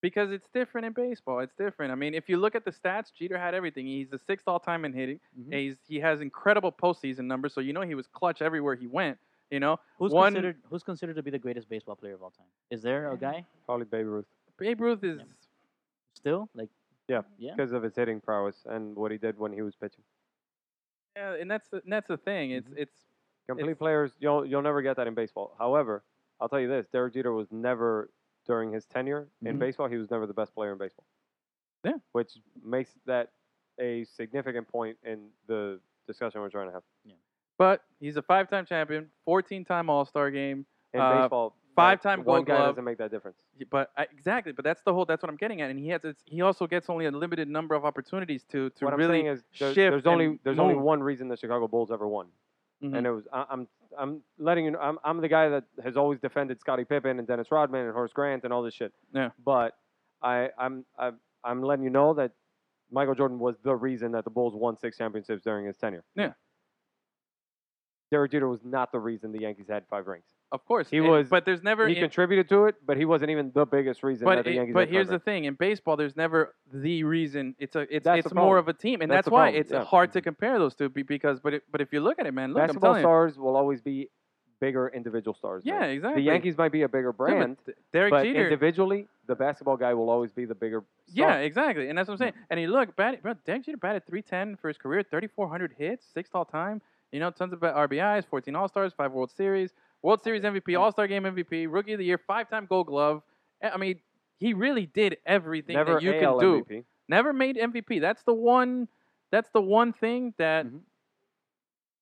Speaker 2: Because it's different in baseball. It's different. I mean, if you look at the stats, Jeter had everything. He's the sixth all time in hitting.
Speaker 1: Mm-hmm.
Speaker 3: Mhm.
Speaker 2: He's, he has incredible postseason numbers, so you know he was clutch everywhere he went. You know,
Speaker 3: Who's
Speaker 2: One- Mm.
Speaker 3: considered who's considered to be the greatest baseball player of all time? Is there a guy
Speaker 1: Probably Babe Ruth
Speaker 2: Babe Ruth is.
Speaker 3: still like?
Speaker 1: because of his hitting prowess and what he did when he was pitching.
Speaker 2: Yeah, and that's the, and that's the thing. It's
Speaker 1: Mm-hmm.
Speaker 3: Mhm.
Speaker 2: it's
Speaker 1: Complete
Speaker 2: It's-
Speaker 1: players, you'll you'll never get that in baseball. However, I'll tell you this: Derek Jeter was never during his tenure in
Speaker 2: Mm-hmm.
Speaker 3: Mhm.
Speaker 1: baseball. He was never the best player in baseball.
Speaker 2: Yeah.
Speaker 1: which makes that a significant point in the discussion we're trying to have
Speaker 2: but he's a five time champion, fourteen time All Star game.
Speaker 1: in
Speaker 2: Uh,
Speaker 1: baseball. that
Speaker 2: five-time
Speaker 1: one
Speaker 2: Gold
Speaker 1: guy
Speaker 2: Glove.
Speaker 1: doesn't make that difference.
Speaker 2: But I, exactly, but that's the whole. That's what I'm getting at. And he has it's, he also gets only a limited number of opportunities to to
Speaker 1: what I'm
Speaker 2: really.
Speaker 1: saying is there-
Speaker 2: shift
Speaker 1: there's only
Speaker 2: and
Speaker 1: there's only
Speaker 2: move.
Speaker 1: one reason the Chicago Bulls ever won,
Speaker 2: Mhm.
Speaker 1: and it was I, I'm I'm letting you know I'm I'm the guy that has always defended Scottie Pippen and Dennis Rodman and Horace Grant and all this shit.
Speaker 2: Yeah.
Speaker 1: But I I'm I'm, I'm letting you know that Michael Jordan was the reason that the Bulls won six championships during his tenure.
Speaker 2: Yeah.
Speaker 1: Derek Jeter was not the reason the Yankees had five rings.
Speaker 2: of course,
Speaker 1: he
Speaker 2: and-
Speaker 1: was-
Speaker 2: But there's never
Speaker 1: He
Speaker 2: in-
Speaker 1: contributed to it, but he wasn't even the biggest reason that
Speaker 2: But,
Speaker 1: the
Speaker 2: it-
Speaker 1: Yankees.
Speaker 2: but
Speaker 1: had
Speaker 2: here's
Speaker 1: five
Speaker 2: the thing: in baseball, there's never the reason. It's a it's
Speaker 1: That's
Speaker 2: it's
Speaker 1: the
Speaker 2: more
Speaker 1: problem.
Speaker 2: of a team, and
Speaker 1: That's
Speaker 2: that's,
Speaker 1: the
Speaker 2: why
Speaker 1: problem,
Speaker 2: it's
Speaker 1: yeah.
Speaker 2: hard to compare those two be- because. But it, but if you look at it, man, look,
Speaker 1: rings. Basketball
Speaker 2: I'm telling
Speaker 1: stars will always be bigger individual stars.
Speaker 2: you,
Speaker 1: man.
Speaker 2: yeah, exactly.
Speaker 1: The Yankees might be a bigger
Speaker 2: Yeah, but
Speaker 1: brand,
Speaker 2: th- Derek
Speaker 1: but
Speaker 2: Jeter,
Speaker 1: individually, the basketball guy will always be the bigger.
Speaker 2: yeah,
Speaker 1: star. Mm-hmm.
Speaker 2: exactly, and that's what I'm saying. And he look, batted, bro, Derek Jeter batted 310 for his career, 3,400 hits, sixth all time. You know, tons of ba- RBIs, 14 All Stars, five World Series, World Series
Speaker 1: Mm-hmm.
Speaker 2: MVP, All Star Game MVP, Rookie of the Year, five time Gold Glove. I I mean, he really did everything
Speaker 1: never
Speaker 2: that you
Speaker 1: AL
Speaker 2: can do.
Speaker 1: MVP.
Speaker 2: Never made MVP. That's the one. That's the one thing that
Speaker 3: Mhm.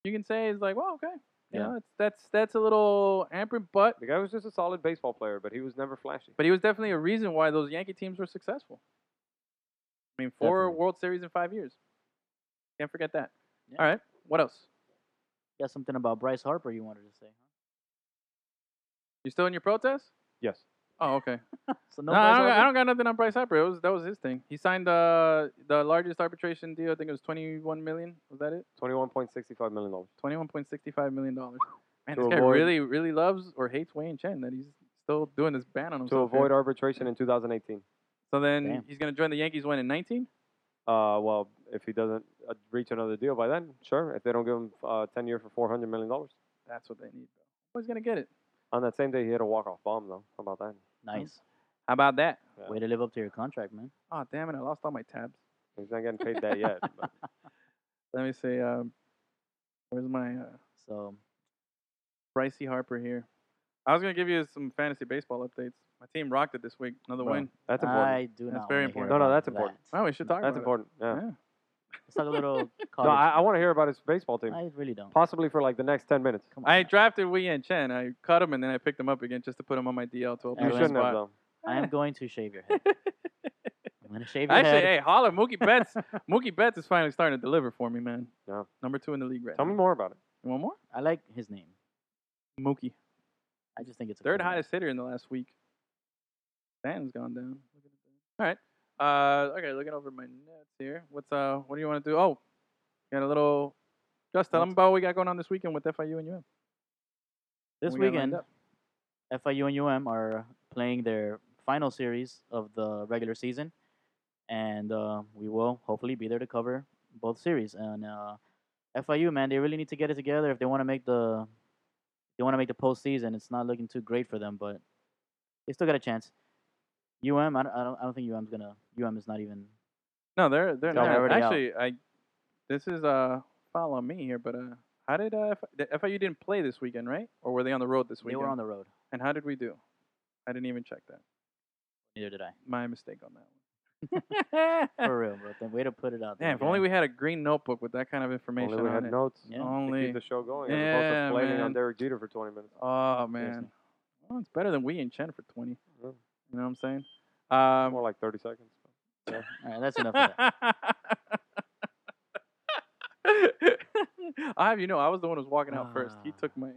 Speaker 2: you can say is like, well, okay, you
Speaker 3: Yeah.
Speaker 2: know, it's, that's that's a little ampered, but
Speaker 1: The guy was just a solid baseball player, but he was never flashy.
Speaker 2: but he was definitely a reason why those Yankee teams were successful. I mean, four
Speaker 3: Definitely.
Speaker 2: World Series in five years. Can't forget that.
Speaker 3: Yeah.
Speaker 2: All right, what else?
Speaker 3: Got something about Bryce Harper you wanted to say? Huh?
Speaker 2: You still in your protest?
Speaker 1: Yes.
Speaker 2: Oh, okay.
Speaker 3: So
Speaker 2: No,
Speaker 3: Bryce
Speaker 2: I, don't,
Speaker 3: Harper?
Speaker 2: I don't got nothing on Bryce Harper. It was, that was his thing. He signed uh, the largest arbitration deal. I think it was twenty-one million. Was that it?
Speaker 1: Twenty-one point sixty-five million dollars.
Speaker 2: Twenty-one point sixty-five million dollars. Man,
Speaker 1: To
Speaker 2: this guy
Speaker 1: avoid-
Speaker 2: really, really loves or hates Wayne Chen that he's still doing this ban on
Speaker 1: To
Speaker 2: himself. here.
Speaker 1: avoid arbitration in 2018.
Speaker 2: so then
Speaker 3: Damn.
Speaker 2: he's gonna join the Yankees when in nineteen.
Speaker 1: Uh, well, if he doesn't uh, reach another deal by then, sure. If they don't give him uh, 10 year for 400 million dollars,
Speaker 2: That's what they need. Who's gonna get it?
Speaker 1: On that same day, he hit a walk off bomb though. How about that?
Speaker 3: Nice.
Speaker 2: How about that?
Speaker 1: Yeah.
Speaker 3: Way to live up to your contract, man.
Speaker 2: Oh damn it! I lost all my tabs.
Speaker 1: He's not getting paid that yet. But
Speaker 2: Let me see. Um, where's my uh,
Speaker 3: So
Speaker 2: Brycey Harper here? I was gonna give you some fantasy baseball updates. My team rocked it this week. Another
Speaker 1: Bro,
Speaker 2: win.
Speaker 1: that's important.
Speaker 3: I do
Speaker 2: That's
Speaker 3: not. wanna
Speaker 2: very
Speaker 3: hear
Speaker 2: important.
Speaker 1: No, no,
Speaker 3: about
Speaker 1: that's
Speaker 3: that.
Speaker 1: important.
Speaker 2: Wow, we should Ah, talk.
Speaker 1: That's
Speaker 2: about it.
Speaker 1: important. Yeah.
Speaker 2: Yeah.
Speaker 3: Let's talk a little college.
Speaker 1: No, I, I want to hear about his baseball team,
Speaker 3: I really don't.
Speaker 1: possibly for like the next ten minutes.
Speaker 3: Come on.
Speaker 2: I
Speaker 3: man.
Speaker 2: drafted Wei Yan Chen. I cut him and then I picked him up again just to put him on my DL to open
Speaker 1: You
Speaker 2: up a
Speaker 3: Everyone's
Speaker 1: shouldn't
Speaker 2: spot.
Speaker 1: have though.
Speaker 3: I am going to shave your head. I'm gonna shave your
Speaker 2: Actually, hey,
Speaker 3: head.
Speaker 2: holla, Mookie Betts. Mookie Betts is finally starting to deliver for me, man.
Speaker 1: Yeah.
Speaker 2: Number two in the league right
Speaker 1: Tell
Speaker 2: now.
Speaker 1: me more about it.
Speaker 2: You want more?
Speaker 3: I like his name.
Speaker 2: Mookie.
Speaker 3: I just think it's a
Speaker 2: Third
Speaker 3: cool name.
Speaker 2: highest hitter in the last week. Stanton's gone down. All right. Uh, okay, looking over my notes here. What's uh, what do you want to do? Oh, got a little. Just tell them about what we got going on this weekend with FIU and UM.
Speaker 3: This
Speaker 2: we got lined
Speaker 3: weekend,
Speaker 2: up.
Speaker 3: FIU and UM are playing their final series of the regular season, and uh, we will hopefully be there to cover both series. And uh, FIU, man, they really need to get it together if they want to make the they want to make the postseason. It's not looking too great for them, but they still got a chance. UM, I don't, I don't, I don't think UM's gonna. UM is not even.
Speaker 2: No, they're they're
Speaker 3: No,
Speaker 2: not.
Speaker 3: they're already out.
Speaker 2: Actually, I. This is uh, follow me here, but uh, how did uh, F- the FIU didn't play this weekend, right? Or were they on the road this
Speaker 3: They
Speaker 2: weekend?
Speaker 3: were on the road.
Speaker 2: and how did we do? I didn't even check that.
Speaker 3: Neither did I.
Speaker 2: My mistake on that one.
Speaker 3: For real, bro. Then way to put it out there.
Speaker 2: Damn, if only we
Speaker 3: man.
Speaker 2: had a green notebook with that kind of information
Speaker 1: Only we
Speaker 2: on
Speaker 1: had
Speaker 2: it.
Speaker 1: notes
Speaker 3: Yeah.
Speaker 1: to
Speaker 2: Only.
Speaker 1: keep the show going, as opposed
Speaker 2: Yeah,
Speaker 1: to flailing
Speaker 2: man.
Speaker 1: on Derek Jeter for 20 minutes.
Speaker 2: Oh man,
Speaker 3: Seriously.
Speaker 2: well, it's better than we and Chen for twenty.
Speaker 1: Yeah.
Speaker 2: You know what I'm saying? Um,
Speaker 1: More like 30 seconds.
Speaker 3: All right, that's enough. Of that.
Speaker 2: I have you know, I was the one who was walking out first. He
Speaker 3: Ah.
Speaker 2: took my.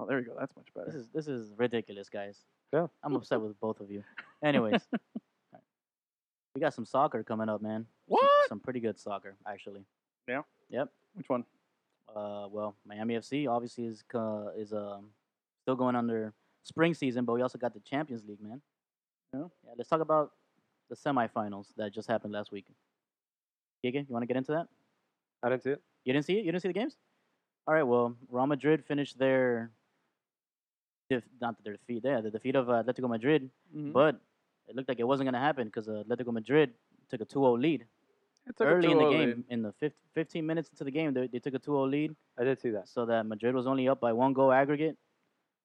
Speaker 2: Oh, there we go. That's much
Speaker 3: This
Speaker 2: better.
Speaker 3: is this is ridiculous, guys.
Speaker 1: Yeah.
Speaker 3: I'm upset with both of you. Anyways, alright. we got some soccer coming up, man. Some-
Speaker 2: What?
Speaker 3: Some, pretty good soccer, actually.
Speaker 2: Which one?
Speaker 3: Uh, well, Miami FC obviously is uh, is um still going under spring season, but we also got the Champions League, man.
Speaker 2: Yeah.
Speaker 3: Yeah. Let's talk about the semifinals that just happened last week. Giga, you want to get into that?
Speaker 1: I didn't see it.
Speaker 3: You didn't see it? You didn't see the games? All right, well, Real Madrid finished their def- not their defeat, yeah, the defeat of uh, Atletico Madrid,
Speaker 2: Mhm.
Speaker 3: but it looked like it wasn't going to happen because uh, Atletico Madrid took a 2-0 lead
Speaker 2: It took a
Speaker 3: early in the
Speaker 2: 2-0
Speaker 3: game.
Speaker 2: lead.
Speaker 3: In the fif- 15 minutes into the game, they, they took a 2-0 lead,
Speaker 1: I did see that.
Speaker 3: so that Madrid was only up by one goal aggregate.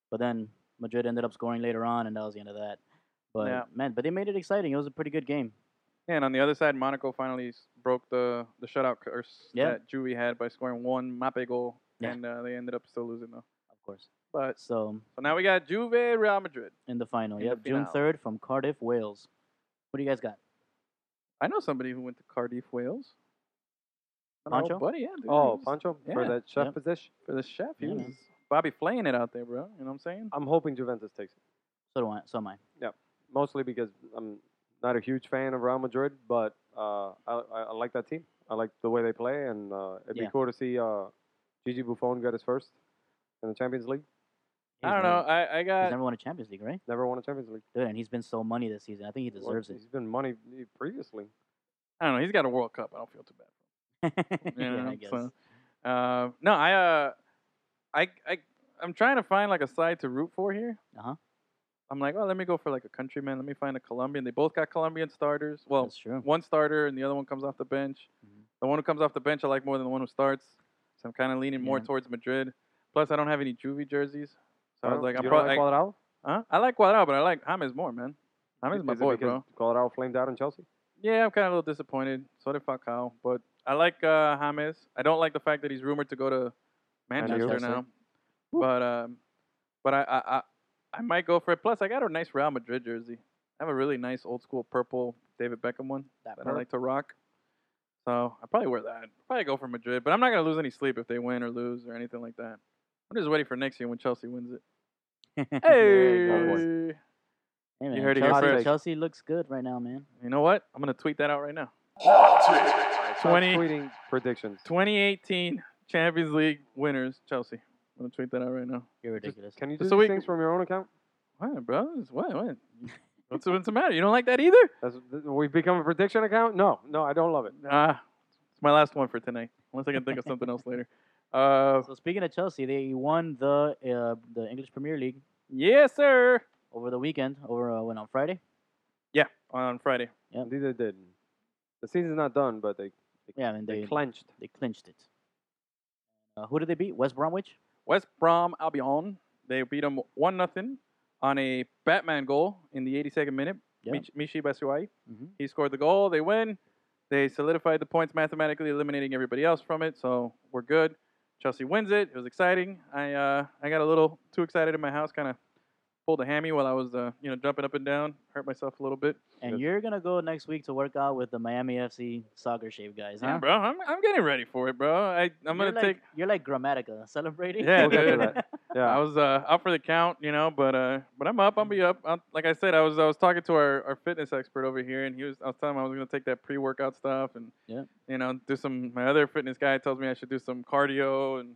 Speaker 3: But then Madrid ended up scoring later on, and that was the end of that. But
Speaker 2: Yeah.
Speaker 3: man, but they made it exciting. It was a pretty good game.
Speaker 2: Yeah, and on the other side, Monaco finally s- broke the the shutout curse
Speaker 3: Yeah.
Speaker 2: that Juve had by scoring one Mape goal,
Speaker 3: Yeah.
Speaker 2: and uh, they ended up still losing though.
Speaker 3: Of course.
Speaker 2: But
Speaker 3: So
Speaker 2: so now we got Juve, Real Madrid.
Speaker 3: in the final,
Speaker 2: In the
Speaker 3: yep, June
Speaker 2: finale.
Speaker 3: 3rd from Cardiff, Wales. What do you guys got?
Speaker 2: I know somebody who went to Cardiff, Wales. An old
Speaker 3: Pancho?
Speaker 2: buddy, yeah. dude, he
Speaker 1: Oh,
Speaker 2: was-
Speaker 1: Pancho for
Speaker 2: yeah,
Speaker 1: that chef
Speaker 3: yeah.
Speaker 1: position.
Speaker 2: for the chef. He
Speaker 3: Yeah,
Speaker 2: was
Speaker 3: man.
Speaker 2: Bobby flaying it out there, bro. You know what I'm saying?
Speaker 1: I'm hoping Juventus takes it,
Speaker 3: So do I. So am I.
Speaker 1: mostly because I'm not a huge fan of Real Madrid, but uh, I, I, I like that team. I like the way they play, and uh, it'd be
Speaker 3: Yeah.
Speaker 1: cool to see uh, Gigi Buffon get his first in the Champions League.
Speaker 2: I don't know. Uh, I, I
Speaker 3: He's
Speaker 2: got
Speaker 3: never won a Champions League, right?
Speaker 1: Never won a Champions League.
Speaker 3: Dude, and he's been so money this season. I think he
Speaker 1: Well,
Speaker 3: deserves it.
Speaker 1: He's been money previously.
Speaker 2: I don't know. He's got a World Cup. I don't feel too bad. You
Speaker 3: yeah,
Speaker 2: know,
Speaker 3: I guess.
Speaker 2: so, uh, no, I uh, I I I'm trying to find like a side to root for here.
Speaker 3: Uh-huh.
Speaker 2: I'm like, oh, let me go for like a countryman. Let me find a Colombian. They both got Colombian starters. Well,
Speaker 3: That's true.
Speaker 2: one starter and the other one comes off the bench.
Speaker 3: Mhm.
Speaker 2: The one who comes off the bench I like more than the one who starts. So I'm kind of leaning more
Speaker 3: Yeah.
Speaker 2: towards Madrid. Plus, I don't have any Juvie jerseys. So I was
Speaker 1: Huh?
Speaker 2: like,
Speaker 1: you
Speaker 2: I'm
Speaker 1: don't
Speaker 2: probably
Speaker 1: like Cuadrado?
Speaker 2: Huh? I like Cuadrado, but I like James more, man. James is my
Speaker 1: Is it
Speaker 2: boy,
Speaker 1: because
Speaker 2: bro.
Speaker 1: Cuadrado flamed out in Chelsea.
Speaker 2: Yeah, I'm kind of a little disappointed. So did Falcao, but I like uh, James. I don't like the fact that he's rumored to go to Manchester
Speaker 1: Manchester.
Speaker 2: now. But um, but I, I I I might go for it. Plus, I got a nice Real Madrid jersey. I have a really nice old school purple David Beckham one
Speaker 3: That
Speaker 2: that I
Speaker 3: part.
Speaker 2: like to rock. So I probably wear that. Probably go for Madrid, but I'm not gonna lose any sleep if they win or lose or anything like that. I'm just waiting for next year when Chelsea wins it.
Speaker 1: boy.
Speaker 2: Hey.
Speaker 3: Hey, man,
Speaker 2: heard it here
Speaker 3: Chelsea,
Speaker 2: first.
Speaker 3: Chelsea looks good right now, man.
Speaker 2: You know what? I'm gonna tweet that out right now.
Speaker 1: Stop
Speaker 2: 20
Speaker 1: tweeting predictions.
Speaker 2: 2018 Champions League winners, Chelsea. I'm gonna tweet that out right now.
Speaker 3: You're ridiculous.
Speaker 1: Can you do these
Speaker 2: Just so we-
Speaker 1: things from your own account?
Speaker 2: What, bro? It's- What? What? What's, what's the matter? You don't like that either?
Speaker 1: That's, th- we've become a prediction account? No, no, I don't love it.
Speaker 2: Ah, it's my last one for tonight. Unless I can think of something else later. Uh,
Speaker 3: So speaking of Chelsea, they won the uh, the English Premier League
Speaker 2: yes, sir.
Speaker 3: over the weekend, over uh, when on Friday.
Speaker 2: Yeah, on Friday.
Speaker 1: Indeed, they did. The season's not done, but they
Speaker 3: Yeah, and
Speaker 1: they
Speaker 3: they
Speaker 1: clenched.
Speaker 3: they clinched it. Uh, who did they beat? West Bromwich.
Speaker 2: West Brom Albion. They beat them one nothing on a Batman goal in the 82nd minute.
Speaker 3: Yeah.
Speaker 2: Mich- Michi Basuai.
Speaker 3: Mhm.
Speaker 2: He scored the goal. They win. They solidified the points mathematically, eliminating everybody else from it. So we're good. Chelsea wins it. It was exciting. I uh, I got a little too excited in my house. Kind of pulled a hammy while I was uh, you know jumping up and down. Hurt myself a little bit.
Speaker 3: And
Speaker 1: Good.
Speaker 3: you're gonna go next week to work out with the Miami FC soccer shave guys, huh?
Speaker 2: Yeah, bro, I'm, I'm getting ready for it, bro. I I'm
Speaker 3: you're
Speaker 2: gonna
Speaker 3: like,
Speaker 2: take.
Speaker 3: You're like Grammatica celebrating.
Speaker 2: Yeah,
Speaker 1: We'll get to dude. Yeah.
Speaker 2: I was uh, out for the count, you know, but uh, but I'm up. I'll be up. i like I said, I was I was talking to our, our fitness expert over here, and he was I was telling him I was gonna take that pre workout stuff, and
Speaker 3: Yeah.
Speaker 2: you know, do some. My other fitness guy tells me I should do some cardio, and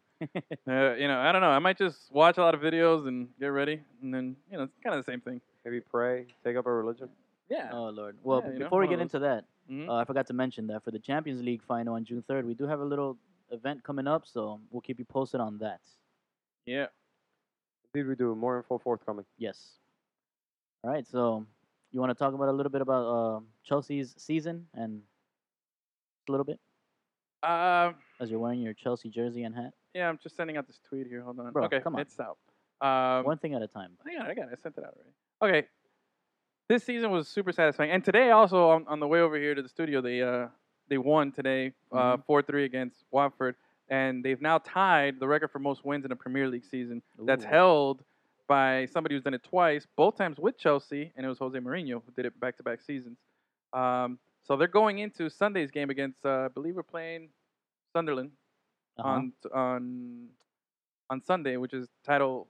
Speaker 2: uh, you know, I don't know. I might just watch a lot of videos and get ready, and then you know, it's kind of the same thing.
Speaker 1: Maybe pray, take up a religion.
Speaker 2: Yeah.
Speaker 3: Oh Lord. Well,
Speaker 2: Yeah, you know,
Speaker 3: before we
Speaker 2: one of
Speaker 3: get into that,
Speaker 2: Mhm.
Speaker 3: uh, I forgot to mention that for the Champions League final on June 3rd, we do have a little event coming up, so we'll keep you posted on that.
Speaker 2: yeah.
Speaker 1: Indeed, we do. More info forthcoming.
Speaker 3: Yes. All right. So you want to talk about a little bit about uh, Chelsea's season and a little bit
Speaker 2: Uh,
Speaker 3: as you're wearing your Chelsea jersey and hat.
Speaker 2: yeah. I'm just sending out this tweet here. Hold on.
Speaker 3: Bro,
Speaker 2: okay,
Speaker 3: come on.
Speaker 2: it's out. Um,
Speaker 3: One thing at a time.
Speaker 2: I got it. I got it. I sent it out already. Okay. This season was super satisfying. And today, also, on, on the way over here to the studio, they uh, they won today 4 3 against Watford. And they've now tied the record for most wins in a Premier League season that's
Speaker 3: Ooh.
Speaker 2: held by somebody who's done it twice, both times with Chelsea, and it was Jose Mourinho who did it back to back seasons. Um, so they're going into Sunday's game against, uh, I believe we're playing Sunderland
Speaker 3: Uh-huh.
Speaker 2: on on on Sunday, which is title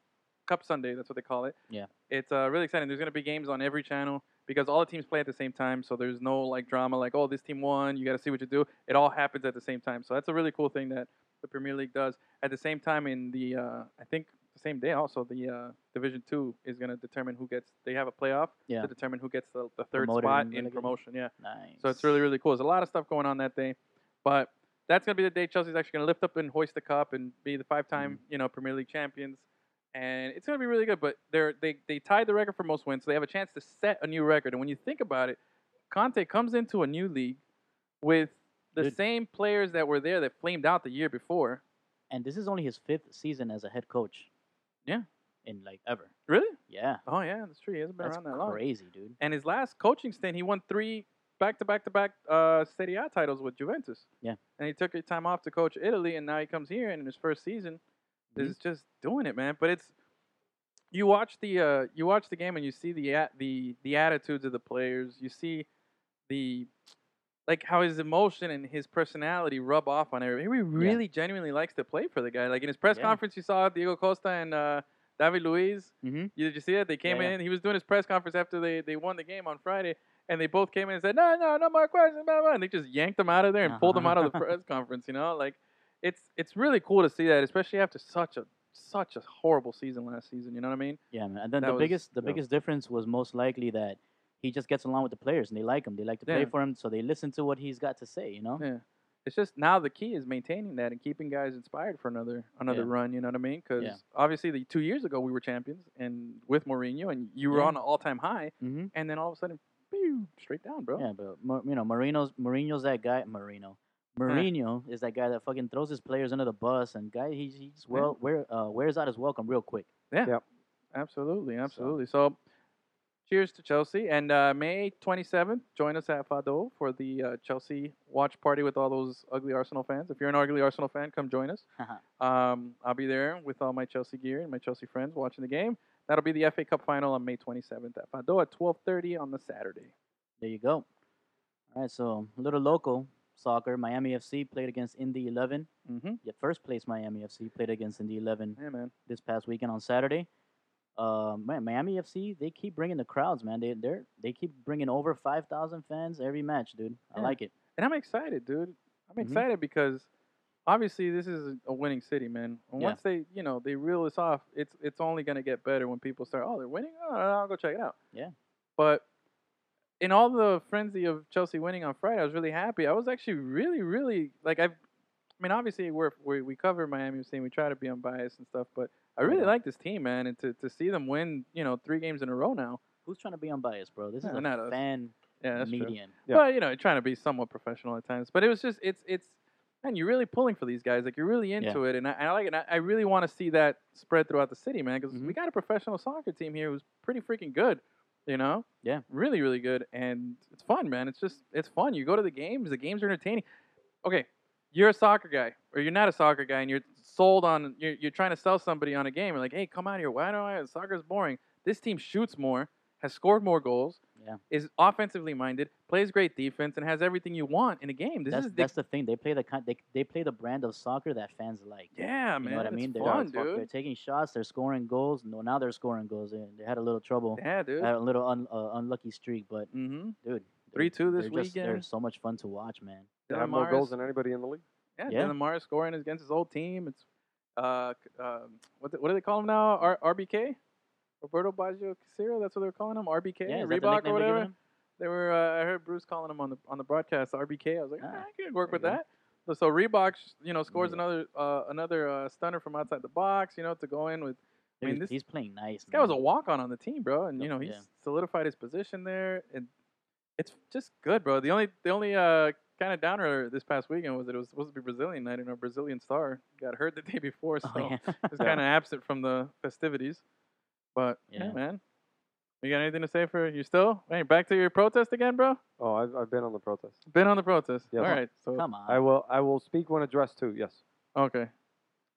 Speaker 2: Cup Sunday. That's what they call it.
Speaker 3: Yeah.
Speaker 2: it's uh, really exciting. There's gonna be games on every channel because all the teams play at the same time, so there's no like drama like oh this team won, you got to see what you do. It all happens at the same time, so that's a really cool thing that the Premier League does. At the same time, in the uh, I think the same day also the uh, Division Two is gonna determine who gets. They have a playoff
Speaker 3: Yeah.
Speaker 2: to determine who gets the, the third
Speaker 3: Promoted
Speaker 2: spot
Speaker 3: and
Speaker 2: in
Speaker 3: relegated.
Speaker 2: promotion. Yeah.
Speaker 3: nice.
Speaker 2: uh-huh. So it's really, really cool. There's a lot of stuff going on that day, but that's gonna be the day Chelsea's actually gonna lift up and hoist the cup and be the five-time, you know, Premier League champions, and it's gonna be really good. But they're they they tied the record for most wins, so they have a chance to set a new record. And when you think about it, Conte comes into a new league with the
Speaker 3: Dude.
Speaker 2: same players that were there that flamed out the year before.
Speaker 3: and this is only his fifth season as a head coach.
Speaker 2: Yeah.
Speaker 3: In like ever.
Speaker 2: Really?
Speaker 3: Yeah.
Speaker 2: Oh yeah, that's true. He hasn't been
Speaker 3: That's
Speaker 2: around that long.
Speaker 3: crazy, dude.
Speaker 2: And his last coaching stint, he won three back to back to back uh, Serie A titles with Juventus.
Speaker 3: Yeah.
Speaker 2: And he took his time off to coach Italy, and now he comes here and in his first season
Speaker 3: Mm-hmm.
Speaker 2: is just doing it, man. But it's you watch the uh, you watch the game and you see the at, the the attitudes of the players. You see the like how his emotion and his personality rub off on everybody. He really genuinely likes to play for the guy. Like in his press
Speaker 3: Yeah.
Speaker 2: conference, you saw Diego Costa and uh, David Luiz.
Speaker 3: Mhm.
Speaker 2: You, did you see that? They came
Speaker 3: Yeah, yeah.
Speaker 2: in. He was doing his press conference after they, they won the game on Friday, and they both came in and said, "No, no, no more questions." Blah, blah. And they just yanked him out of there and pulled him out of the
Speaker 3: Uh-huh.
Speaker 2: press conference. You know, like it's it's really cool to see that, especially after such a such a horrible season last season. You know what I mean?
Speaker 3: Yeah, man. And then
Speaker 2: That
Speaker 3: the
Speaker 2: was-
Speaker 3: biggest the
Speaker 1: yeah.
Speaker 3: biggest difference was most likely that he just gets along with the players and they like him. They like to play
Speaker 2: Yeah.
Speaker 3: for him, so they listen to what he's got to say, you know?
Speaker 2: Yeah. It's just now the key is maintaining that and keeping guys inspired for another another
Speaker 3: Yeah.
Speaker 2: run. You know what I mean? Because
Speaker 3: Yeah.
Speaker 2: obviously, the two years ago we were champions and with Mourinho, and you were
Speaker 3: Yeah.
Speaker 2: on an all time high,
Speaker 3: Mm-hmm.
Speaker 2: and then all of a sudden, pew, straight down, bro.
Speaker 3: Yeah, but Mo- you know, Marino's Mourinho's that guy. Marino,
Speaker 2: Mm-hmm.
Speaker 3: Mourinho is that guy that fucking throws his players under the bus, and guy he, he
Speaker 2: Mm-hmm.
Speaker 3: just well wear, uh, wears out his welcome real quick.
Speaker 2: Absolutely, absolutely. So, cheers to Chelsea. And uh, May 27th, join us at Fado for the uh, Chelsea watch party with all those ugly Arsenal fans. If you're an ugly Arsenal fan, come join us. um, I'll be there with all my Chelsea gear and my Chelsea friends watching the game. That'll be the FA Cup final on May 27th at Fado at 12:30 on the Saturday.
Speaker 3: There you go. All right, so a little local soccer. Miami FC played against Indy 11.
Speaker 2: Mm-hmm.
Speaker 3: Yeah, first place Miami FC played against Indy 11
Speaker 2: Yeah, man.
Speaker 3: this past weekend on Saturday. Uh, man, Miami FC they keep bringing the crowds, man. They they they keep bringing over 5,000 fans every match, dude. I
Speaker 2: Yeah.
Speaker 3: like it.
Speaker 2: And I'm excited, dude. I'm
Speaker 3: Mhm.
Speaker 2: excited because obviously this is a winning city, man. And
Speaker 3: Yeah.
Speaker 2: once they, you know, they reel this off, it's it's only gonna get better when people start. Oh, they're winning. Oh, I'll go check it out.
Speaker 3: Yeah.
Speaker 2: But in all the frenzy of Chelsea winning on Friday, I was really happy. I was actually really, really like I've I mean, obviously we're, we we cover Miami Heat. We try to be unbiased and stuff, but I really like this team, man, and to, to see them win, you know, three games in a row now.
Speaker 3: Who's trying to be unbiased, bro? This is
Speaker 2: Yeah,
Speaker 3: a
Speaker 2: not us.
Speaker 3: fan
Speaker 2: Yeah, that's true.
Speaker 3: median.
Speaker 1: Yeah.
Speaker 2: But you know, trying to be somewhat professional at times. But it was just it's it's man, you're really pulling for these guys. Like you're really into it, and I, and I like it. And I, I really want to see that spread throughout the city, man, because
Speaker 3: Mm-hmm.
Speaker 2: we got a professional soccer team here who's pretty freaking good. You know,
Speaker 3: Yeah.
Speaker 2: really, really good, and it's fun, man. It's just it's fun. You go to the games. The games are entertaining. Okay, you're a soccer guy, or you're not a soccer guy, and you're sold on you're, you're trying to sell somebody on a game. You're like, hey, come out here. Why do I? Soccer's boring. This team shoots more, has scored more goals is offensively minded, plays great defense, and has everything you want in a game. This
Speaker 3: that's
Speaker 2: is the,
Speaker 3: that's the thing. They play the kind they, they play the brand of soccer that fans like.
Speaker 2: yeah,
Speaker 3: You
Speaker 2: man.
Speaker 3: know what I
Speaker 2: it's
Speaker 3: mean? They're,
Speaker 2: fun,
Speaker 3: they're,
Speaker 2: dude.
Speaker 3: taking shots. They're scoring goals. No, now they're scoring goals. They, they had a little trouble,
Speaker 2: Yeah, dude.
Speaker 3: had a little un, uh, unlucky streak, but
Speaker 2: Mm-hmm.
Speaker 3: dude, they're-
Speaker 2: 3-2 this
Speaker 3: they're just- They're
Speaker 2: weekend.
Speaker 3: so much fun to watch, man.
Speaker 1: They have more goals than anybody in the league.
Speaker 2: Yeah,
Speaker 3: Yeah.
Speaker 2: Dylan Morris scoring against his old team. It's uh, c- um, what, the, what do they call him now? R- RBK, Roberto Baggio Casero. That's what they're calling him. RBK,
Speaker 3: yeah, is that the
Speaker 2: Reebok or
Speaker 3: nickname they're giving
Speaker 2: whatever.
Speaker 3: him?
Speaker 2: They were. Uh, I heard Bruce calling him on the on the broadcast. RBK. I was like,
Speaker 3: Ah,
Speaker 2: ah, I could work
Speaker 3: there
Speaker 2: with
Speaker 3: you go.
Speaker 2: that. So, so Reebok, you know, scores
Speaker 3: Yeah.
Speaker 2: another uh, another uh, stunner from outside the box. You know, to go in with. I mean,
Speaker 3: Dude,
Speaker 2: this-
Speaker 3: he's playing nice.
Speaker 2: This guy was a
Speaker 3: man.
Speaker 2: walk on on the team, bro, and you
Speaker 3: Yep,
Speaker 2: know he's
Speaker 3: Mm-hmm. yeah.
Speaker 2: solidified his position there, and it's just good, bro. The only the only uh, kind of downer this past weekend was that it was supposed to be Brazilian night, and our Brazilian star got hurt the day before, so
Speaker 3: Oh, yeah.
Speaker 2: was kind of absent from the festivities. But yeah.
Speaker 3: Yeah.
Speaker 2: man, you got anything to say for you still? Hey, back to your protest again, bro.
Speaker 1: Oh, I've, I've been on the protest.
Speaker 2: Been on the protest.
Speaker 1: Yeah.
Speaker 2: All right, so
Speaker 3: Come on.
Speaker 1: I will I will speak when addressed too. Yes,
Speaker 2: okay.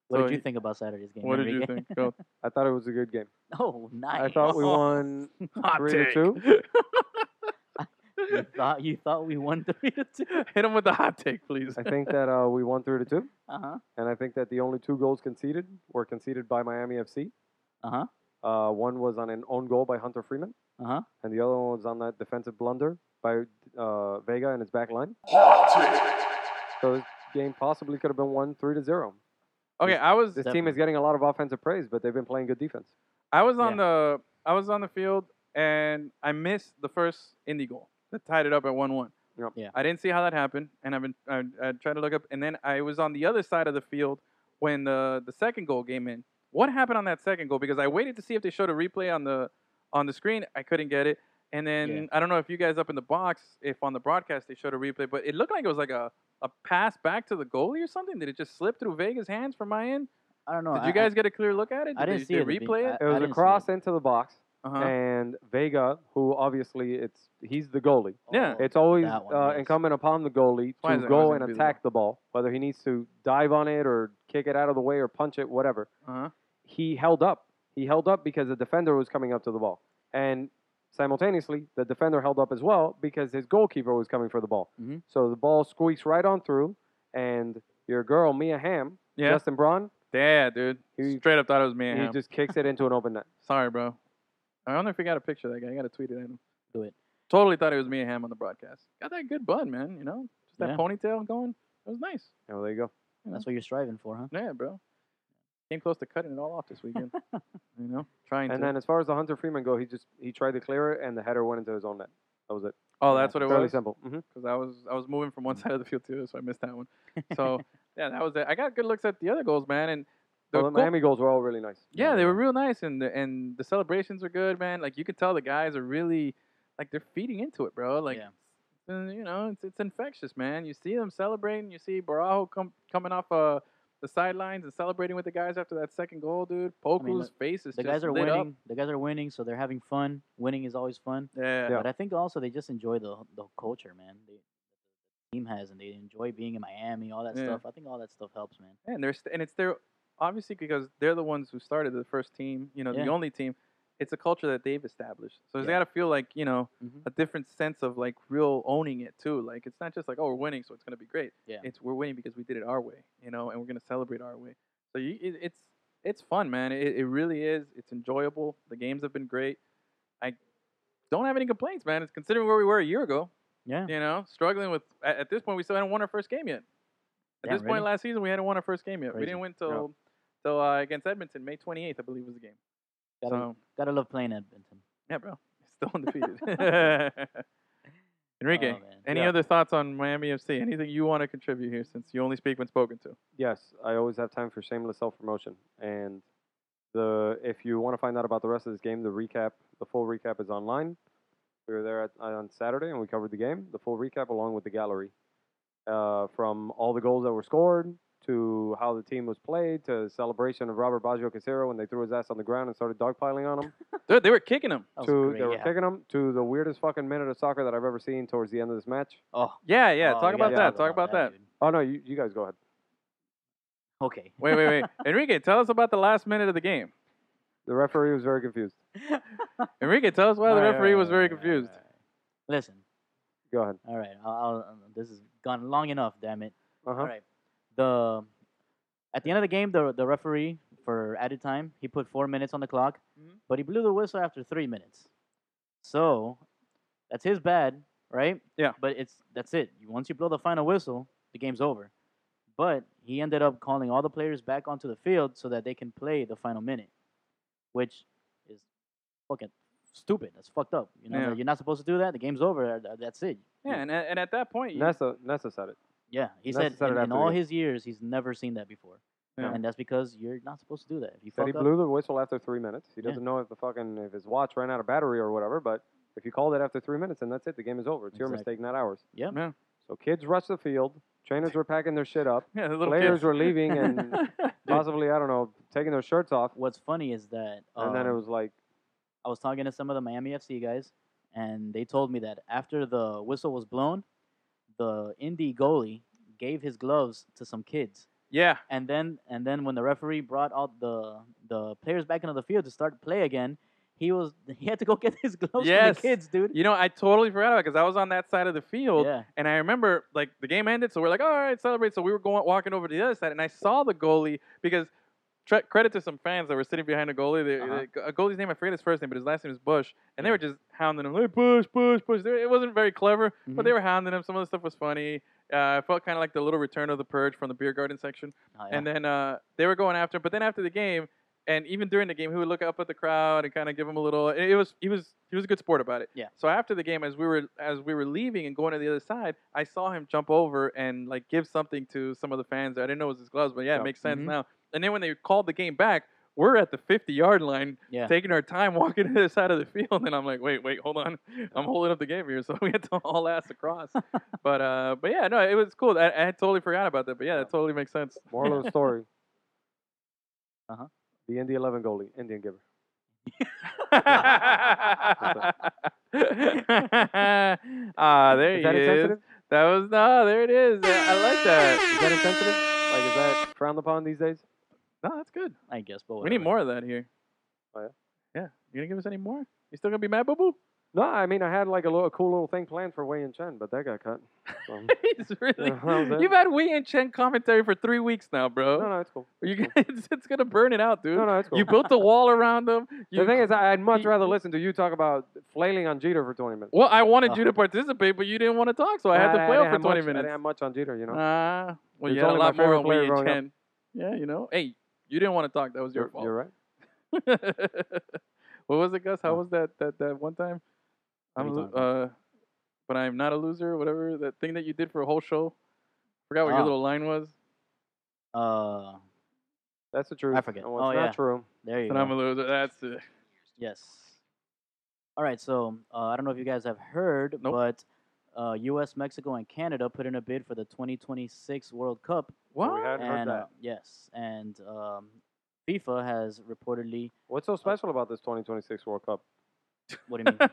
Speaker 3: what
Speaker 2: so
Speaker 3: did you
Speaker 2: y-
Speaker 3: think about Saturday's game?
Speaker 2: What did you
Speaker 3: Enrique?
Speaker 2: think? Go.
Speaker 1: I thought it was a good game.
Speaker 3: Oh, nice.
Speaker 1: I thought we won
Speaker 2: Hot
Speaker 1: three to
Speaker 2: take.
Speaker 1: two.
Speaker 3: you thought you thought we won three to two.
Speaker 2: Hit him with the hot take, please.
Speaker 1: I think that uh, we won three to two,
Speaker 3: Uh huh.
Speaker 1: and I think that the only two goals conceded were conceded by Miami FC.
Speaker 3: Uh huh.
Speaker 1: Uh, one was on an own goal by Hunter Freeman,
Speaker 3: Uh huh.
Speaker 1: and the other one was on that defensive blunder by uh, Vega and his back line. So this game possibly could have been won three to zero.
Speaker 2: Okay, I was
Speaker 1: This team is getting a lot of offensive praise, but they've been playing good defense.
Speaker 2: I was on the I was on the field and I missed the first indie goal that tied it up at one one.
Speaker 1: Yep.
Speaker 3: Yeah.
Speaker 2: I didn't see how that happened, and I've been I, I tried to look up, and then I was on the other side of the field when the the second goal came in. What happened on that second goal? Because I waited to see if they showed a replay on the on the screen. I couldn't get it, and then
Speaker 3: Yeah.
Speaker 2: I don't know if you guys up in the box, if on the broadcast they showed a replay, but it looked like it was like a a pass back to the goalie or something. Did it just slip through Vega's hands from my end?
Speaker 3: I don't know.
Speaker 2: Did
Speaker 3: I,
Speaker 2: you guys get a clear look at it?
Speaker 3: I
Speaker 2: Did
Speaker 3: didn't
Speaker 2: they,
Speaker 3: see
Speaker 2: they
Speaker 3: it, I think.
Speaker 2: replay it?
Speaker 1: It was
Speaker 3: didn't
Speaker 1: a
Speaker 3: see
Speaker 1: cross into the box,
Speaker 2: Uh-huh.
Speaker 1: and Vega, who obviously it's he's the goalie.
Speaker 2: Yeah.
Speaker 3: oh,
Speaker 1: It's always
Speaker 3: that one,
Speaker 1: uh,
Speaker 3: yes.
Speaker 1: incumbent upon the goalie
Speaker 2: Why is
Speaker 1: to
Speaker 2: it
Speaker 1: go
Speaker 2: always
Speaker 1: and
Speaker 2: gonna be the
Speaker 1: attack the ball, whether he needs to dive on it or kick it out of the way or punch it, whatever.
Speaker 2: Uh-huh.
Speaker 1: He held up. He held up because the defender was coming up to the ball, and simultaneously the defender held up as well because his goalkeeper was coming for the ball.
Speaker 3: Mhm.
Speaker 1: So the ball squeaks right on through, and your girl Mia Hamm,
Speaker 2: Yeah.
Speaker 1: Justin Braun,
Speaker 2: Yeah, dude.
Speaker 1: He-
Speaker 2: Straight up thought it was me. and
Speaker 1: he
Speaker 2: him.
Speaker 1: just kicks it into an open net.
Speaker 2: Sorry, bro. I wonder if he got a picture of that guy. I got to tweet it at him.
Speaker 3: Do it.
Speaker 2: Totally thought it was me and him on the broadcast. Got that good bun, man. You know, just that
Speaker 3: Yeah.
Speaker 2: ponytail going. It was nice.
Speaker 1: Oh, there you go.
Speaker 3: That's what you're striving for, huh?
Speaker 2: Yeah, bro. Came close to cutting it all off this weekend. you know, trying
Speaker 1: And
Speaker 2: to.
Speaker 1: then as far as the Hunter Freeman go, he just he tried to clear it, and the header went into his own net. That was it.
Speaker 2: oh, that's what it
Speaker 1: Fairly
Speaker 2: was.
Speaker 1: simple. hmm
Speaker 2: Because I was I was moving from one side of the field to the other, so I missed that one. So yeah, that was it. I got good looks at the other goals, man. And the
Speaker 1: Well, the
Speaker 2: goal-
Speaker 1: Miami goals were all really nice.
Speaker 2: Yeah, they were real nice, and the, and the celebrations were good, man. Like you could tell the guys are really like they're feeding into it, bro. Like
Speaker 3: Yeah.
Speaker 2: uh, you know, it's it's infectious, man. You see them celebrating. You see Barajo com- coming off uh, the sidelines and celebrating with the guys after that second goal, dude. Poku's
Speaker 3: look,
Speaker 2: face is
Speaker 3: The
Speaker 2: just
Speaker 3: guys are
Speaker 2: lit
Speaker 3: winning.
Speaker 2: up.
Speaker 3: The guys are winning, so they're having fun. Winning is always fun.
Speaker 2: Yeah.
Speaker 1: Yeah.
Speaker 3: But I think also they just enjoy the the culture, man. They, the team has, and they enjoy being in Miami, all that
Speaker 2: Yeah.
Speaker 3: stuff. I think all that stuff helps, man.
Speaker 2: and they're st- and it's their obviously because they're the ones who started the first team. You know,
Speaker 3: Yeah.
Speaker 2: the only team. It's a culture that they've established, so they got
Speaker 3: Yeah.
Speaker 2: to feel like you know
Speaker 3: Mhm.
Speaker 2: a different sense of like real owning it too. Like it's not just like oh we're winning, so it's gonna be great.
Speaker 3: Yeah.
Speaker 2: it's we're winning because we did it our way, you know, and we're gonna celebrate our way. So you, it, it's it's fun, man. It, it really is. It's enjoyable. The games have been great. I don't have any complaints, man. It's considering where we were a year ago.
Speaker 3: Yeah.
Speaker 2: You know, struggling with at, at this point we still hadn't won our first game yet. At
Speaker 3: Damn,
Speaker 2: this point
Speaker 3: really?
Speaker 2: last season we hadn't won our first game yet. We
Speaker 3: Crazy.
Speaker 2: didn't win till till uh, against Edmonton May 28th, I believe was the game.
Speaker 3: Gotta,
Speaker 2: so
Speaker 3: gotta love playing Edmonton.
Speaker 2: yeah, bro, still undefeated. you Enrique,
Speaker 3: Oh, man.
Speaker 2: any
Speaker 1: Yeah.
Speaker 2: other thoughts on Miami FC? Anything you want to contribute here since you only speak when spoken to?
Speaker 1: Yes, I always have time for shameless self promotion. And the if you want to find out about the rest of this game, the recap, the full recap is online. We were there at, uh, on Saturday and we covered the game. The full recap along with the gallery, uh, from all the goals that were scored to how the team was played to celebration of Robert Baggio Casero when they threw his ass on the ground and started dogpiling on him
Speaker 2: Dude, they were kicking him.
Speaker 3: That was
Speaker 1: to
Speaker 3: great.
Speaker 1: they were
Speaker 3: Yeah.
Speaker 1: kicking him to the weirdest fucking minute of soccer that I've ever seen towards the end of this match.
Speaker 3: Oh,
Speaker 2: Yeah, yeah.
Speaker 3: oh,
Speaker 2: talk
Speaker 3: we
Speaker 2: about
Speaker 3: gotta
Speaker 2: that. Talk about that.
Speaker 3: dude.
Speaker 1: Oh no, you, you guys go ahead.
Speaker 3: Okay.
Speaker 2: wait, wait, wait. Enrique, tell us about the last minute of the game.
Speaker 1: The referee was very confused.
Speaker 2: Enrique, tell us why the
Speaker 3: Alright,
Speaker 2: referee was very
Speaker 3: alright, alright,
Speaker 2: confused.
Speaker 3: alright, alright. Listen,
Speaker 1: Go ahead.
Speaker 3: all right. I'll, I'll, this has gone long enough. Damn it.
Speaker 1: Uh huh.
Speaker 3: All right. Uh-huh. The at the end of the game, the the referee for added time, he put four minutes on the clock,
Speaker 2: Mhm.
Speaker 3: but he blew the whistle after three minutes. So that's his bad, right?
Speaker 2: Yeah.
Speaker 3: But it's that's it. You- Once you blow the final whistle, the game's over. But he ended up calling all the players back onto the field so that they can play the final minute, which is fucking stupid. That's fucked up. You know,
Speaker 2: Yeah.
Speaker 3: you're not supposed to do that. The game's over. Th- That's it.
Speaker 2: Yeah, and, and at that point, you-
Speaker 1: Nessa Nessa said it.
Speaker 3: Yeah, he
Speaker 1: That's
Speaker 3: said
Speaker 1: the Saturday
Speaker 3: in, in
Speaker 1: after the
Speaker 3: all
Speaker 1: game.
Speaker 3: his years he's never seen that before,
Speaker 2: Yeah.
Speaker 3: and that's because you're not supposed to do that. If you
Speaker 1: Said
Speaker 3: fuck
Speaker 1: he
Speaker 3: up,
Speaker 1: blew the whistle after three minutes. He
Speaker 3: Yeah.
Speaker 1: doesn't know if the fucking if his watch ran out of battery or whatever. But if you called it after three minutes, then that's it. The game is over. It's your
Speaker 3: Exactly.
Speaker 1: mistake, not ours.
Speaker 3: Yep.
Speaker 2: Yeah.
Speaker 1: So kids rushed the field. Trainers were packing their shit up.
Speaker 2: yeah, the little
Speaker 1: Players
Speaker 2: kids.
Speaker 1: were leaving and possibly I don't know taking their shirts off.
Speaker 3: what's funny is that um,
Speaker 1: And then it was like,
Speaker 3: I was talking to some of the Miami FC guys, and they told me that after the whistle was blown, the indie goalie gave his gloves to some kids,
Speaker 2: yeah,
Speaker 3: and then and then when the referee brought out the the players back into the field to start play again, he was he had to go get his gloves from
Speaker 2: Yes.
Speaker 3: the kids, dude.
Speaker 2: you know, I totally forgot about because I was on that side of the field,
Speaker 3: Yeah,
Speaker 2: and I remember like the game ended, so we're like, all right, celebrate. So we were going walking over to the other side, and I saw the goalie because tre- credit to some fans that were sitting behind the goalie. They,
Speaker 3: Uh-huh.
Speaker 2: they- a goalie's name, I forget his first name, but his last name is Bush, and they were just hounding him, hey, Bush, Bush, Bush. They- It wasn't very clever,
Speaker 3: mm-hmm.
Speaker 2: but they were hounding him. Some of the stuff was funny. Uh, it felt kind of like the little return of the purge from the beer garden section.
Speaker 3: Oh, yeah.
Speaker 2: And then uh, they were going after him. But then after the game, and even during the game, he would look up at the crowd and kind of give him a little. It it was he was he was a good sport about it.
Speaker 3: Yeah.
Speaker 2: So after the game, as we were as we were leaving and going to the other side, I saw him jump over and like give something to some of the fans. I didn't know it was his gloves, but yeah,
Speaker 1: Yeah.
Speaker 2: it makes sense
Speaker 3: Mhm.
Speaker 2: now. And then when they called the game back, we're at the 50 yard line,
Speaker 3: yeah.
Speaker 2: taking our time walking to the other side of the field, and I'm like, wait, wait, hold on, I'm holding up the game here, so we had to all ass across. but uh, but yeah, no, it was cool. I, I had totally forgot about that, but yeah, that totally makes sense.
Speaker 1: moral of the story.
Speaker 3: Uh-huh.
Speaker 1: The Indy 11 goalie, Indian giver.
Speaker 2: ah, there
Speaker 1: is
Speaker 2: he
Speaker 1: that
Speaker 2: is.
Speaker 1: insensitive?
Speaker 2: That was no, there it is. I like that.
Speaker 1: Is that insensitive? Like, is that frowned upon these days?
Speaker 2: No, that's good.
Speaker 3: I guess, but
Speaker 2: We need
Speaker 3: whatever.
Speaker 2: more of that here.
Speaker 1: Oh, yeah?
Speaker 2: Yeah. You gonna give us any more? You still gonna be mad, boo boo?
Speaker 1: No, I mean I had like a, little, a cool little thing planned for Wei and Chen, but that got cut. So,
Speaker 2: He's really.
Speaker 1: Yeah, that was it.
Speaker 2: You've had Wei and Chen commentary for three weeks now, bro.
Speaker 1: Uh-huh, no, no, it's cool.
Speaker 2: You guys, it's, it's gonna burn it out, dude.
Speaker 1: No, no, it's cool.
Speaker 2: You built a wall around them. You,
Speaker 1: the thing is, I- I'd much
Speaker 2: you-
Speaker 1: rather listen to you talk about flailing on Jeter for 20 minutes.
Speaker 2: well, I wanted
Speaker 3: Oh.
Speaker 2: you to participate, but you didn't want to talk, so I had to play
Speaker 1: I didn't
Speaker 2: up for
Speaker 1: have
Speaker 2: 20
Speaker 1: much- I
Speaker 2: minutes.
Speaker 1: didn't have much on Jeter, you know.
Speaker 2: Ah, well,
Speaker 1: He was
Speaker 2: you had a
Speaker 1: only my
Speaker 2: lot more
Speaker 1: favorite
Speaker 2: on
Speaker 1: player
Speaker 2: Wei and
Speaker 1: growing up.
Speaker 2: Chen. Yeah, you know. Hey, you didn't want to talk. That was your
Speaker 1: you're,
Speaker 2: fault.
Speaker 1: you're right.
Speaker 2: what was it, Gus? How
Speaker 3: Huh.
Speaker 2: was that that that one time?
Speaker 3: What
Speaker 2: I'm
Speaker 3: are you
Speaker 2: a lo-
Speaker 3: talking
Speaker 2: uh, but I'm not a loser. or Whatever that thing that you did for a whole show. Forgot what
Speaker 1: Ah.
Speaker 2: your
Speaker 3: Oh.
Speaker 2: little line was.
Speaker 3: Uh,
Speaker 1: That's the truth.
Speaker 3: I forget.
Speaker 1: And what's
Speaker 3: Oh,
Speaker 1: not
Speaker 3: yeah.
Speaker 1: true.
Speaker 3: there you
Speaker 2: That
Speaker 3: go.
Speaker 2: I'm a loser. That's it.
Speaker 3: Yes. All right, so uh, I don't know if you guys have heard,
Speaker 2: Nope.
Speaker 3: but uh, U.S., Mexico, and Canada put in a bid for the 2026 World Cup.
Speaker 1: We
Speaker 2: What?
Speaker 1: hadn't heard
Speaker 3: and uh,
Speaker 1: that.
Speaker 3: yes, and um, FIFA has reportedly.
Speaker 1: What's so special about this 2026 World Cup?
Speaker 3: What do you mean?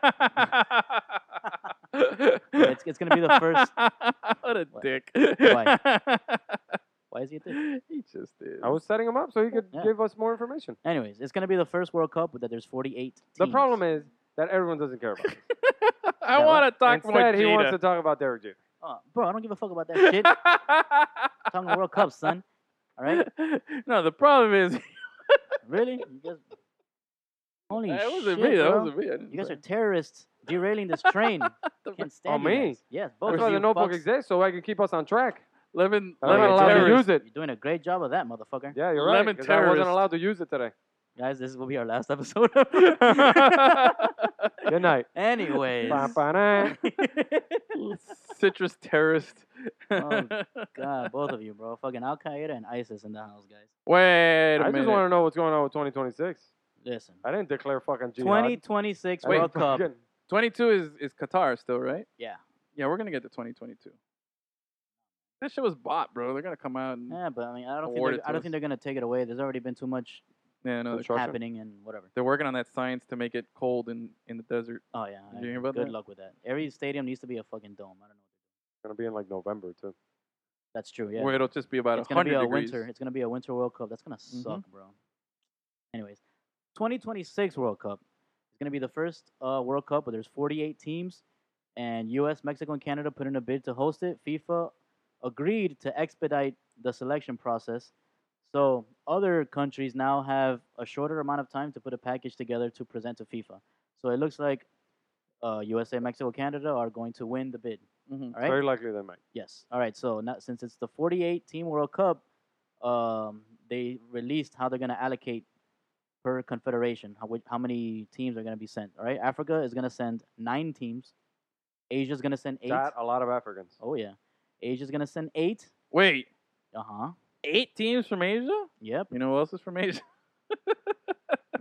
Speaker 3: it's it's gonna be the first.
Speaker 2: what a
Speaker 3: What?
Speaker 2: dick.
Speaker 3: Why is he at this?
Speaker 2: he just did.
Speaker 1: I was setting him up so he could
Speaker 3: Yeah.
Speaker 1: give us more information.
Speaker 3: Anyways, it's gonna be the first World Cup that there's 48 teams.
Speaker 1: The problem is that everyone doesn't care about. It.
Speaker 2: I
Speaker 3: Yeah,
Speaker 2: want to talk more.
Speaker 1: Instead, he wants
Speaker 2: Jeter.
Speaker 1: to talk about Derek Jeter.
Speaker 3: Uh, bro, I don't give a fuck about that shit. talking World Cup, son. All right,
Speaker 2: no, the problem is
Speaker 3: really? You guys... Holy
Speaker 2: that wasn't
Speaker 3: shit,
Speaker 2: me. That
Speaker 3: bro.
Speaker 2: wasn't me. I didn't
Speaker 3: You guys
Speaker 2: say-
Speaker 3: are terrorists derailing this train. Can't stand you
Speaker 1: me?
Speaker 3: guys. Yes, both
Speaker 1: That's
Speaker 3: of
Speaker 1: why
Speaker 3: you
Speaker 1: the notebook
Speaker 3: fucks.
Speaker 1: exists so I can keep us on track.
Speaker 2: Lemon,
Speaker 1: I'm not
Speaker 2: lemon
Speaker 3: Oh,
Speaker 1: allowed to use
Speaker 2: terrorist.
Speaker 1: it.
Speaker 3: You're doing a great job of that, motherfucker.
Speaker 1: Yeah, you're right.
Speaker 2: Lemon
Speaker 1: 'cause I wasn't
Speaker 2: terrorist.
Speaker 1: allowed to use it today.
Speaker 3: Guys, this will be our last episode.
Speaker 1: Good night.
Speaker 3: Anyways.
Speaker 1: Ba-ba-da.
Speaker 2: Citrus terrorist.
Speaker 3: Oh, God, both of you, bro. Fucking Al Qaeda and ISIS in the house, guys.
Speaker 2: Wait
Speaker 1: I
Speaker 2: a minute.
Speaker 1: just want to know what's going on with 2026.
Speaker 3: Listen.
Speaker 1: I didn't declare fucking jihad.
Speaker 3: 2026
Speaker 1: I didn't
Speaker 3: World Cup.
Speaker 1: fucking-
Speaker 2: 22 is, is Qatar still, right?
Speaker 3: Yeah.
Speaker 2: Yeah, we're going to get to 2022. That shit was bought, bro. They're going to come out and.
Speaker 3: Yeah, but I mean, I don't think
Speaker 2: Award
Speaker 3: they're,
Speaker 2: it
Speaker 3: I
Speaker 2: to
Speaker 3: don't
Speaker 2: us.
Speaker 3: think they're gonna take it away. There's already been too much
Speaker 2: Yeah, no, they're,
Speaker 1: Construction.
Speaker 3: happening and whatever.
Speaker 2: they're working on that science to make it cold in, in the desert.
Speaker 3: Oh yeah,
Speaker 2: Did
Speaker 3: I-
Speaker 2: you hear about
Speaker 3: good
Speaker 2: that?
Speaker 3: luck with that. Every stadium needs to be a fucking dome. I don't
Speaker 1: gonna
Speaker 3: know.
Speaker 1: be in like November too.
Speaker 3: That's true. Yeah,
Speaker 2: Where it'll just be about
Speaker 3: it's gonna
Speaker 2: 100
Speaker 3: be a
Speaker 2: degrees. Mm-hmm.
Speaker 3: winter. It's gonna be a winter World Cup. That's gonna suck, bro. Anyways, 2026 World Cup is gonna be the first uh, World Cup where there's 48 teams, and U.S., Mexico, and Canada put in a bid to host it. FIFA agreed to expedite the selection process, so other countries now have a shorter amount of time to put a package together to present to FIFA. So it looks like uh, USA, Mexico, Canada are going to win the bid.
Speaker 2: Mhm.
Speaker 3: All right.
Speaker 1: Very likely they might.
Speaker 3: Yes. All right. So now, since it's the 48 team World Cup, um, they released how they're going to allocate per confederation how, which, how many teams are going to be sent. All right. Africa is going to send nine teams. Asia's going to send eight.
Speaker 1: That a lot of Africans.
Speaker 3: Oh yeah. Asia's going to send eight.
Speaker 2: Wait,
Speaker 3: Uh huh.
Speaker 2: eight teams from Asia?
Speaker 3: Yep.
Speaker 2: You know who else is from Asia?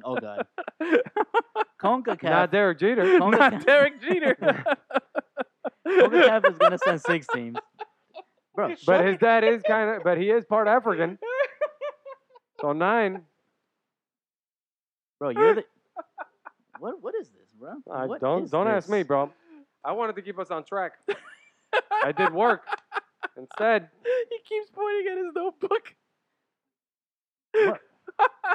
Speaker 3: Oh god.
Speaker 1: Not
Speaker 3: Concacaf.
Speaker 1: Derek Jeter.
Speaker 3: Congo-
Speaker 2: Not Derek Jeter.
Speaker 3: Concacaf is going to send six teams. Bro,
Speaker 1: but his dad is kind of. But he is part African. So nine.
Speaker 3: bro, you're the. What what is this, bro?
Speaker 1: I
Speaker 3: What
Speaker 1: don't
Speaker 3: is
Speaker 1: don't ask
Speaker 3: this?
Speaker 1: me, bro. I wanted to keep us on track. I did work. Instead,
Speaker 2: he keeps pointing at his notebook.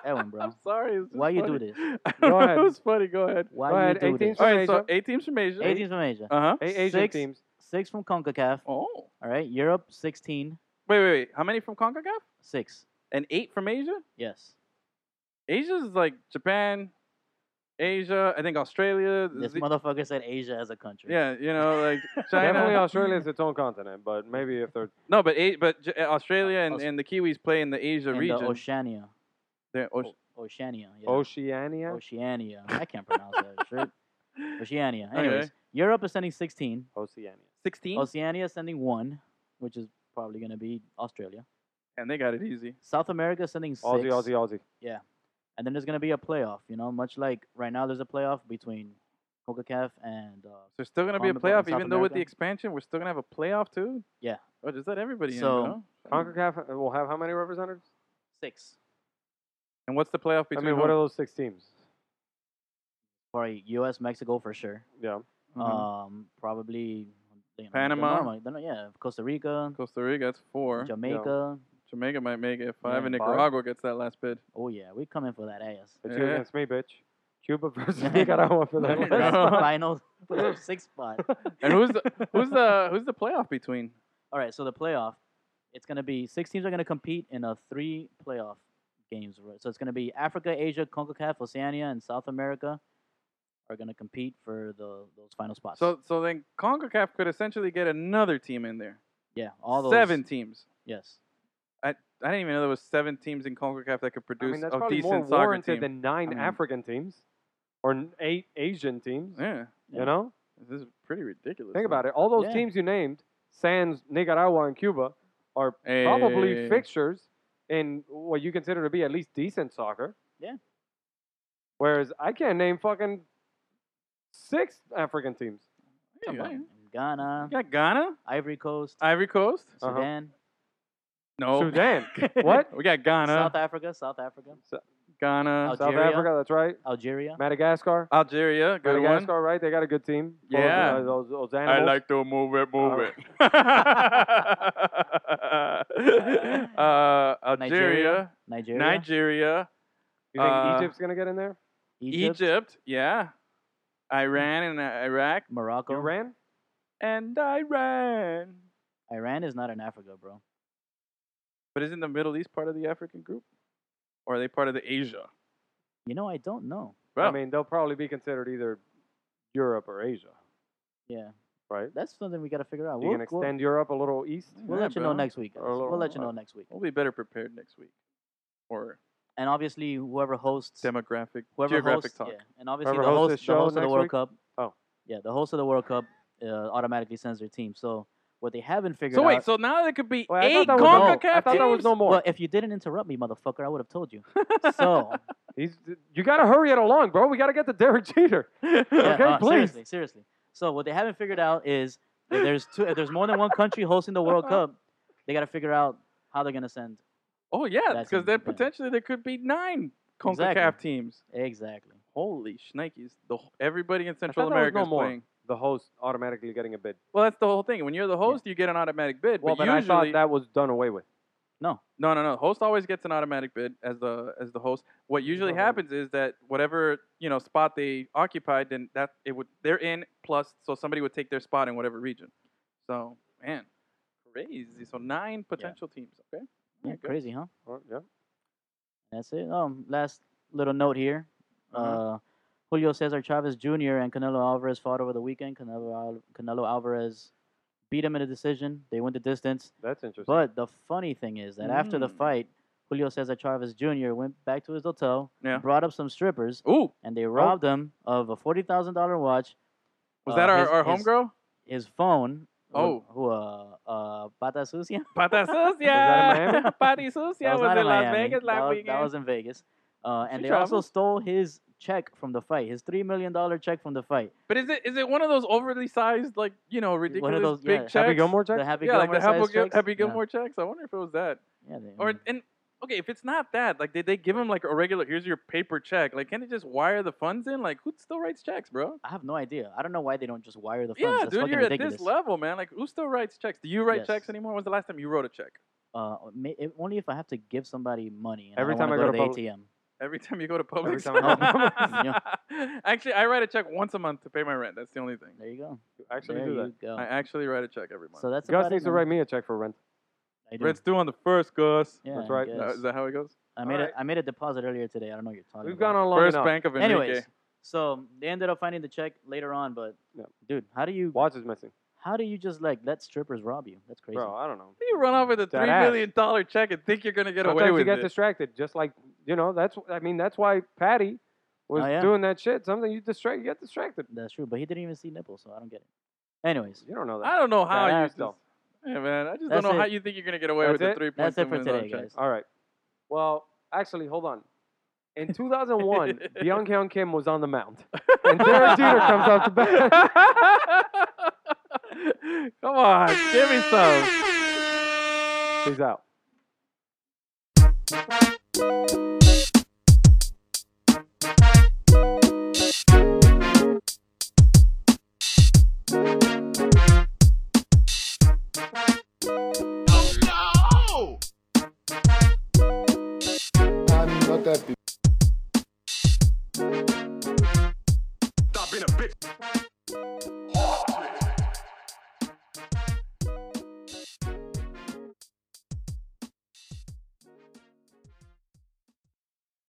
Speaker 3: Ewan, bro.
Speaker 2: I'm sorry. it's just
Speaker 3: Why you do
Speaker 2: funny.
Speaker 3: this?
Speaker 2: I don't
Speaker 1: Go
Speaker 2: know,
Speaker 1: ahead.
Speaker 2: It was funny. Go ahead.
Speaker 3: Why
Speaker 1: Go
Speaker 3: do
Speaker 1: ahead,
Speaker 3: you do
Speaker 1: 18
Speaker 3: this?
Speaker 1: All
Speaker 2: All
Speaker 1: right,
Speaker 2: right, so
Speaker 1: Asia.
Speaker 2: eight teams from Asia.
Speaker 3: Eight teams from Asia,
Speaker 2: Uh huh.
Speaker 1: a- Asian
Speaker 3: Six.
Speaker 1: teams.
Speaker 3: six from CONCACAF.
Speaker 2: Oh.
Speaker 3: All right, Europe 16,
Speaker 2: Wait, wait, wait. How many from CONCACAF?
Speaker 3: six.
Speaker 2: And eight from Asia?
Speaker 3: Yes,
Speaker 2: Asia's like Japan, Asia, I think Australia.
Speaker 3: this
Speaker 2: the-
Speaker 3: motherfucker said Asia as a country.
Speaker 2: yeah, you know, like
Speaker 1: Definitely
Speaker 2: China.
Speaker 1: Australia is its own continent, but maybe if they're
Speaker 2: No, but a- but J- uh, Australia and,
Speaker 3: Aus-
Speaker 2: and the Kiwis play in the Asia
Speaker 3: in
Speaker 2: region.
Speaker 3: the Oh. Oceania.
Speaker 2: They're Osh-
Speaker 3: O- Oceania. Yeah.
Speaker 1: Oceania,
Speaker 3: Oceania. I can't pronounce that shit. Oceania.
Speaker 2: Okay.
Speaker 3: Anyways, Europe is sending 16.
Speaker 1: Oceania.
Speaker 2: 16?
Speaker 3: Oceania is sending one, which is probably going to be Australia.
Speaker 2: and they got it easy.
Speaker 3: South America is sending six.
Speaker 1: Aussie, Aussie, Aussie.
Speaker 3: And then there's going to be a playoff, you know, much like right now there's a playoff between CONCACAF and uh,
Speaker 2: There's still going to be a
Speaker 3: Colombia, Bolivia,
Speaker 2: playoff,
Speaker 3: South
Speaker 2: even though with the
Speaker 3: America.
Speaker 2: expansion, we're still going to have a playoff too?
Speaker 3: Yeah.
Speaker 2: Oh, just let everybody
Speaker 3: So-
Speaker 2: in, you know?
Speaker 1: CONCACAF will have how many representatives?
Speaker 3: six
Speaker 2: And what's the playoff between
Speaker 1: I mean, what
Speaker 2: who?
Speaker 1: are those six teams?
Speaker 3: for U.S., Mexico for sure.
Speaker 1: Yeah.
Speaker 2: Mhm.
Speaker 3: Um, probably you know, the
Speaker 2: Panama.
Speaker 3: normal- the no- yeah, Costa Rica,
Speaker 2: Mm-hmm. Costa Rica, that's four.
Speaker 3: Jamaica.
Speaker 2: Jamaica might make it five,
Speaker 3: Yeah.
Speaker 2: and Nicaragua gets that last bid.
Speaker 3: Oh yeah, we coming for that ass.
Speaker 1: It's you
Speaker 2: Yeah.
Speaker 1: against me, bitch. Cuba versus Nicaragua for
Speaker 2: Eh. There
Speaker 1: that.
Speaker 2: you
Speaker 1: last
Speaker 2: go.
Speaker 1: spot.
Speaker 3: Finals, sixth spot.
Speaker 2: And who's the who's the who's the playoff between?
Speaker 3: All right, so the playoff, it's gonna be six teams are gonna compete in a three playoff games. right? So it's gonna be Africa, Asia, CONCACAF, Oceania, and South America are gonna compete for the those final spots.
Speaker 2: So so then CONCACAF could essentially get another team in there.
Speaker 3: yeah, all those
Speaker 2: seven teams.
Speaker 3: Yes,
Speaker 2: I didn't even know there was seven teams in CONCACAF that could
Speaker 1: I
Speaker 2: produce
Speaker 1: mean, that's
Speaker 2: a
Speaker 1: probably more
Speaker 2: decent soccer
Speaker 1: warranted
Speaker 2: team.
Speaker 1: than nine
Speaker 3: I mean-
Speaker 1: African teams or n- eight Asian teams.
Speaker 2: yeah,
Speaker 3: Yeah.
Speaker 1: You know,
Speaker 2: this is pretty ridiculous.
Speaker 1: think about it. All those
Speaker 3: Yeah.
Speaker 1: teams you named, Sans, Nicaragua, and Cuba, are
Speaker 2: Eh.
Speaker 1: probably fixtures in what you consider to be at least decent soccer.
Speaker 3: Yeah.
Speaker 1: Whereas I can't name fucking six African teams.
Speaker 3: Come
Speaker 2: You
Speaker 3: on. Ghana,
Speaker 2: got Ghana,
Speaker 3: Ivory Coast,
Speaker 2: Ivory Coast.
Speaker 1: Uh-huh.
Speaker 3: Sudan,
Speaker 2: No,
Speaker 1: Sudan. what?
Speaker 2: we got Ghana,
Speaker 3: South Africa, South Africa,
Speaker 2: Ghana,
Speaker 3: Al-
Speaker 1: South
Speaker 3: Algeria.
Speaker 1: Africa, that's right.
Speaker 3: Algeria.
Speaker 1: Madagascar.
Speaker 2: Algeria. Good
Speaker 1: Madagascar,
Speaker 2: one.
Speaker 1: right? They got a good team. full of,
Speaker 2: Yeah.
Speaker 1: uh, those, those animals.
Speaker 2: to move it,
Speaker 1: Uh,
Speaker 2: it. uh, Algeria,
Speaker 3: Nigeria. Nigeria,
Speaker 2: Nigeria,
Speaker 1: You think
Speaker 2: Uh,
Speaker 1: Egypt's gonna get in there?
Speaker 3: Egypt,
Speaker 2: Egypt, yeah,
Speaker 1: Hmm.
Speaker 2: Iran and uh, Iraq,
Speaker 3: Morocco.
Speaker 1: Iran?
Speaker 2: and Iran.
Speaker 3: Iran is not in Africa, bro.
Speaker 2: But isn't the Middle East part of the African group? Or are they part of the Asia?
Speaker 3: You know, I don't know.
Speaker 2: Well,
Speaker 1: I mean, they'll probably be considered either Europe or Asia,
Speaker 3: Yeah,
Speaker 1: right?
Speaker 3: that's something we got to figure out.
Speaker 1: You
Speaker 3: We'll,
Speaker 1: can
Speaker 3: we'll,
Speaker 1: extend Europe a little east.
Speaker 3: we'll let you know
Speaker 2: bro.
Speaker 3: next week. guys.
Speaker 1: Or a little-
Speaker 3: We'll let you know next week.
Speaker 2: We'll be better prepared next week. Or
Speaker 3: and obviously whoever hosts
Speaker 2: demographic,
Speaker 3: whoever
Speaker 2: geographic
Speaker 3: hosts,
Speaker 2: talk.
Speaker 3: yeah, and obviously
Speaker 1: Whoever
Speaker 3: the
Speaker 1: hosts
Speaker 3: host,
Speaker 1: this
Speaker 3: the
Speaker 1: show
Speaker 3: host of the
Speaker 1: next
Speaker 3: World
Speaker 1: week?
Speaker 3: Cup.
Speaker 1: Oh.
Speaker 3: yeah, the host of the World Cup uh, automatically sends their team. So what they haven't figured
Speaker 2: So wait,
Speaker 3: out.
Speaker 2: so now there could be
Speaker 1: Wait, I
Speaker 2: eight
Speaker 1: thought that was no, I
Speaker 2: CONCACAF
Speaker 1: thought that was
Speaker 2: teams?
Speaker 1: no more.
Speaker 3: well, if you didn't interrupt me, motherfucker, I would have told you. So
Speaker 1: He's, you got to hurry it along, bro. We got to get to Derek Jeter.
Speaker 3: Yeah,
Speaker 1: okay,
Speaker 3: uh,
Speaker 1: please.
Speaker 3: Seriously, seriously. So what they haven't figured out is if there's two, if there's more than one country hosting the World Cup, they got to figure out how they're gonna send.
Speaker 2: Oh yeah,
Speaker 3: That's
Speaker 2: because then
Speaker 3: insane.
Speaker 2: potentially there could be nine CONCACAF
Speaker 3: Exactly.
Speaker 2: teams.
Speaker 3: Exactly.
Speaker 2: Holy shnikes! The wh- everybody in
Speaker 1: thought
Speaker 2: Central
Speaker 1: that was
Speaker 2: America
Speaker 1: no
Speaker 2: is
Speaker 1: more.
Speaker 2: playing.
Speaker 1: The host automatically getting a bid.
Speaker 2: Well, that's the whole thing. When you're the host, you get an automatic bid.
Speaker 1: Well,
Speaker 2: but
Speaker 1: but
Speaker 2: usually,
Speaker 1: I thought that was done away with.
Speaker 2: No, no, no. Host always gets an automatic bid as the as the host. What usually
Speaker 1: Oh.
Speaker 2: happens is that whatever you know spot they occupied, then that it would they're in plus so somebody would take their spot in whatever region. So man, crazy. So nine potential teams. Okay.
Speaker 3: Yeah,
Speaker 2: Okay.
Speaker 3: crazy, huh?
Speaker 1: Oh, yeah.
Speaker 3: That's it. Um, last little note here.
Speaker 2: Uh-huh.
Speaker 3: Uh, Julio Cesar Chavez Jr. and Canelo Alvarez fought over the weekend. Canelo, Al- Canelo Alvarez beat him in a decision. They went the distance.
Speaker 1: That's interesting.
Speaker 3: But the funny thing is that after the
Speaker 2: Mm.
Speaker 3: fight, Julio Cesar Chavez Jr. went back to his hotel,
Speaker 2: Yeah. Oh.
Speaker 3: brought up some strippers,
Speaker 2: Ooh,
Speaker 3: and they robbed him of a forty thousand dollar watch.
Speaker 2: was
Speaker 3: uh,
Speaker 2: that our,
Speaker 3: his-
Speaker 2: our
Speaker 3: his-
Speaker 2: homegirl?
Speaker 3: His phone. who-
Speaker 2: Oh.
Speaker 3: Who? Uh, uh, Pata Sucia.
Speaker 2: Pata
Speaker 1: that in
Speaker 2: sucia, Pati sucia was,
Speaker 3: not
Speaker 2: in Las
Speaker 3: Miami.
Speaker 2: Vegas
Speaker 3: that
Speaker 2: last
Speaker 3: was,
Speaker 2: weekend.
Speaker 3: That was in Vegas. Uh, and
Speaker 2: She
Speaker 3: they also
Speaker 2: travels.
Speaker 3: stole his check from the fight, his three million dollar check from the fight.
Speaker 2: but is it is it one of those overly sized like you know ridiculous
Speaker 3: those-
Speaker 2: big
Speaker 3: yeah, Happy
Speaker 2: checks?
Speaker 1: Happy Gilmore check?
Speaker 3: The Happy
Speaker 2: yeah, like
Speaker 3: Gilmore
Speaker 2: the Happy,
Speaker 3: size
Speaker 2: Gil-
Speaker 3: checks?
Speaker 2: Happy
Speaker 3: Yeah. Mm.
Speaker 2: Gilmore checks. I wonder if it was that.
Speaker 3: Yeah, they-
Speaker 2: Or and okay, if it's not that, like did they give him like a regular here's your paper check? Like can they just wire the funds in? Like who still writes checks, bro?
Speaker 3: I have no idea. I don't know why they don't just wire the funds.
Speaker 2: Yeah,
Speaker 3: That's
Speaker 2: dude,
Speaker 3: fucking
Speaker 2: you're
Speaker 3: ridiculous.
Speaker 2: at this level, man. Like who still writes checks? Do you write
Speaker 3: Yes.
Speaker 2: checks anymore? When's the last time you wrote a check?
Speaker 3: uh, ma- if- only if I have to give somebody money. And
Speaker 1: Every
Speaker 3: I don't
Speaker 1: time I
Speaker 3: wanna
Speaker 1: go
Speaker 3: go,
Speaker 1: to
Speaker 3: to the ATM.
Speaker 2: Every time you go to public.
Speaker 1: Every time I
Speaker 2: Actually, I write a check once a month to pay my rent. That's the only thing.
Speaker 3: There you go.
Speaker 1: Actually,
Speaker 3: there
Speaker 1: do that.
Speaker 3: you go.
Speaker 2: I actually write a check every month.
Speaker 3: so that's
Speaker 1: Gus
Speaker 3: about
Speaker 1: needs
Speaker 3: it,
Speaker 1: to
Speaker 3: man.
Speaker 1: write me a check for rent.
Speaker 3: I do.
Speaker 2: Rent's due on the first, Gus.
Speaker 3: Yeah,
Speaker 1: That's
Speaker 3: I
Speaker 1: right.
Speaker 2: Uh,
Speaker 3: guess.
Speaker 2: Is that how it goes?
Speaker 3: I made
Speaker 1: Alright.
Speaker 3: a, I made a deposit earlier today. I don't know what you're talking
Speaker 1: We've
Speaker 3: about.
Speaker 1: gone on long
Speaker 2: First
Speaker 1: enough.
Speaker 2: Bank of Enrique.
Speaker 3: Anyways, so they ended up finding the check later on, but
Speaker 1: Yeah.
Speaker 3: dude, how do you
Speaker 1: Watch is missing,
Speaker 3: how do you just like let strippers rob you? That's crazy.
Speaker 1: bro. I don't know.
Speaker 2: You run off with a
Speaker 1: That
Speaker 2: three
Speaker 1: ass.
Speaker 2: million dollar check and think you're gonna get
Speaker 1: Sometimes
Speaker 2: away
Speaker 1: you
Speaker 2: with
Speaker 1: get
Speaker 2: it.
Speaker 1: distracted, just like you know. That's I mean, that's why Patty was
Speaker 3: Oh, yeah.
Speaker 1: doing that shit. Something you distract, you get distracted.
Speaker 3: That's true, but he didn't even see nipples, so I don't get it. Anyways,
Speaker 1: You don't know that.
Speaker 2: I don't know how
Speaker 1: That
Speaker 2: you
Speaker 1: ass,
Speaker 2: just,
Speaker 1: though.
Speaker 2: Yeah, man. I just
Speaker 3: That's
Speaker 2: don't know how
Speaker 3: it.
Speaker 2: you think you're gonna get away
Speaker 1: That's
Speaker 2: with
Speaker 1: it?
Speaker 2: the three point
Speaker 3: that's it
Speaker 2: seven
Speaker 3: for
Speaker 2: million
Speaker 3: today,
Speaker 2: dollar check.
Speaker 3: guys.
Speaker 1: All right. Well, actually, hold on. In 2001, Byung Hyun Kim was on the mound, and Derek Jeter comes off the bench.
Speaker 2: Come on, give me some.
Speaker 1: He's out.
Speaker 5: Oh
Speaker 6: I'm not happy.